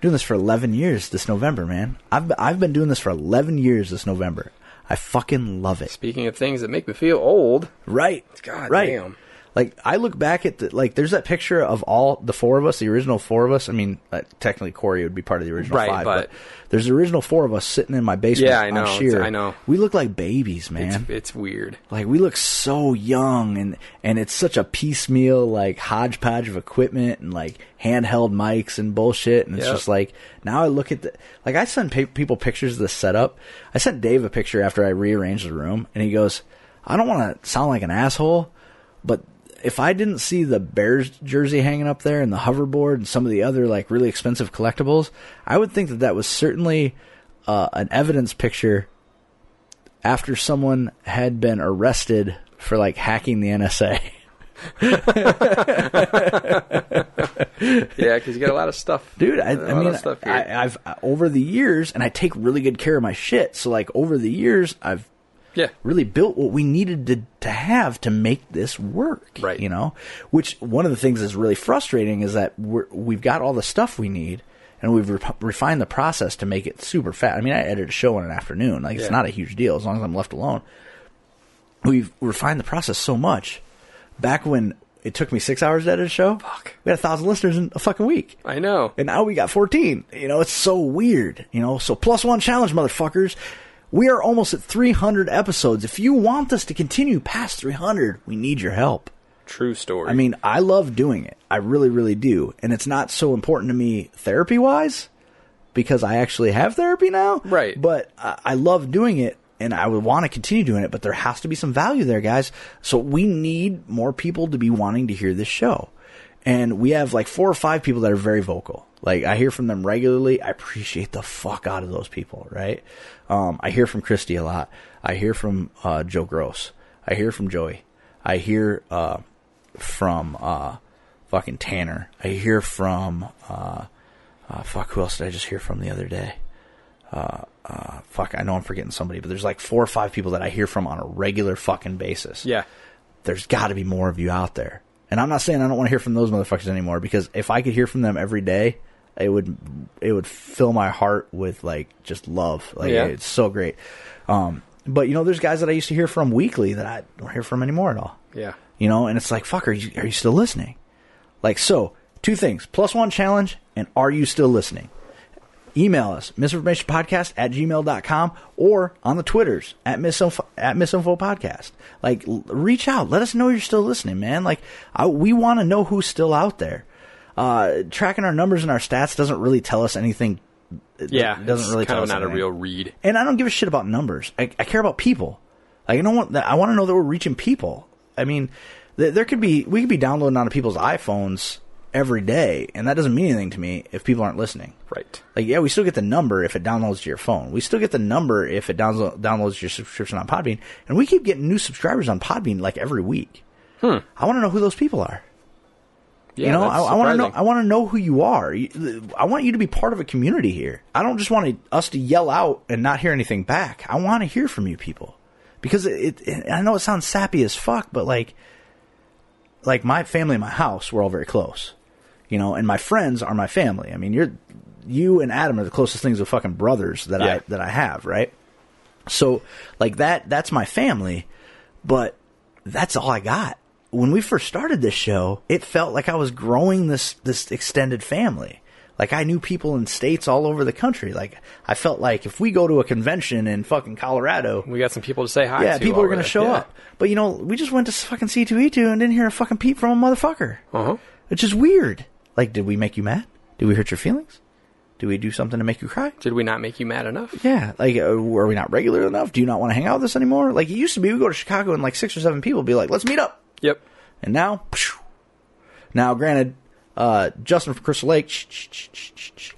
Speaker 2: doing this for 11 years this November, man. I've been- I've been doing this for 11 years this November. I fucking love it.
Speaker 3: Speaking of things that make me feel old,
Speaker 2: Right.
Speaker 3: God
Speaker 2: right.
Speaker 3: damn.
Speaker 2: Like I look back at the like, there's that picture of all the four of us, the original four of us. I mean, uh, technically Corey would be part of the original
Speaker 3: Right,
Speaker 2: five,
Speaker 3: but-
Speaker 2: there's the original four of us sitting in my basement.
Speaker 3: Yeah, I know.
Speaker 2: On
Speaker 3: It's-
Speaker 2: Sheer.
Speaker 3: I know.
Speaker 2: We look like babies, man.
Speaker 3: it's, it's weird.
Speaker 2: like we look so young, and and it's such a piecemeal like hodgepodge of equipment and like handheld mics and bullshit. And it's
Speaker 3: Yep.
Speaker 2: just like now I look at the like I send pa- people pictures of the setup. I sent Dave a picture after I rearranged the room, and he goes, "I don't want to sound like an asshole, but." if I didn't see the Bears jersey hanging up there and the hoverboard and some of the other like really expensive collectibles, I would think that that was certainly uh, an evidence picture after someone had been arrested for like hacking the NSA.
Speaker 3: Yeah, because you got a lot of stuff,
Speaker 2: Dude, I,
Speaker 3: A lot
Speaker 2: I
Speaker 3: of
Speaker 2: mean,
Speaker 3: stuff here.
Speaker 2: I, I've over the years, and I take really good care of my shit. So, like over the years, I've
Speaker 3: yeah,
Speaker 2: really built what we needed to, to have to make this work.
Speaker 3: Right.
Speaker 2: You know, which one of the things that's really frustrating is that we're, we've got all the stuff we need and we've re- refined the process to make it super fast. I mean, I edit a show in an afternoon. Like,
Speaker 3: Yeah.
Speaker 2: it's not a huge deal as long as I'm left alone. We've refined the process so much. Back when it took me six hours to edit a show,
Speaker 3: Fuck.
Speaker 2: we had a thousand listeners in a fucking week
Speaker 3: I know.
Speaker 2: and now we got 14. You know, it's so weird. You know, so plus one challenge, motherfuckers. We are almost at 300 episodes. If you want us to continue past 300, we need your help.
Speaker 3: True story.
Speaker 2: I mean, I love doing it. I really, really do. And it's not so important to me therapy wise because I actually have therapy now.
Speaker 3: Right.
Speaker 2: But I, I love doing it and I would want to continue doing it, but there has to be some value there, guys. So we need more people to be wanting to hear this show. And we have like four or five people that are very vocal. Like I hear from them regularly. I appreciate the fuck out of those people, right? Um, I hear from Christy a lot. I hear from uh, Joe Gross. I hear from Joey. I hear uh, from uh, fucking Tanner. I hear from uh, uh, fuck. Who else did I just hear from the other day? Uh, uh, fuck. I know I'm forgetting somebody, but there's like four or five people that I hear from on a regular fucking basis.
Speaker 3: yeah,
Speaker 2: There's got to be more of you out there. And I'm not saying I don't want to hear from those motherfuckers anymore because if I could hear from them every day, it would it would fill my heart with like just love. Like
Speaker 3: Yeah.
Speaker 2: it's so great. Um, but you know, there's guys that I used to hear from weekly that I don't hear from anymore at all
Speaker 3: yeah.
Speaker 2: you know and it's like fuck are you are you still listening like so two things plus one challenge and are you still listening email us misinformationpodcast at gmail.com or on the twitters at misinfo at misinfo podcast like l- reach out let us know you're still listening man like I, we want to know who's still out there uh, tracking our numbers and our stats doesn't really tell us anything It
Speaker 3: Yeah,
Speaker 2: doesn't
Speaker 3: it's
Speaker 2: really
Speaker 3: kind
Speaker 2: tell
Speaker 3: of
Speaker 2: us
Speaker 3: not a
Speaker 2: anything.
Speaker 3: real read.
Speaker 2: And I don't give a shit about numbers. I, I care about people. Like I don't want. I want to know that we're reaching people. I mean, th- there could be we could be downloading onto people's iPhones every day, and that doesn't mean anything to me if people aren't listening.
Speaker 3: Right.
Speaker 2: Like yeah, we still get the number if it downloads to your phone. We still get the number if it downloads downloads your subscription on Podbean, and we keep getting new subscribers on Podbean like every week. I want to know who those people are
Speaker 3: Yeah,
Speaker 2: you know, I,
Speaker 3: that's
Speaker 2: I want to know. I
Speaker 3: surprising.
Speaker 2: want to know who you are. You- I want you to be part of a community here. I don't just want to- us to yell out and not hear anything back. I want to hear from you people because it, it. and I know it sounds sappy as fuck, but like, like my family, and my house, we're all very close. You know, and my friends are my family. I mean, you're you and Adam are the closest things with fucking brothers that
Speaker 3: Yeah.
Speaker 2: I that I have, right? So like that that's my family, but that's all I got. When we first started this show, it felt like I was growing this this extended family. Like I knew people in states all over the country. Like I felt like if we go to a convention in fucking Colorado,
Speaker 3: we got some people to say hi.
Speaker 2: yeah,
Speaker 3: to
Speaker 2: people are
Speaker 3: going to
Speaker 2: show up. But you know, we just went to fucking C2E2 and didn't hear a fucking peep from a motherfucker.
Speaker 3: Uh huh.
Speaker 2: Which is weird. Like did we make you mad? Did we hurt your feelings? Did we do something to make you cry?
Speaker 3: Did we not make you mad enough?
Speaker 2: Yeah, like, uh, are we not regular enough? Do you not want to hang out with us anymore? Like, it used to be, we go to Chicago and like six or seven people would be like, let's meet up.
Speaker 3: Yep.
Speaker 2: And now, phew. now, granted, uh, Justin from Crystal Lake sh- sh- sh- sh- sh- sh-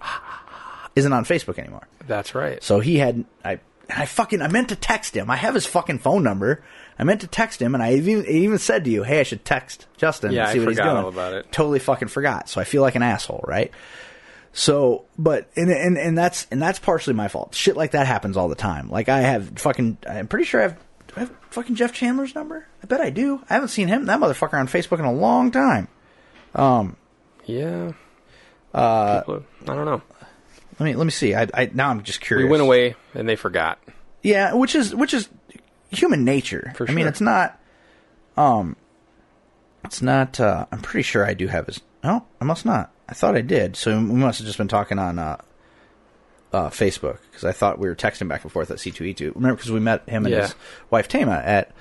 Speaker 2: isn't on Facebook anymore.
Speaker 3: That's right.
Speaker 2: So he had I and I fucking I meant to text him. I have his fucking phone number. I meant to text him, and I even I even said to you, "Hey, I should text Justin
Speaker 3: Yeah,
Speaker 2: and see
Speaker 3: I
Speaker 2: what he's
Speaker 3: forgot
Speaker 2: doing."
Speaker 3: all about it.
Speaker 2: Totally fucking forgot. So I feel like an asshole, right? So, but and and and that's and that's partially my fault. Shit like that happens all the time. Like I have fucking. I'm pretty sure I have. Do I have fucking Jeff Chandler's number? I bet I do. I haven't seen him that motherfucker on Facebook in a long time.
Speaker 3: Yeah. Uh, I don't know.
Speaker 2: Let me let me see. I, I now I'm just
Speaker 3: We
Speaker 2: curious.
Speaker 3: went away and they forgot.
Speaker 2: Yeah, which is which is human nature.
Speaker 3: For
Speaker 2: I mean,
Speaker 3: sure.
Speaker 2: it's not. Um, it's not. Uh, I'm pretty sure I do have his. No, I must not. I thought I did. So we must have just been talking on uh, uh, Facebook because I thought we were texting back and forth at C2E2. Remember, because we met him and
Speaker 3: Yeah.
Speaker 2: his wife Tama at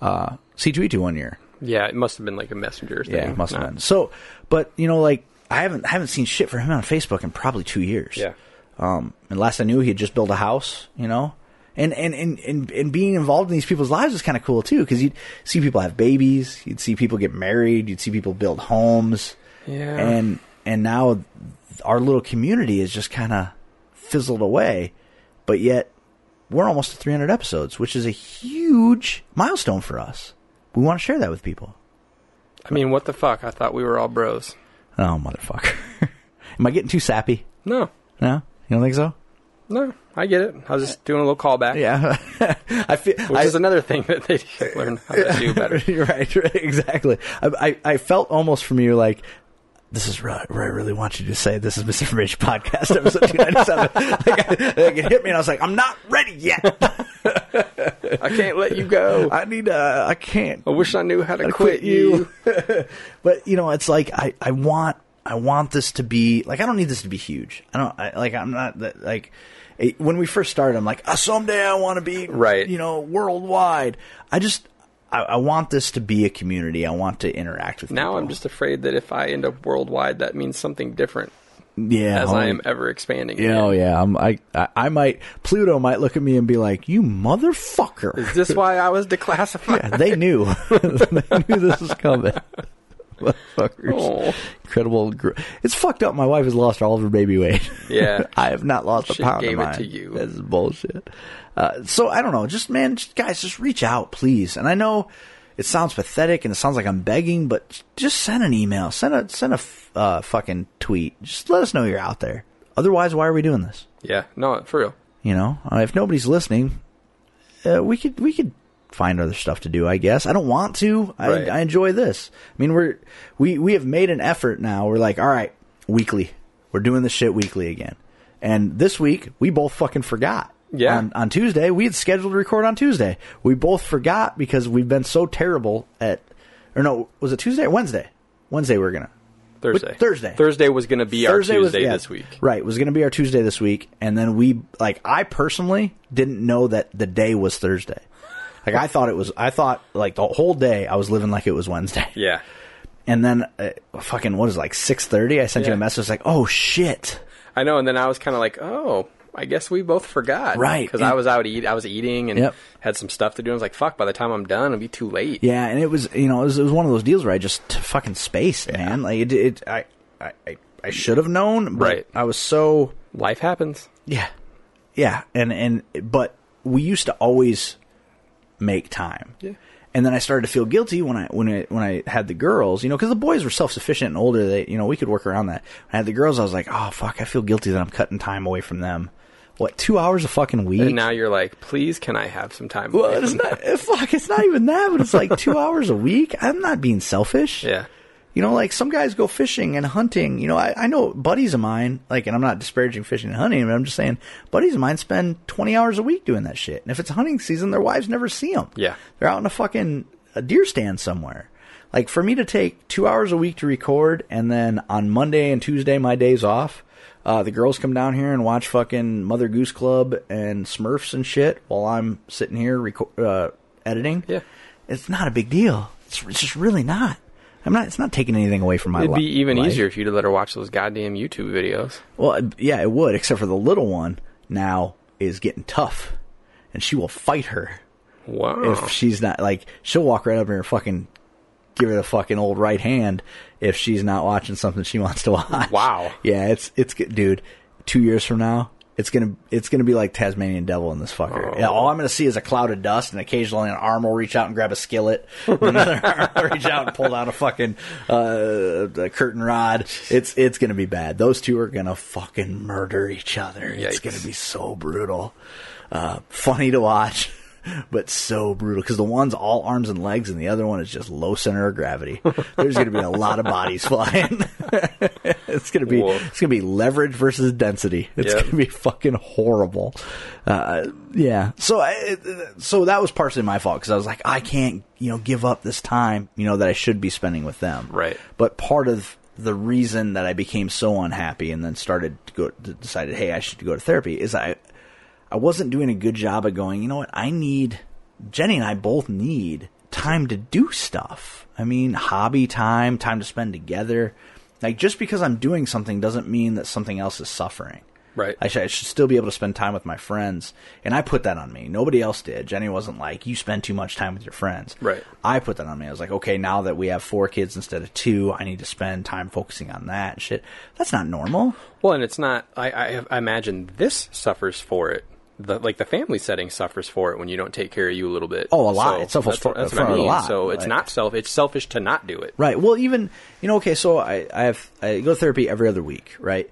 Speaker 2: uh, C2E2 one year.
Speaker 3: Yeah, it must have been like a messenger thing.
Speaker 2: Yeah, it must have
Speaker 3: Not-
Speaker 2: been. So, but you know, like I haven't I haven't seen shit for him on Facebook in probably two years.
Speaker 3: Yeah.
Speaker 2: Um, and last I knew, he had just built a house, you know, And and, and, and and being involved in these people's lives is kind of cool too, because you'd see people have babies, you'd see people get married, you'd see people build homes,
Speaker 3: Yeah.
Speaker 2: and and now our little community is just kind of fizzled away, but yet we're almost to 300 episodes, which is a huge milestone for us. We want to share that with people.
Speaker 3: I mean, what the fuck? I thought we were all bros.
Speaker 2: Oh motherfucker! Am I getting too sappy?
Speaker 3: No,
Speaker 2: No, you don't think so?
Speaker 3: no, I get it. I was just doing a little callback.
Speaker 2: Yeah, I feel.
Speaker 3: Which
Speaker 2: I,
Speaker 3: is another thing that they should learn how to do better.
Speaker 2: You're right, right, exactly. I, I I felt almost from you like this is right, where I really want you to say this is misinformation podcast episode 297. like, I- like, it hit me, and I was like, I'm not ready yet.
Speaker 3: I can't let you go. I,
Speaker 2: I need. Uh, I can't.
Speaker 3: wish I knew how to
Speaker 2: I
Speaker 3: quit, you.
Speaker 2: but you know, it's like I, I want I want this to be like I don't need this to be huge. I don't I, like I'm not that like it, when we first started. I'm like "Ah, someday I want to be
Speaker 3: Right.
Speaker 2: You know, worldwide. I just I, I want this to be a community. I want to interact with.
Speaker 3: Now
Speaker 2: people.
Speaker 3: I'm just afraid that if I end up worldwide, that means something different
Speaker 2: yeah
Speaker 3: as I am
Speaker 2: homie.
Speaker 3: ever expanding.
Speaker 2: Yeah, oh
Speaker 3: again.
Speaker 2: yeah, I'm, I, I I might Pluto might look at me and be like, "You motherfucker."
Speaker 3: Is this why I was declassified?
Speaker 2: Yeah, they knew. they knew this was coming. Motherfuckers.
Speaker 3: Oh.
Speaker 2: Incredible. Gr- it's fucked up. My wife has lost all of her baby weight.
Speaker 3: Yeah.
Speaker 2: I have not lost
Speaker 3: She
Speaker 2: a pound
Speaker 3: gave
Speaker 2: of
Speaker 3: it
Speaker 2: mine.
Speaker 3: to you.
Speaker 2: That's bullshit. Uh, so I don't know. Just, man, just, guys, just reach out, please. And I know it sounds pathetic and it sounds like I'm begging, but just send an email. Send a, send a f- uh, fucking tweet. Just let us know you're out there. Otherwise, why are we doing this?
Speaker 3: Yeah, no, for real.
Speaker 2: You know, Uh, if nobody's listening, uh, we could we could find other stuff to do. I guess I don't want to. I,
Speaker 3: Right.
Speaker 2: I enjoy this. I mean, we're we we have made an effort now. We're like, all right, weekly. We're doing this shit weekly again. And this week we both fucking forgot.
Speaker 3: Yeah.
Speaker 2: On, on Tuesday we had scheduled to record on Tuesday. We both forgot because we've been so terrible at, or no, was it Tuesday or Wednesday? Wednesday we we're gonna
Speaker 3: Thursday.
Speaker 2: Thursday.
Speaker 3: Thursday was going to be our Tuesday
Speaker 2: yeah,
Speaker 3: this week.
Speaker 2: Right, it was going to be our Tuesday this week, and then we like I personally didn't know that the day was Thursday. Like I thought it was. I thought like the whole day I was living like it was Wednesday.
Speaker 3: Yeah.
Speaker 2: And then uh, fucking what is it, like six thirty? I sent you
Speaker 3: Yeah.
Speaker 2: a message like, oh shit.
Speaker 3: I know, and then I was kind of like, oh, I guess we both forgot,
Speaker 2: Right,
Speaker 3: Because
Speaker 2: and-
Speaker 3: I was out eat, I was eating and
Speaker 2: Yep.
Speaker 3: had some stuff to do. I was like, fuck, by the time I'm done, it'll be too late.
Speaker 2: Yeah, and it was you know it was, it was one of those deals where I just fucking spaced, man. Like it, it I I I- I should have known, but
Speaker 3: Right.
Speaker 2: I was so
Speaker 3: Life happens.
Speaker 2: Yeah. Yeah. And and but we used to always make time.
Speaker 3: Yeah.
Speaker 2: And then I started to feel guilty when I when I when I had the girls, you know, because the boys were self sufficient and older. They, you know, we could work around that. When I had the girls. I was like, oh fuck, I feel guilty that I'm cutting time away from them. What two hours a fucking week?
Speaker 3: And now you're like, please, can I have some time?
Speaker 2: well,
Speaker 3: away
Speaker 2: it's
Speaker 3: from
Speaker 2: not. It's like it's not even that, but it's like two hours a week. I'm not being selfish.
Speaker 3: that?" Yeah.
Speaker 2: You know, like some guys go fishing and hunting. You know, I, I know buddies of mine, like, and I'm not disparaging fishing and hunting, but I'm just saying buddies of mine spend 20 hours a week doing that shit. And if it's hunting season, their wives never see them.
Speaker 3: Yeah.
Speaker 2: They're out in a fucking a deer stand somewhere. Like, for me to take two hours a week to record, and then on Monday and Tuesday, my days off, uh, the girls come down here and watch fucking Mother Goose Club and Smurfs and shit while I'm sitting here reco- uh, editing
Speaker 3: Yeah.
Speaker 2: it's not a big deal. It's, it's just really not. I'm not. It's not taking anything away from my
Speaker 3: It'd
Speaker 2: li-
Speaker 3: be even
Speaker 2: life.
Speaker 3: easier if you'd let her watch those goddamn YouTube videos.
Speaker 2: Well, it- yeah, it would. Except for the little one now is getting tough, and she will fight her
Speaker 3: Wow.
Speaker 2: if she's not like. She'll walk right up here and fucking give her the fucking old right hand if she's not watching something she wants to watch.
Speaker 3: Wow.
Speaker 2: Yeah, it's it's good, dude. Two years from now. It's gonna it's gonna be like Tasmanian Devil in this fucker. Yeah, all I'm gonna see is a cloud of dust, and occasionally an arm will reach out and grab a skillet, and another arm will reach out and pull out a fucking uh, a curtain rod. It's it's gonna be bad. Those two are gonna fucking murder each other. It's
Speaker 3: Yikes.
Speaker 2: gonna be so brutal. Uh, funny to watch, but so brutal because the one's all arms and legs, and the other one is just low center of gravity. There's gonna be a lot of bodies flying. it's gonna be
Speaker 3: Woof.
Speaker 2: it's gonna be leverage versus density. It's
Speaker 3: Yep.
Speaker 2: gonna be fucking horrible. Uh, yeah. So I, so that was partially my fault because I was like, I can't you know give up this time you know that I should be spending with them.
Speaker 3: Right.
Speaker 2: But part of the reason that I became so unhappy and then started to go decided, hey, I should go to therapy is I I wasn't doing a good job at going, you know what, I need, Jenny and I both need time to do stuff. I mean, hobby time, time to spend together. Like, just because I'm doing something doesn't mean that something else is suffering.
Speaker 3: Right.
Speaker 2: I, sh- I should still be able to spend time with my friends. And I put that on me. Nobody else did. Jenny wasn't like, you spend too much time with your friends.
Speaker 3: Right.
Speaker 2: I put that on me. I was like, okay, now that we have four kids instead of two, I need to spend time focusing on that and shit. That's not normal.
Speaker 3: Well, and it's not. I, I, I imagine this suffers for it. The, like the family setting suffers for it when you don't take care of you a little bit.
Speaker 2: Oh, a lot. It suffers
Speaker 3: that's,
Speaker 2: for-
Speaker 3: that's
Speaker 2: for
Speaker 3: what I
Speaker 2: a
Speaker 3: mean.
Speaker 2: lot,
Speaker 3: So it's
Speaker 2: like-
Speaker 3: not self. It's selfish to not do it.
Speaker 2: Right. Well, even you know, okay, so I I have I go to therapy every other week, right?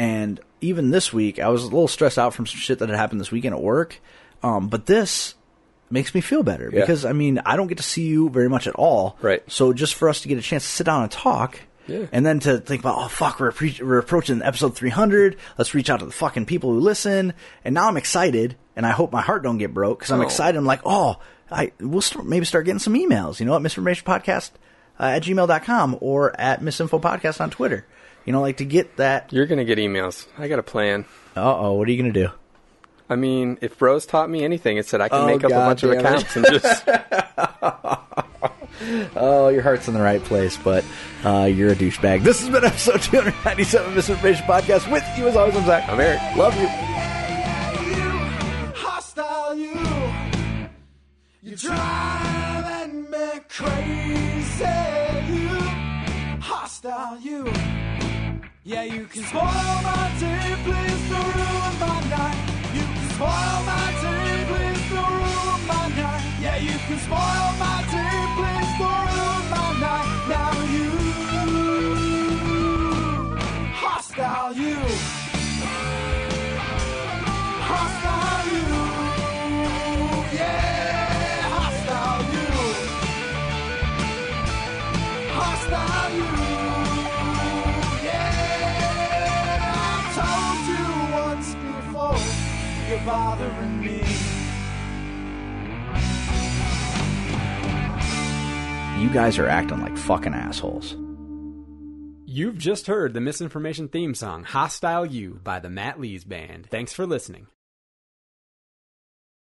Speaker 2: And even this week, I was a little stressed out from some shit that had happened this weekend at work. Um, but this makes me feel better
Speaker 3: Yeah.
Speaker 2: because I mean, I don't get to see you very much at all.
Speaker 3: Right.
Speaker 2: So just for us to get a chance to sit down and talk.
Speaker 3: Yeah.
Speaker 2: And then to think about, oh fuck, we're, pre- we're approaching episode 300. Let's reach out to the fucking people who listen. And now I'm excited, and I hope my heart don't get broke because I'm
Speaker 3: Oh.
Speaker 2: excited. I'm like, oh, I we'll start, maybe start getting some emails. You know, at misinformation podcast uh, at gmail.com or at misinfopodcast on Twitter. You know, like to get that.
Speaker 3: You're gonna get emails. I got a plan.
Speaker 2: Uh oh, what are you gonna do?
Speaker 3: I mean, if Rose taught me anything, it's that I can
Speaker 2: Oh,
Speaker 3: make up
Speaker 2: God
Speaker 3: a bunch of
Speaker 2: damn it.
Speaker 3: accounts and just.
Speaker 2: Oh, your heart's in the right place, but uh, you're a douchebag. This has been episode 297 of Misinformation Podcast with you as always. I'm Zach.
Speaker 3: I'm Eric.
Speaker 2: Love you.
Speaker 1: hostile you. You're driving me crazy. You hostile you. Yeah, you can spoil my day, please don't ruin my night. You can spoil my day, please don't ruin my night. Yeah, you can spoil my day, please don't ruin my night. Now you hostile you hostile you. Yeah, hostile you. Hostile you. Yeah, I told you once before, you're bothering me.
Speaker 2: You guys are acting like fucking assholes.
Speaker 4: You've just heard the misinformation theme song Hostile You by the Matt Lees Band. Thanks for listening.